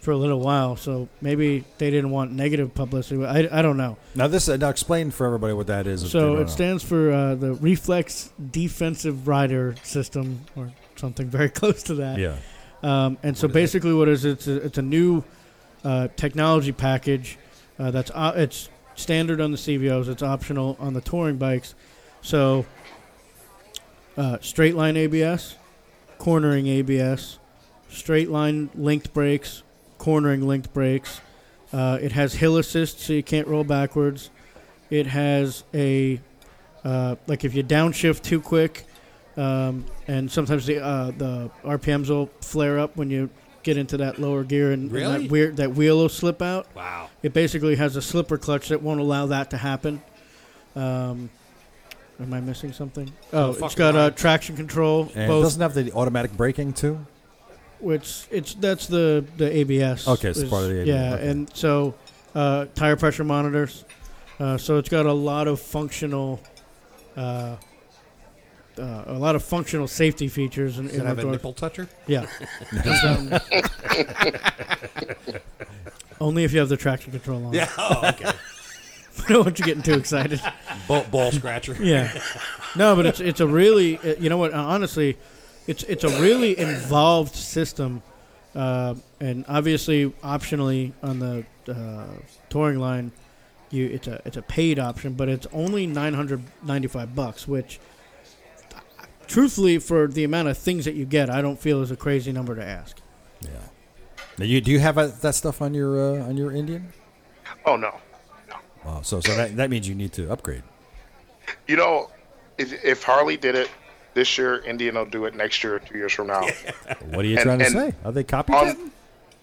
Speaker 4: for a little while. So maybe they didn't want negative publicity. I, I don't know.
Speaker 2: Now, this uh, now explain for everybody what that is. if they
Speaker 4: So
Speaker 2: don't know.
Speaker 4: it stands for uh, the Reflex Defensive Rider System or something very *laughs* close to that.
Speaker 2: Yeah.
Speaker 4: Um, and so basically, what is it? It's a, it's a new uh, technology package uh, that's o it's standard on the CVOs. It's optional on the touring bikes. So uh, straight line ABS, cornering ABS, straight line linked brakes, cornering linked brakes. Uh, it has hill assist, so you can't roll backwards. It has a uh, like if you downshift too quick, um, and sometimes the uh, the RPMs will flare up when you get into that lower gear, and, and
Speaker 5: Really?
Speaker 4: that weird that wheel will slip out.
Speaker 5: Wow.
Speaker 4: It basically has a slipper clutch that won't allow that to happen. Um, am I missing something? Oh, it's
Speaker 5: fucking
Speaker 4: got uh,
Speaker 5: right.
Speaker 4: traction control,
Speaker 2: And it
Speaker 4: both
Speaker 2: doesn't have the automatic braking, too?
Speaker 4: which it's that's the the ABS.
Speaker 2: Okay, it's
Speaker 4: is-
Speaker 2: part of the ABS,
Speaker 4: Yeah,
Speaker 2: okay.
Speaker 4: and so uh, tire pressure monitors. Uh, so it's got a lot of functional, uh, uh, a lot of functional safety features in,
Speaker 5: Does it
Speaker 4: in
Speaker 5: have a
Speaker 4: outdoors.
Speaker 5: nipple toucher? *laughs*
Speaker 4: Yeah. So- only if you have the traction control on. Yeah.
Speaker 5: Oh, okay.
Speaker 4: *laughs* I don't want you getting too excited.
Speaker 5: ball, ball scratcher.
Speaker 4: *laughs* Yeah. No, but it's it's a really uh, you know what uh, honestly, it's it's a really involved system, uh, and obviously optionally on the uh, touring line, you it's a it's a paid option, but it's only nine hundred ninety five bucks, which uh, truthfully for the amount of things that you get, I don't feel is a crazy number to ask.
Speaker 2: Yeah. Now you, do you have uh that stuff on your uh, on your Indian?
Speaker 6: Oh no,
Speaker 2: Wow. So so that, that means you need to upgrade.
Speaker 6: you know, if, if Harley did it this year, Indian will do it next year, or two years from
Speaker 2: *laughs*
Speaker 6: now.
Speaker 2: What are you
Speaker 6: And-
Speaker 2: trying to
Speaker 6: and
Speaker 2: say? Are they copycatting?
Speaker 6: On-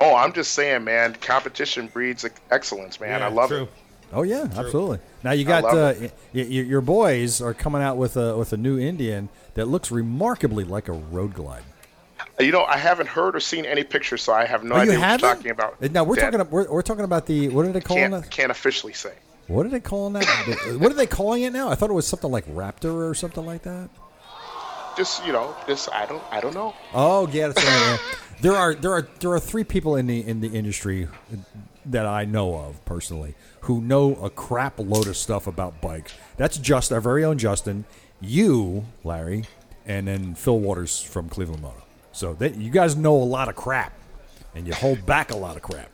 Speaker 6: oh, I'm just saying, man. Competition breeds excellence, man. I love
Speaker 5: true.
Speaker 6: it.
Speaker 2: Oh yeah, absolutely. Now you got
Speaker 6: love
Speaker 2: uh, y- y- y- your boys are coming out with a with a new Indian that looks remarkably like a road glide.
Speaker 6: You know, I haven't heard or seen any pictures, so I have no
Speaker 2: Oh,
Speaker 6: idea
Speaker 2: you
Speaker 6: what you're
Speaker 2: haven't?
Speaker 6: talking about.
Speaker 2: Now we're
Speaker 6: That
Speaker 2: talking ab- we're, we're talking about the what are they calling
Speaker 6: Can't,
Speaker 2: that?
Speaker 6: can't officially say.
Speaker 2: What are they calling that? what are they calling it now? I thought it was something like Raptor or something like that.
Speaker 6: Just you know, just I don't, I don't know.
Speaker 2: Oh yeah, that's right. yeah. there are there are there are three people in the in the industry that I know of personally who know a crap load of stuff about bikes. That's just our very own Justin, you, Larry, and then Phil Waters from Cleveland Moto. So that you guys know a lot of crap, and you hold back a lot of crap.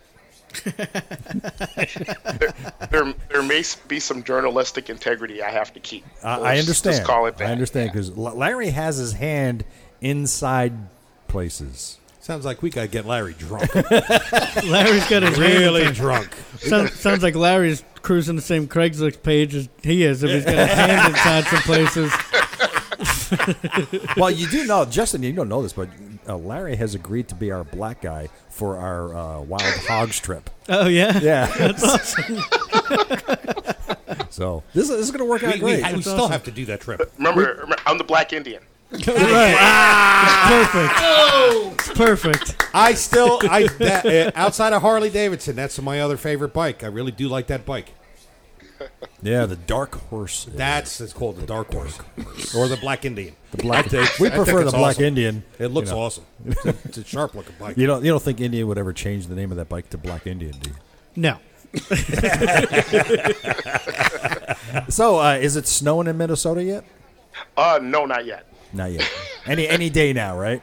Speaker 6: There, there may be some journalistic integrity I have to keep.
Speaker 2: I,
Speaker 6: Let's
Speaker 2: I understand.
Speaker 6: Just call it that.
Speaker 2: I understand because Larry has his hand inside places.
Speaker 5: Sounds like we gotta get Larry drunk.
Speaker 4: Larry's got his
Speaker 5: really drunk.
Speaker 4: Sounds, sounds like Larry's cruising the same Craigslist page as he is. If he's got his hand inside some places.
Speaker 2: well, you do know, Justin. You don't know this, but uh, Larry has agreed to be our black guy for our uh, wild hogs trip.
Speaker 4: Oh yeah.
Speaker 5: *laughs*
Speaker 2: Yeah. *laughs* so this, is- this is going to work out
Speaker 5: We, we,
Speaker 2: great.
Speaker 5: we still have to do that trip.
Speaker 6: Remember, remember, I'm the Black Indian.
Speaker 4: It's perfect. It's perfect.
Speaker 5: I still, I that, uh, outside of Harley Davidson, that's my other favorite bike. I really do like that bike.
Speaker 2: yeah, the dark horse.
Speaker 5: That's it's called the Dark Horse or the Black Indian.
Speaker 2: the black. we
Speaker 5: I
Speaker 2: prefer
Speaker 5: think
Speaker 2: the
Speaker 5: it's
Speaker 2: black
Speaker 5: awesome.
Speaker 2: Indian.
Speaker 5: It looks
Speaker 2: you know.
Speaker 5: awesome. It's a, it's a sharp looking bike.
Speaker 2: You don't you don't think Indian would ever change the name of that bike to Black Indian, do you?
Speaker 4: No.
Speaker 2: So uh, is it snowing in Minnesota yet?
Speaker 6: Uh, no, not yet.
Speaker 2: Not yet. Any any day now, right?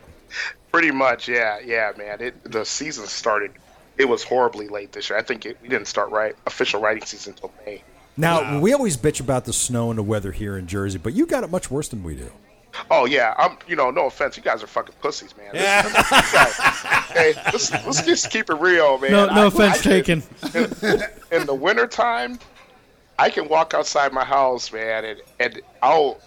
Speaker 6: Pretty much, yeah, yeah, man. It the season started. It was horribly late this year. I think it, we didn't start right official writing season until May.
Speaker 2: Now we always bitch about the snow and the weather here in Jersey, but you got it much worse than we do.
Speaker 6: Oh yeah, I'm. You know, no offense, you guys are fucking pussies, man. Yeah. hey, let's, let's just keep it real, man.
Speaker 4: No, no
Speaker 6: I-
Speaker 4: offense
Speaker 6: I can-
Speaker 4: taken.
Speaker 6: in the wintertime, I can walk outside my house, man, and, and I'll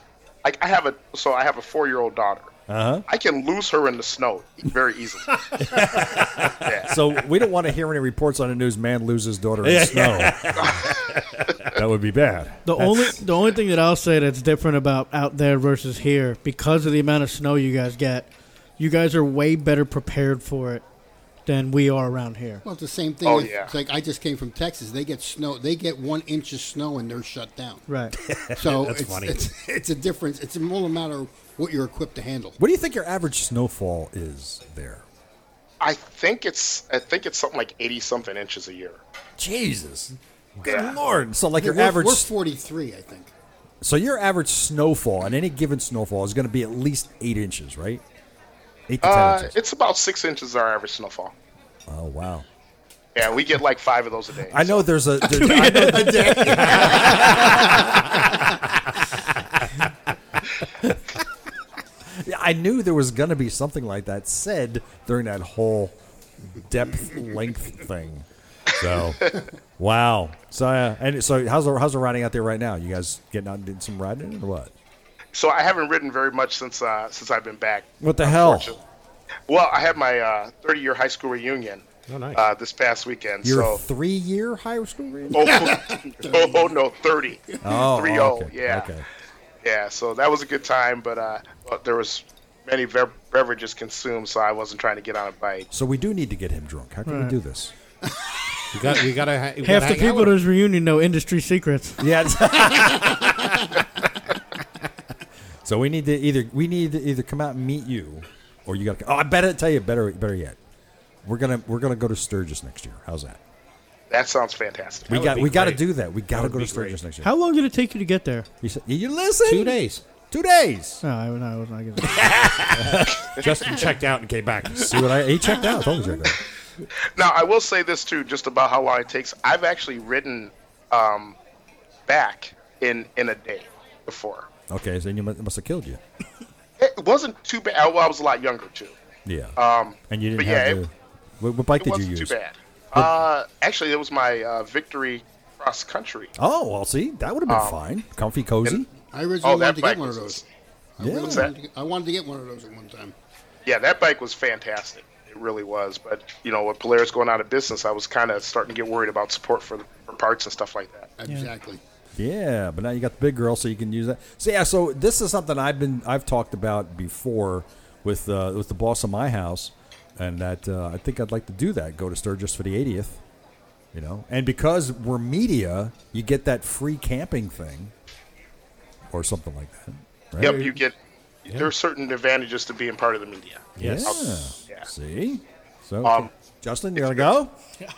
Speaker 6: like I have a so I have a four year old daughter. Uh-huh. I can lose her in the snow very easily. yeah.
Speaker 2: So we don't want to hear any reports on the news. Man loses daughter in snow. that would be bad.
Speaker 4: The only the only thing that I'll say that's different about out there versus here, because of the amount of snow you guys get, you guys are way better prepared for it than we are around here.
Speaker 3: Well, it's the same thing.
Speaker 6: Oh,
Speaker 3: with,
Speaker 6: yeah.
Speaker 3: It's like I just came from Texas. They get snow. They get one inch of snow and they're shut down.
Speaker 4: Right. *laughs*
Speaker 3: So
Speaker 5: That's
Speaker 3: it's,
Speaker 5: funny.
Speaker 3: It's, it's a difference. It's more a matter of what you're equipped to handle.
Speaker 2: What do you think your average snowfall is there?
Speaker 6: I think it's I think it's something like eighty something inches a year.
Speaker 2: Jesus. Good
Speaker 6: Yeah.
Speaker 2: lord. So like your
Speaker 3: we're,
Speaker 2: average
Speaker 3: We're 43, I think.
Speaker 2: so your average snowfall on any given snowfall is gonna be at least eight inches, right? Eight to ten
Speaker 6: Uh,
Speaker 2: inches.
Speaker 6: it's about six inches our average snowfall.
Speaker 2: Oh wow.
Speaker 6: Yeah, we get like five of those a day.
Speaker 2: I know there's a. There's, I know Yeah, *laughs* I knew there was going to be something like that said during that whole depth length thing. So, wow. So, uh, and so, how's the how's the riding out there right now? You guys getting out and doing some riding or what?
Speaker 6: So I haven't ridden very much since uh, since I've been back.
Speaker 2: What the hell?
Speaker 6: unfortunately. Well, I had my uh, 30 year high school reunion
Speaker 5: Oh, nice.
Speaker 6: uh, this past weekend.
Speaker 2: Your
Speaker 6: so
Speaker 2: three year high school reunion?
Speaker 6: *laughs* Oh, oh, oh, no, 30.
Speaker 2: Oh,
Speaker 6: 30,
Speaker 2: oh, okay,
Speaker 6: yeah.
Speaker 2: okay.
Speaker 6: Yeah, so that was a good time, but uh, but there was many bev- beverages consumed, so I wasn't trying to get on a bike.
Speaker 2: So we do need to get him drunk. How can we do this?
Speaker 5: We got, we got to ha- we gotta
Speaker 4: Half the
Speaker 5: hang out
Speaker 4: people at
Speaker 5: with
Speaker 4: his reunion know industry secrets.
Speaker 2: Yeah. *laughs* so we need to either we need to either come out and meet you, or you got to. Oh, I better tell you better better yet. We're gonna we're gonna go to Sturgis next year. How's that?
Speaker 6: That sounds fantastic.
Speaker 2: We
Speaker 5: would
Speaker 2: got
Speaker 5: be
Speaker 2: we got to
Speaker 5: great.
Speaker 2: do that. We got to
Speaker 5: would
Speaker 2: go to
Speaker 5: be great.
Speaker 2: Sturgis next year.
Speaker 4: How long did it take you to get there?
Speaker 2: You, said- you listen.
Speaker 5: two days.
Speaker 2: Two days.
Speaker 4: No, I, no, I was not *laughs* getting
Speaker 5: Justin checked out and came back. *laughs*
Speaker 2: See what I he checked out. I told you. checked out.
Speaker 6: Now, I will say this, too, just about how long it takes. I've actually ridden um, back in, in a day before.
Speaker 2: Okay, so you must, must have killed you.
Speaker 6: It wasn't too bad. Well, I was a lot younger, too.
Speaker 2: Yeah.
Speaker 6: Um,
Speaker 2: and you
Speaker 6: but
Speaker 2: didn't
Speaker 6: yeah,
Speaker 2: have
Speaker 6: it-
Speaker 2: the. What, what bike did you
Speaker 6: It wasn't
Speaker 2: use?
Speaker 6: too bad. Uh, actually, it was my uh, victory cross country.
Speaker 2: Oh well, see that would have
Speaker 6: Um,
Speaker 2: been fine. Comfy, cozy.
Speaker 3: I originally
Speaker 6: Oh,
Speaker 3: wanted
Speaker 6: that
Speaker 3: to
Speaker 6: bike
Speaker 3: get one of those.
Speaker 6: was.
Speaker 3: I,
Speaker 2: Yeah.
Speaker 3: really
Speaker 2: What's
Speaker 6: that?
Speaker 3: wanted to, I wanted to get one of those at one time.
Speaker 6: Yeah, that bike was fantastic. It really was. But you know, with Polaris going out of business, I was kind of starting to get worried about support for, for parts and stuff like that.
Speaker 3: Exactly.
Speaker 2: Yeah, but now you got the big girl, so you can use that. So yeah, so this is something I've been I've talked about before with uh, with the boss of my house, and that uh, I think I'd like to do that. Go to Sturgis for the 80th, you know, and because we're media, you get that free camping thing, or something like that. Right?
Speaker 6: Yep, you get there are certain advantages to being part of the media.
Speaker 2: Yes.
Speaker 6: Yeah.
Speaker 2: See, so
Speaker 6: Um,
Speaker 2: Justin, you gonna go?
Speaker 4: there.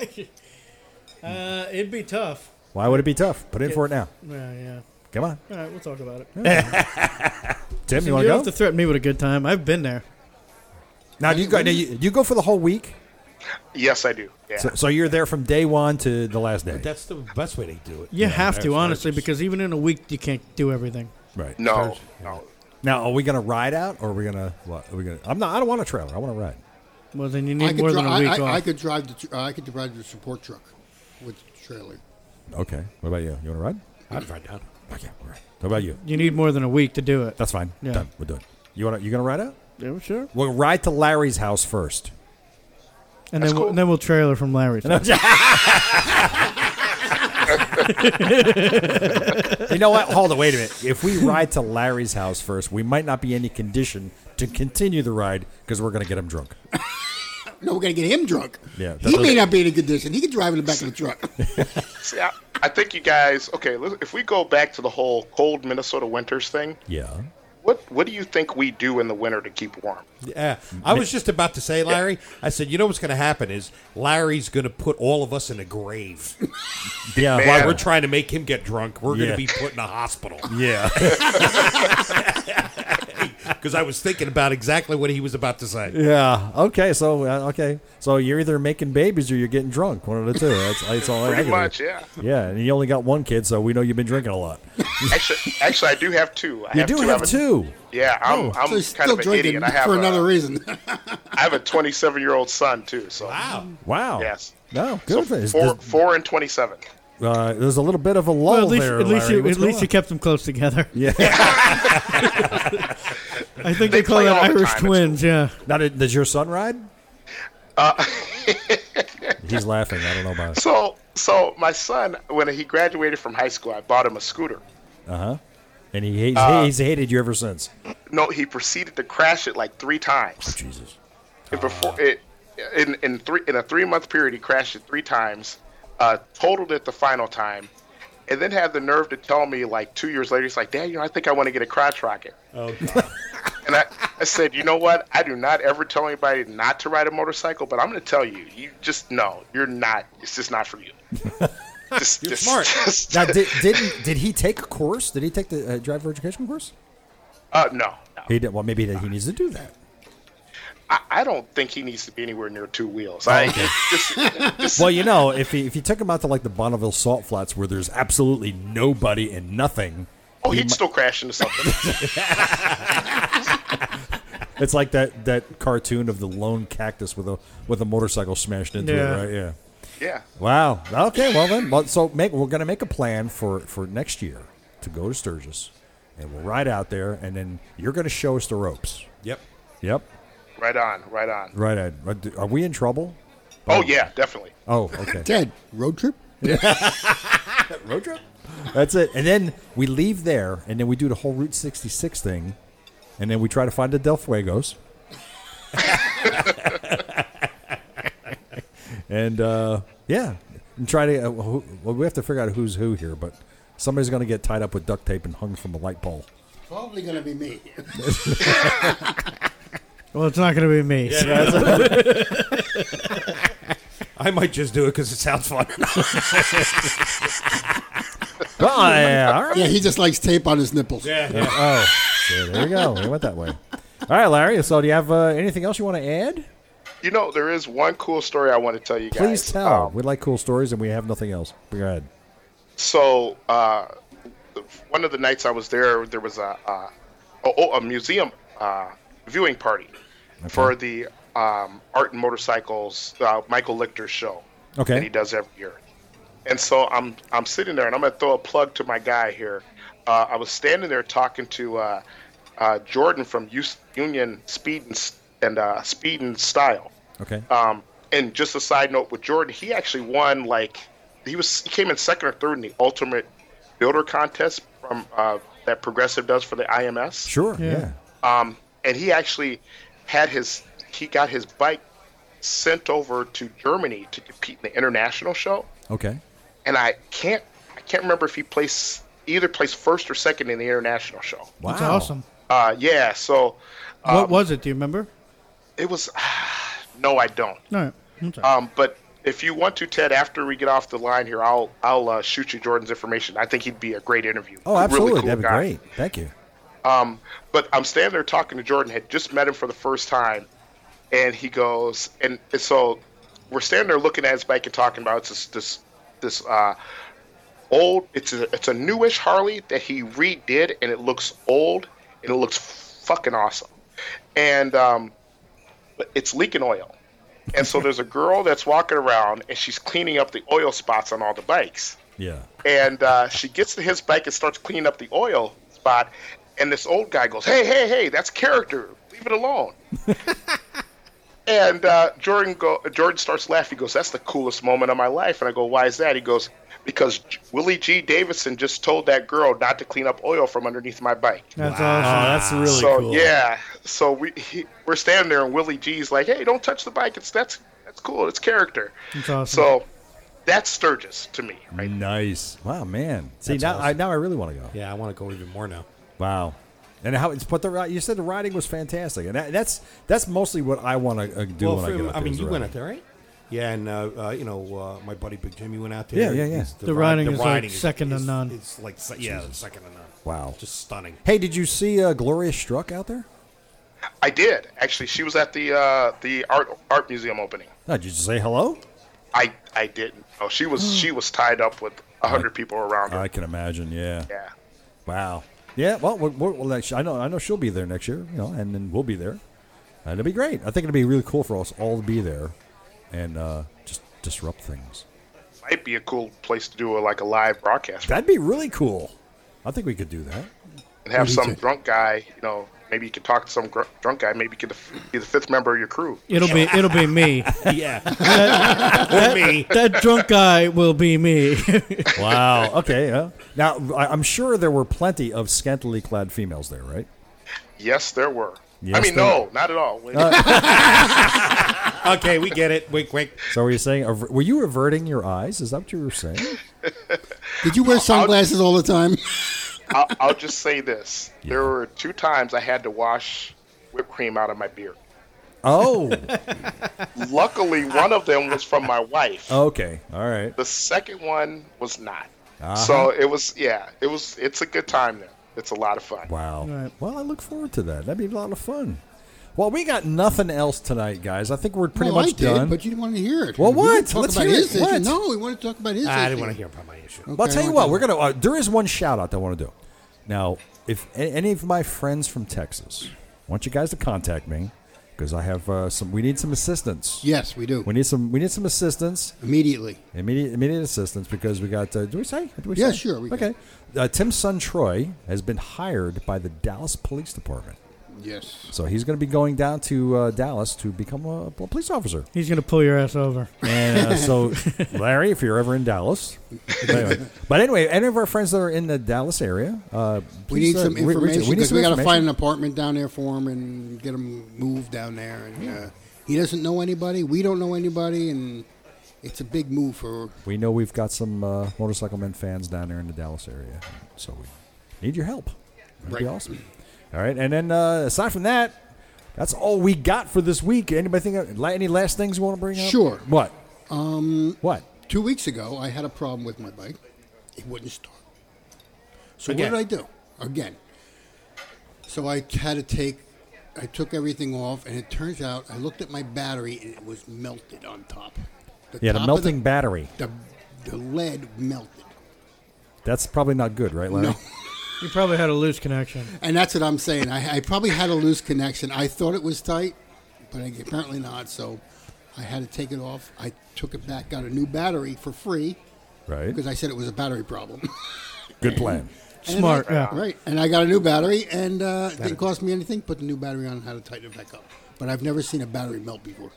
Speaker 4: Uh, it'd be tough.
Speaker 2: Why would it be tough? Put in for it now.
Speaker 4: Yeah, yeah.
Speaker 2: Come on,
Speaker 4: All right, we'll talk about it.
Speaker 2: Tim. You
Speaker 4: You
Speaker 2: want
Speaker 4: don't
Speaker 2: to
Speaker 4: have to
Speaker 2: go?
Speaker 4: threaten me with a good time. I've been there.
Speaker 2: Now do you go. Now you, you go for the whole week.
Speaker 6: Yes, I do. Yeah.
Speaker 2: So, so you're there from day one to the last day.
Speaker 5: That's the best way to do it.
Speaker 4: You have
Speaker 5: that's
Speaker 4: to,
Speaker 5: right.
Speaker 4: honestly, because even in a week, you can't do everything.
Speaker 2: Right.
Speaker 6: no, no.
Speaker 2: Now, are we gonna ride out, or are we gonna? What, are we gonna? I'm not. I don't want a trailer. I want to ride.
Speaker 4: Well, then you
Speaker 3: I
Speaker 4: need
Speaker 3: could,
Speaker 4: more
Speaker 3: dri-
Speaker 4: than a week
Speaker 3: I, I, I
Speaker 4: off.
Speaker 3: could drive the. tr- Uh, I could drive the support truck with the trailer.
Speaker 2: Okay. What about you? You want to ride?
Speaker 5: I'd ride down.
Speaker 2: Okay. All right. What about you?
Speaker 4: you need more than a week to do it.
Speaker 2: That's fine.
Speaker 4: Yeah.
Speaker 2: Done. We're done. You want? to You gonna ride out?
Speaker 4: Yeah, well, sure.
Speaker 2: We'll ride to Larry's house first.
Speaker 4: And
Speaker 6: That's
Speaker 4: then, we'll,
Speaker 6: cool.
Speaker 4: then we'll trailer from Larry's. *laughs*
Speaker 2: You know what? Hold on, wait a minute. If we ride to Larry's house first, we might not be in any condition to continue the ride because we're going to get him drunk.
Speaker 3: No, we're gonna get him drunk.
Speaker 2: Yeah, that
Speaker 3: he may
Speaker 2: doesn't-
Speaker 3: not be in a condition. He could drive in the back of the truck.
Speaker 6: See, I, I think you guys. Okay, let's- if we go back to the whole cold Minnesota winters thing,
Speaker 2: Yeah.
Speaker 6: what what do you think we do in the winter to keep warm?
Speaker 5: Yeah, I was just about to say, Larry. I said, you know what's going to happen is Larry's going to put all of us in a grave.
Speaker 2: Yeah.
Speaker 5: While
Speaker 6: Man.
Speaker 5: we're trying to make him get drunk, we're going
Speaker 2: Yeah.
Speaker 5: to be put in a hospital.
Speaker 2: yeah.
Speaker 5: Because I was thinking about exactly what he was about to say.
Speaker 2: Yeah. Okay. So uh, okay. So you're either making babies or you're getting drunk. One of the two. That's, that's all. I
Speaker 6: Pretty
Speaker 2: think of
Speaker 6: much,
Speaker 2: it.
Speaker 6: yeah.
Speaker 2: Yeah, and you only got one kid, so we know you've been drinking a
Speaker 6: *laughs*
Speaker 2: lot.
Speaker 6: Actually, actually, I do have two. I
Speaker 2: You do
Speaker 6: I
Speaker 2: have two. Oh.
Speaker 6: Yeah, I'm, I'm
Speaker 3: *laughs* so he's
Speaker 6: kind
Speaker 3: still
Speaker 6: of an
Speaker 3: drinking
Speaker 6: idiot. I have
Speaker 3: for another
Speaker 6: a,
Speaker 2: *laughs*
Speaker 3: reason. *laughs*
Speaker 6: I have a 27 year old son too. So
Speaker 5: Wow.
Speaker 2: Wow.
Speaker 6: Yes.
Speaker 2: No.
Speaker 6: So
Speaker 2: Good. for this.
Speaker 6: four,
Speaker 2: This-
Speaker 6: four and 27.
Speaker 2: uh, there's a little bit of a lull
Speaker 4: Well, at least,
Speaker 2: there.
Speaker 4: at least,
Speaker 2: Larry.
Speaker 4: you,
Speaker 2: What's
Speaker 4: at least
Speaker 2: going
Speaker 4: you kept them close together.
Speaker 2: on? Yeah.
Speaker 4: *laughs* I think
Speaker 6: They
Speaker 4: they, call
Speaker 6: play all
Speaker 4: that
Speaker 6: the
Speaker 4: Irish
Speaker 6: time at
Speaker 4: twins. Yeah.
Speaker 2: now, did, does your son ride?
Speaker 6: *laughs*
Speaker 2: He's laughing. I don't know about. it.
Speaker 6: Uh, So, so my son, when he graduated from high school, I bought him a scooter.
Speaker 2: And he hates,
Speaker 6: uh,
Speaker 2: he's hated you ever since.
Speaker 6: No, he proceeded to crash it like three
Speaker 5: Oh,
Speaker 6: times.
Speaker 2: Jesus.
Speaker 6: And
Speaker 5: Ah.
Speaker 6: before it, in in three in a three month period, he crashed it three times, uh, totaled it the final time, and then had the nerve to tell me like two years later, he's like, "Dad, you know, I think I want to get a crotch rocket."
Speaker 5: Oh, God.
Speaker 6: *laughs* And I, I said, "You know what? I do not ever tell anybody not to ride a motorcycle, but I'm going to tell you, you just no, you're not. It's just not for
Speaker 5: *laughs*
Speaker 6: you." Just-
Speaker 5: You're
Speaker 6: just-
Speaker 5: smart.
Speaker 6: just-
Speaker 2: Now, did didn't, did he take a course? Did he take the uh, driver education course?
Speaker 6: uh, no, no.
Speaker 2: He did. Well, maybe that he needs to do
Speaker 6: *laughs*
Speaker 2: that.
Speaker 6: I, I don't think he needs to be anywhere near two wheels. I, just- just-
Speaker 2: Well, you know, if he if you took him out to like the Bonneville Salt Flats where there's absolutely nobody and nothing,
Speaker 6: oh, he'd still crash into something.
Speaker 2: it's like that that cartoon of the lone cactus with a with a motorcycle smashed into
Speaker 4: Yeah.
Speaker 2: it, right? Yeah.
Speaker 6: *laughs* yeah.
Speaker 2: Wow. Okay. Well then, well, so make we're gonna make a plan for for next year to go to Sturgis, and we'll ride out there, and then you're gonna show us the ropes.
Speaker 5: Yep.
Speaker 2: Yep.
Speaker 6: Right on. Right on.
Speaker 2: Right. Ed. Are we in trouble?
Speaker 6: Oh yeah, definitely.
Speaker 2: Oh, okay.
Speaker 3: Ted, road trip.
Speaker 2: road trip. That's it. And then we leave there, and then we do the whole Route 66 thing, and then we try to find the Del Fuegos. *laughs* and uh, yeah, and try to. Uh, who, well, we have to figure out who's who here, but somebody's going to get tied up with duct tape and hung from a light pole.
Speaker 3: Probably gonna be me.
Speaker 4: Well, it's not going to be me.
Speaker 5: I might just do it because it sounds *laughs* fun.
Speaker 2: Oh, yeah, all right.
Speaker 3: yeah, he just likes tape on his nipples.
Speaker 2: Oh, so there you go. We went that way. All right, Larry. So, do you have uh, anything else you want to add?
Speaker 6: You know, there is one cool story I want to tell you guys.
Speaker 2: Please tell.
Speaker 6: Um,
Speaker 2: we like cool stories, and we have nothing else. Go ahead.
Speaker 6: so, uh, one of the nights I was there, there was a a, oh, a museum uh, viewing party for the um, Art and Motorcycles uh, Michael Lichter show
Speaker 2: Okay.
Speaker 6: that he does every year. And so I'm I'm sitting there, and I'm gonna throw a plug to my guy here. Uh, I was standing there talking to uh, uh, Jordan from Us- Union Speed and, S- and uh, Speed and Style.
Speaker 2: Okay.
Speaker 6: Um, and just a side note with Jordan, he actually won like he was he came in second or third in the ultimate builder contest from uh, that Progressive does for the IMS.
Speaker 2: Sure.
Speaker 4: Yeah.
Speaker 2: yeah.
Speaker 6: Um, and he actually had his he got his bike sent over to Germany to compete in the international show.
Speaker 2: Okay.
Speaker 6: And I can't I can't remember if he placed either placed first or second in the international show.
Speaker 2: Wow.
Speaker 4: That's awesome.
Speaker 6: Uh, yeah, so Uh,
Speaker 4: what was it? Do you remember?
Speaker 6: it was *sighs* no, I don't.
Speaker 4: No. I'm sorry.
Speaker 6: Um, but if you want to, Ted, after we get off the line here, I'll I'll uh, shoot you Jordan's information. I think he'd be a great interview.
Speaker 2: Oh, absolutely.
Speaker 6: Really cool
Speaker 2: That'd be
Speaker 6: guy.
Speaker 2: great. Thank you.
Speaker 6: Um, but I'm standing there talking to Jordan. Had just met him for the first time, and he goes, and, and so we're standing there looking at his bike and talking about it's this this this uh, old. It's a it's a newish Harley that he redid, and it looks old and it looks fucking awesome. And um, but it's leaking oil. And so there's a girl that's walking around and she's cleaning up the oil spots on all the bikes
Speaker 2: Yeah.
Speaker 6: and uh, she gets to his bike and starts cleaning up the oil spot. And this old guy goes, "Hey, hey, hey! That's character. leave it alone. and uh, Jordan go, Jordan starts laughing. He goes, "That's the coolest moment of my life." And I go, "Why is that?" He goes, "Because J- Willie G. Davidson just told that girl not to clean up oil from underneath my bike."
Speaker 4: That's
Speaker 7: Oh,
Speaker 4: awesome.
Speaker 7: that's really
Speaker 6: Ah. so
Speaker 7: cool.
Speaker 6: yeah, so we he, we're standing there, and Willie G's like, "Hey, don't touch the bike. It's that's that's cool. It's character."
Speaker 4: That's awesome.
Speaker 6: So that's Sturgis to me. Right?
Speaker 2: Nice. Wow, man. See
Speaker 5: That's
Speaker 2: now, I
Speaker 5: awesome.
Speaker 2: now I really want to go.
Speaker 5: Yeah, I want to go even more now.
Speaker 2: Wow. And how it's but the ri- you said the riding was fantastic, and that, that's that's mostly what I want to uh, do
Speaker 5: well,
Speaker 2: when I
Speaker 5: for-
Speaker 2: get up there.
Speaker 5: mean,
Speaker 2: is
Speaker 5: you
Speaker 2: riding.
Speaker 5: went out there, right? Yeah, and uh, uh, you know, uh, my buddy Big Jimmy went out there.
Speaker 2: Yeah, yeah, yeah.
Speaker 5: He's-
Speaker 4: The
Speaker 5: ri-
Speaker 4: riding is, like, second to none.
Speaker 5: It's like se- yeah, second to none.
Speaker 2: Wow.
Speaker 5: just
Speaker 2: *laughs*
Speaker 5: stunning.
Speaker 2: Hey, did you see uh, Gloria Struck out there?
Speaker 6: I did actually. She was at the uh, the art art museum opening.
Speaker 2: No, did you say hello?
Speaker 6: I I didn't. Oh, she was she was tied up with a hundred people around her.
Speaker 2: I can imagine. Yeah.
Speaker 6: yeah.
Speaker 2: Wow. Yeah. Well, we're, we're, well, next- I know I know she'll be there next year. You know, and then we'll be there, and it'll be great. I think it'll be really cool for us all to be there, and uh, just disrupt things.
Speaker 6: might be a cool place to do a, like a live broadcast from
Speaker 2: That'd be really cool. I think we could do that.
Speaker 6: and have
Speaker 3: Me
Speaker 6: some
Speaker 3: too.
Speaker 6: drunk guy. You know, maybe you could talk to some gr- drunk guy. Maybe you could be the fifth member of your crew.
Speaker 4: It'll be it'll be
Speaker 6: *laughs*
Speaker 4: me.
Speaker 2: *laughs*
Speaker 5: yeah, or me.
Speaker 4: that drunk guy will be me. *laughs*
Speaker 2: Wow. okay. Yeah. Now I, I'm sure there were plenty of scantily clad females there, right?
Speaker 6: Yes, there were. I
Speaker 2: Yes,
Speaker 6: mean,
Speaker 2: there Uh,
Speaker 6: no, not at all.
Speaker 5: Okay, we get it. Wink, wink.
Speaker 2: So were you saying? aver- Were you averting your eyes? Is that what you were saying?
Speaker 3: Did you wear sunglasses all the time?
Speaker 6: *laughs* I'll, I'll just say this: there were two times I had to wash whipped cream out of my beard.
Speaker 2: Oh.
Speaker 6: Luckily, one of them was from my wife.
Speaker 2: Okay. All right.
Speaker 6: The second one was not. So it was, yeah, it was. It's a good time there. It's a lot of fun.
Speaker 2: Wow.
Speaker 4: Right.
Speaker 2: Well, I look forward to that. That'd be a lot of fun. Well, we got nothing else tonight, guys. I think we're *laughs* pretty
Speaker 3: well,
Speaker 2: much
Speaker 3: I did,
Speaker 2: done.
Speaker 3: but you didn't want to hear it.
Speaker 2: Well,
Speaker 3: We wanted
Speaker 2: what?
Speaker 3: to Talk
Speaker 2: Let's
Speaker 3: about
Speaker 2: hear
Speaker 3: his
Speaker 2: it.
Speaker 3: issue.
Speaker 2: What?
Speaker 3: No, we want to talk about his
Speaker 5: I
Speaker 3: issue.
Speaker 5: didn't want to hear about my issue.
Speaker 2: Well, I'll
Speaker 3: Okay,
Speaker 2: tell you
Speaker 3: well,
Speaker 2: what.
Speaker 3: then.
Speaker 2: We're gonna. Uh, there is one shout out that I want to do. Now, if a- any of my friends from Texas I want you guys to contact me, because I have uh, some. We need some assistance.
Speaker 3: Yes, we do.
Speaker 2: We need some. We need some assistance.
Speaker 3: Immediately.
Speaker 2: Immediate, immediate assistance because we got. Uh, do we say? Do we
Speaker 3: Yeah,
Speaker 2: say?
Speaker 3: sure, we
Speaker 2: okay. Uh, Tim's son Troy has been hired by the Dallas Police Department,
Speaker 3: Yes.
Speaker 2: so he's going to be going down to uh, Dallas to become a, a police
Speaker 3: *laughs*
Speaker 2: officer.
Speaker 4: He's gonna pull your ass over.
Speaker 2: And uh, so, Larry, if you're ever in Dallas, anyway. but anyway, any of our friends that are in the Dallas area, uh,
Speaker 3: We
Speaker 2: please,
Speaker 3: need
Speaker 2: uh,
Speaker 3: some
Speaker 2: re- reach-
Speaker 3: information
Speaker 2: we need
Speaker 3: because
Speaker 2: some
Speaker 3: we got to find
Speaker 2: information.
Speaker 3: an apartment down there for him and get him moved down there. And uh, he doesn't know anybody. We don't know anybody, and it's a big move for.
Speaker 2: We know we've got some uh, motorcycle men fans down there in the Dallas area, so we need your help. That'd be
Speaker 3: Right.
Speaker 2: awesome. All right, and then uh, aside from that, that's all we got for this week. Anybody think la- any last things you want to bring up?
Speaker 3: Sure.
Speaker 2: What? Um. What?
Speaker 3: Two weeks ago, I had a problem with my bike. It wouldn't start. So
Speaker 5: Again.
Speaker 3: what did I do? Again. So I had to take. I took everything off, and it turns out I looked at my battery, and it was melted on top. The
Speaker 2: Yeah,
Speaker 3: top
Speaker 2: the
Speaker 3: of
Speaker 2: melting battery.
Speaker 3: the, the lead melted.
Speaker 2: That's probably not good, right, Larry?
Speaker 3: No.
Speaker 4: You probably had a loose connection.
Speaker 3: And that's what I'm saying. I, I probably had a loose connection. I thought it was tight, but I- apparently not. So I had to take it off. I took it back, got a new battery for free
Speaker 2: Right.
Speaker 3: because I said it was a battery problem. *laughs*
Speaker 2: Good plan.
Speaker 3: And
Speaker 4: Smart,
Speaker 3: I-
Speaker 4: yeah.
Speaker 3: Right. And I got a new battery, and uh, it didn't cost me anything. Put the new battery on, how to tighten it back up. But I've never seen a battery melt before.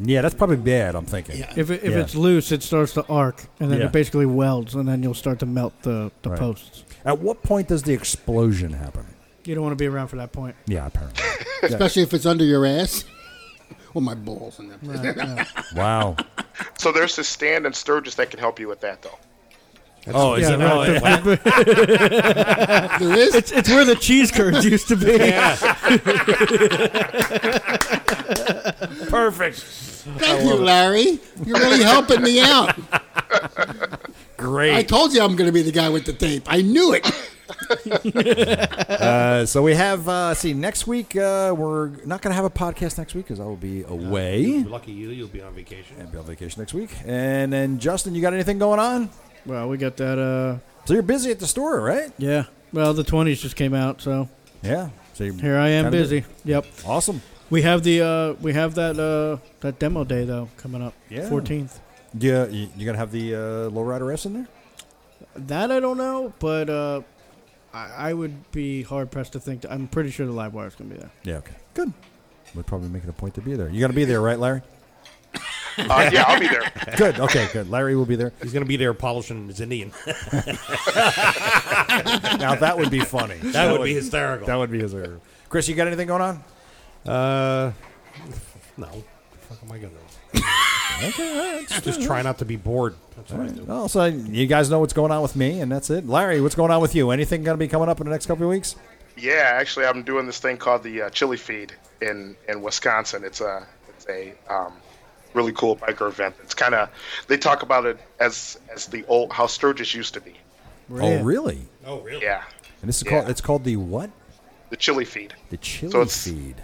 Speaker 2: Yeah, that's probably bad. I'm thinking.
Speaker 3: Yeah.
Speaker 4: If it, if
Speaker 2: Yeah.
Speaker 4: it's loose, it starts to arc, and then
Speaker 2: Yeah.
Speaker 4: it basically welds, and then you'll start to melt the, the
Speaker 2: Right.
Speaker 4: posts.
Speaker 2: At what point does the explosion happen?
Speaker 4: You don't want to be around for that *laughs* point.
Speaker 2: Yeah, apparently.
Speaker 3: Especially if it's under your ass. *laughs* Well, my balls and that.
Speaker 4: Yeah.
Speaker 2: *laughs* wow.
Speaker 6: So there's this stand in Sturgis that can help you with that, though.
Speaker 2: Oh, is
Speaker 4: Yeah,
Speaker 2: it
Speaker 4: right.
Speaker 2: really?
Speaker 3: *laughs* There is.
Speaker 4: It's, it's where the cheese curds used to *laughs* be.
Speaker 3: Thank you, Larry. You're really helping me out.
Speaker 2: Great.
Speaker 3: I told you I'm going to be the guy with the tape. I knew it.
Speaker 2: *laughs* Uh, so we have. Uh, see, next week uh, we're not going to have a podcast next week because I will be away.
Speaker 5: You're lucky you, you'll be on vacation.
Speaker 2: I'll be on vacation next week. And then Justin, you got anything going on?
Speaker 4: well, we got that. Uh,
Speaker 2: So you're busy at the store, right?
Speaker 4: yeah. Well, the twenties just came out, so
Speaker 2: Yeah. So you-
Speaker 4: here I am
Speaker 2: kinda
Speaker 4: busy. Yep.
Speaker 2: Awesome.
Speaker 4: We have the uh, we have that uh, that demo day though coming up.
Speaker 2: Yeah.
Speaker 4: Fourteenth.
Speaker 2: Yeah. You, you gonna have the uh, lowrider S in there?
Speaker 4: That I don't know, but uh, I, I would be hard pressed to think. I'm pretty sure the live wire is going to be there.
Speaker 2: Yeah, okay. Good. We'd probably make it a point to be there. You're going to be there, right, *laughs* Larry?
Speaker 6: Uh, yeah, I'll be there.
Speaker 2: Good. Okay, good. Larry will be there.
Speaker 5: He's going to be there polishing his Indian.
Speaker 2: Now, that would be *laughs* funny. That,
Speaker 5: would be hysterical.
Speaker 2: That would be his. Chris, you got anything going on?
Speaker 5: Uh, no. What the fuck am I going to do? Just try not to be bored. That's what I do.
Speaker 2: Well, Oh, so you guys know what's going on with me, and that's it. Larry, what's going on with you? Anything going to be coming up in the next couple of weeks?
Speaker 6: Yeah, actually, I'm doing this thing called the uh, Chili Feed in in Wisconsin. It's a it's a um, really cool biker event. It's kind of they talk about it as as the old how Sturgis used to be.
Speaker 2: Oh, really?
Speaker 5: Oh, really?
Speaker 6: Yeah,
Speaker 2: And this is
Speaker 6: Yeah.
Speaker 2: called it's called the what?
Speaker 6: the Chili Feed.
Speaker 2: The chili
Speaker 6: it's-
Speaker 2: feed.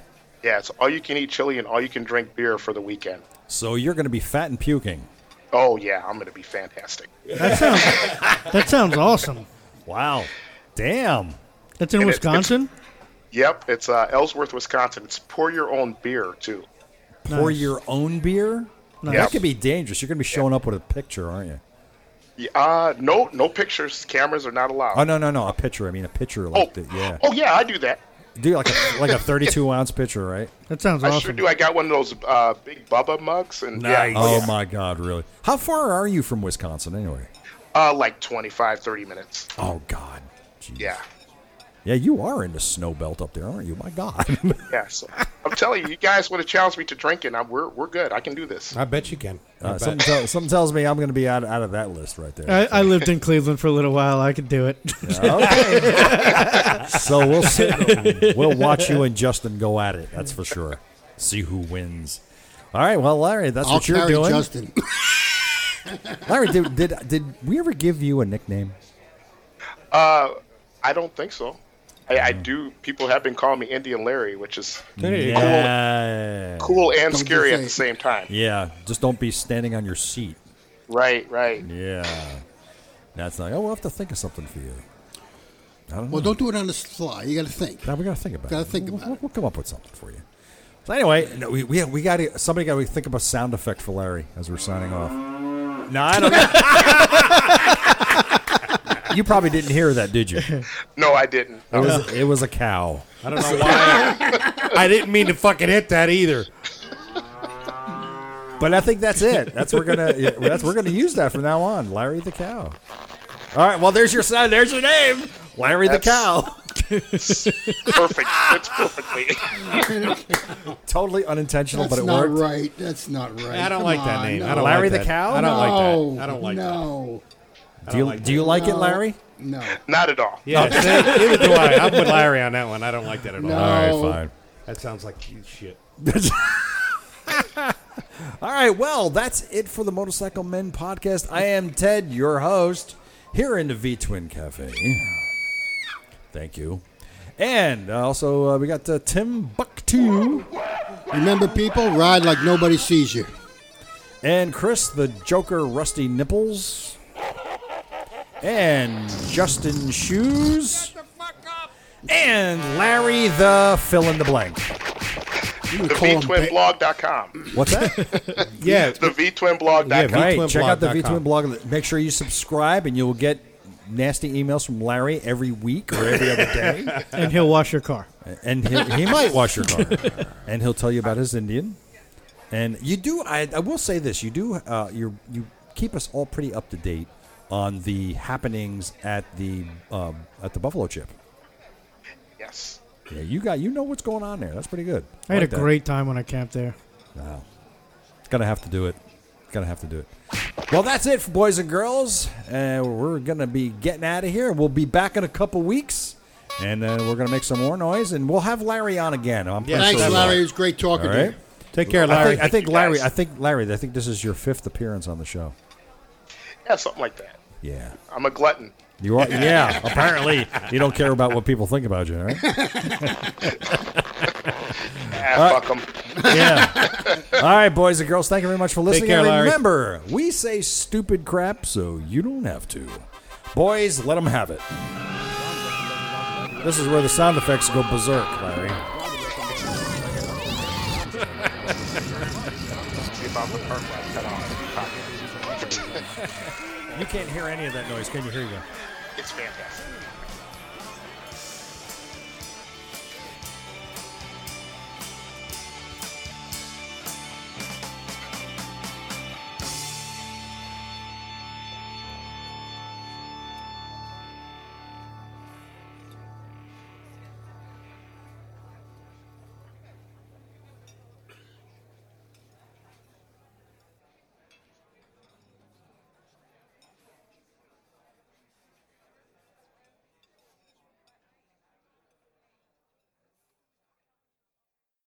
Speaker 6: Yeah, it's all you can eat chili and all you can drink beer for the weekend.
Speaker 2: So you're going to be fat and puking.
Speaker 6: Oh yeah, I'm gonna be fantastic.
Speaker 4: That sounds that sounds awesome.
Speaker 2: Wow. Damn.
Speaker 4: That's in
Speaker 6: And it-
Speaker 4: Wisconsin.
Speaker 6: Yep, it's uh, Ellsworth, Wisconsin. It's pour your own beer too.
Speaker 2: Pour
Speaker 4: Nice.
Speaker 2: your own beer?
Speaker 6: Yeah.
Speaker 2: That could be dangerous. You're going to be showing up with a picture, aren't you?
Speaker 6: Yeah, Uh, no, no pictures. Cameras are not allowed.
Speaker 2: Oh no, no, no, a pitcher. I mean a pitcher
Speaker 6: oh,
Speaker 2: like the yeah.
Speaker 6: oh yeah, I do that.
Speaker 2: Do like a like a 32 ounce pitcher, right?
Speaker 4: That sounds
Speaker 6: I
Speaker 4: awesome.
Speaker 6: sure do. I got one of those uh, big Bubba mugs and
Speaker 5: Nice.
Speaker 6: yeah,
Speaker 2: Oh
Speaker 6: yeah.
Speaker 2: my god, really? How far are you from Wisconsin anyway?
Speaker 6: Uh, like 25, 30 minutes.
Speaker 2: Oh god. Jeez.
Speaker 6: Yeah,
Speaker 2: Yeah, you are in the snow belt up there, aren't you? My god. *laughs*
Speaker 6: yeah. So I'm telling you, you guys want to challenge me to drinking? I'm, we're we're good. I can do this.
Speaker 5: I bet you can. I
Speaker 2: Uh,
Speaker 5: bet.
Speaker 2: something, tell, something tells me I'm going to be out, out of that list right there.
Speaker 4: I, I lived in Cleveland for a little while. I could do it.
Speaker 2: *laughs* Okay. so we'll see. We'll watch you and Justin go at it. That's for sure. See who wins. All right. Well, Larry, that's
Speaker 3: I'll
Speaker 2: what you're
Speaker 3: carry
Speaker 2: doing.
Speaker 3: Justin.
Speaker 2: Larry, did, did did we ever give you a nickname?
Speaker 6: I don't think so. I, I do. People have been calling me Indian Larry, which is
Speaker 2: Yeah.
Speaker 6: cool and
Speaker 3: Don't
Speaker 6: scary
Speaker 3: be
Speaker 6: at the same time.
Speaker 2: Yeah. Just don't be standing on your seat.
Speaker 6: Right, right.
Speaker 2: Yeah. That's like, oh, we'll have to think of something for you. I don't know.
Speaker 3: Well, don't do it on the fly. You got to think.
Speaker 2: Now we gotta think about
Speaker 3: Gotta
Speaker 2: it.
Speaker 3: think
Speaker 2: we'll,
Speaker 3: about
Speaker 2: we'll,
Speaker 3: it.
Speaker 2: we'll come up with something for you. So anyway, no, we we, we got to somebody got to think of a sound effect for Larry as we're signing off. No, I don't. know.
Speaker 5: *laughs*
Speaker 2: you probably didn't hear that, did you? It
Speaker 6: No, I didn't.
Speaker 2: was it was a cow.
Speaker 5: I don't know why. I didn't mean to fucking hit that either.
Speaker 2: But I think that's it. That's we're gonna yeah, that's we're gonna use that from now on. Larry the cow. All right. Well, there's your sign. There's your name, Larry the
Speaker 6: That's-
Speaker 2: cow. *laughs*
Speaker 6: Perfect. It's perfectly.
Speaker 2: Totally unintentional,
Speaker 3: That's
Speaker 2: but it
Speaker 3: not
Speaker 2: worked.
Speaker 3: right. That's not right.
Speaker 5: I don't
Speaker 3: Come
Speaker 5: like that
Speaker 3: on,
Speaker 5: name.
Speaker 3: No.
Speaker 5: I don't
Speaker 2: Larry
Speaker 5: like
Speaker 2: the
Speaker 5: that.
Speaker 2: cow?
Speaker 5: I don't
Speaker 3: no,
Speaker 5: like that. I don't like that.
Speaker 3: no,
Speaker 2: Do you
Speaker 5: like
Speaker 2: do you
Speaker 5: that.
Speaker 2: like it, Larry?
Speaker 3: No,
Speaker 6: Not at all.
Speaker 5: Yeah, see, neither do I. I'm with Larry on that one. I don't like that at all.
Speaker 3: No. All right,
Speaker 2: fine.
Speaker 5: That sounds like shit.
Speaker 2: All right, well, that's it for the Motorcycle Men podcast. I am Ted, your host, here in the V Twin Cafe. Thank you. And uh, also, uh, we got uh, Tim Bucktu
Speaker 3: Remember, people ride like nobody sees you.
Speaker 2: and Chris, the Joker Rusty Nipples, and Justin Shoes, and Larry, the fill in the blank.
Speaker 3: You can
Speaker 6: The
Speaker 3: call 'em ba-
Speaker 6: VTwinBlog.com.
Speaker 2: What's that? *laughs*
Speaker 5: Yeah,
Speaker 6: The VTwinBlog.com.
Speaker 5: Yeah,
Speaker 2: Right. Check out the V
Speaker 5: VTwinblog.com.
Speaker 2: Twin blog. Make sure you subscribe, and you'll get nasty emails from Larry every week or every other *laughs* day.
Speaker 4: and he'll wash your car.
Speaker 2: and he, he might wash your car, and he'll tell you about his Indian. And you do. I, I will say this: you do. Uh, you you keep us all pretty up to date on the happenings at the um, at the Buffalo Chip.
Speaker 6: Yes.
Speaker 2: Yeah, you got you know what's going on there. That's pretty good.
Speaker 4: I had
Speaker 2: Like
Speaker 4: a
Speaker 2: that.
Speaker 4: great time when I camped there.
Speaker 2: Wow. Gonna have to do it. Gonna have to do it. Well, that's it for boys and girls. Uh, we're gonna be getting out of here. We'll be back in a couple weeks, and uh, we're gonna make some more noise, and we'll have Larry on again. I'm pretty
Speaker 3: Thanks,
Speaker 2: sure we will.
Speaker 3: Larry. It was great
Speaker 2: All
Speaker 3: talking to
Speaker 2: right.
Speaker 3: you.
Speaker 5: Take care,
Speaker 2: I
Speaker 5: Larry.
Speaker 2: think, I think
Speaker 6: you,
Speaker 2: Larry.
Speaker 6: guys.
Speaker 2: I think Larry. I think this is your fifth appearance on the show.
Speaker 6: Yeah, something like that.
Speaker 2: Yeah.
Speaker 6: I'm a glutton.
Speaker 2: You are. *laughs* Yeah. apparently, you don't care about what people think about you, all right?
Speaker 6: Ah, fuck 'em.
Speaker 2: yeah. All right, boys and girls, thank you very much for listening.
Speaker 5: care,
Speaker 2: and
Speaker 5: Larry.
Speaker 2: remember, we say stupid crap so you don't have to. Boys, let them have it. This is where the sound effects go berserk, Larry.
Speaker 6: If I'm the perp, I cut off. *laughs*
Speaker 2: You can't hear any of that noise, can you? Here you go.
Speaker 6: It's fantastic.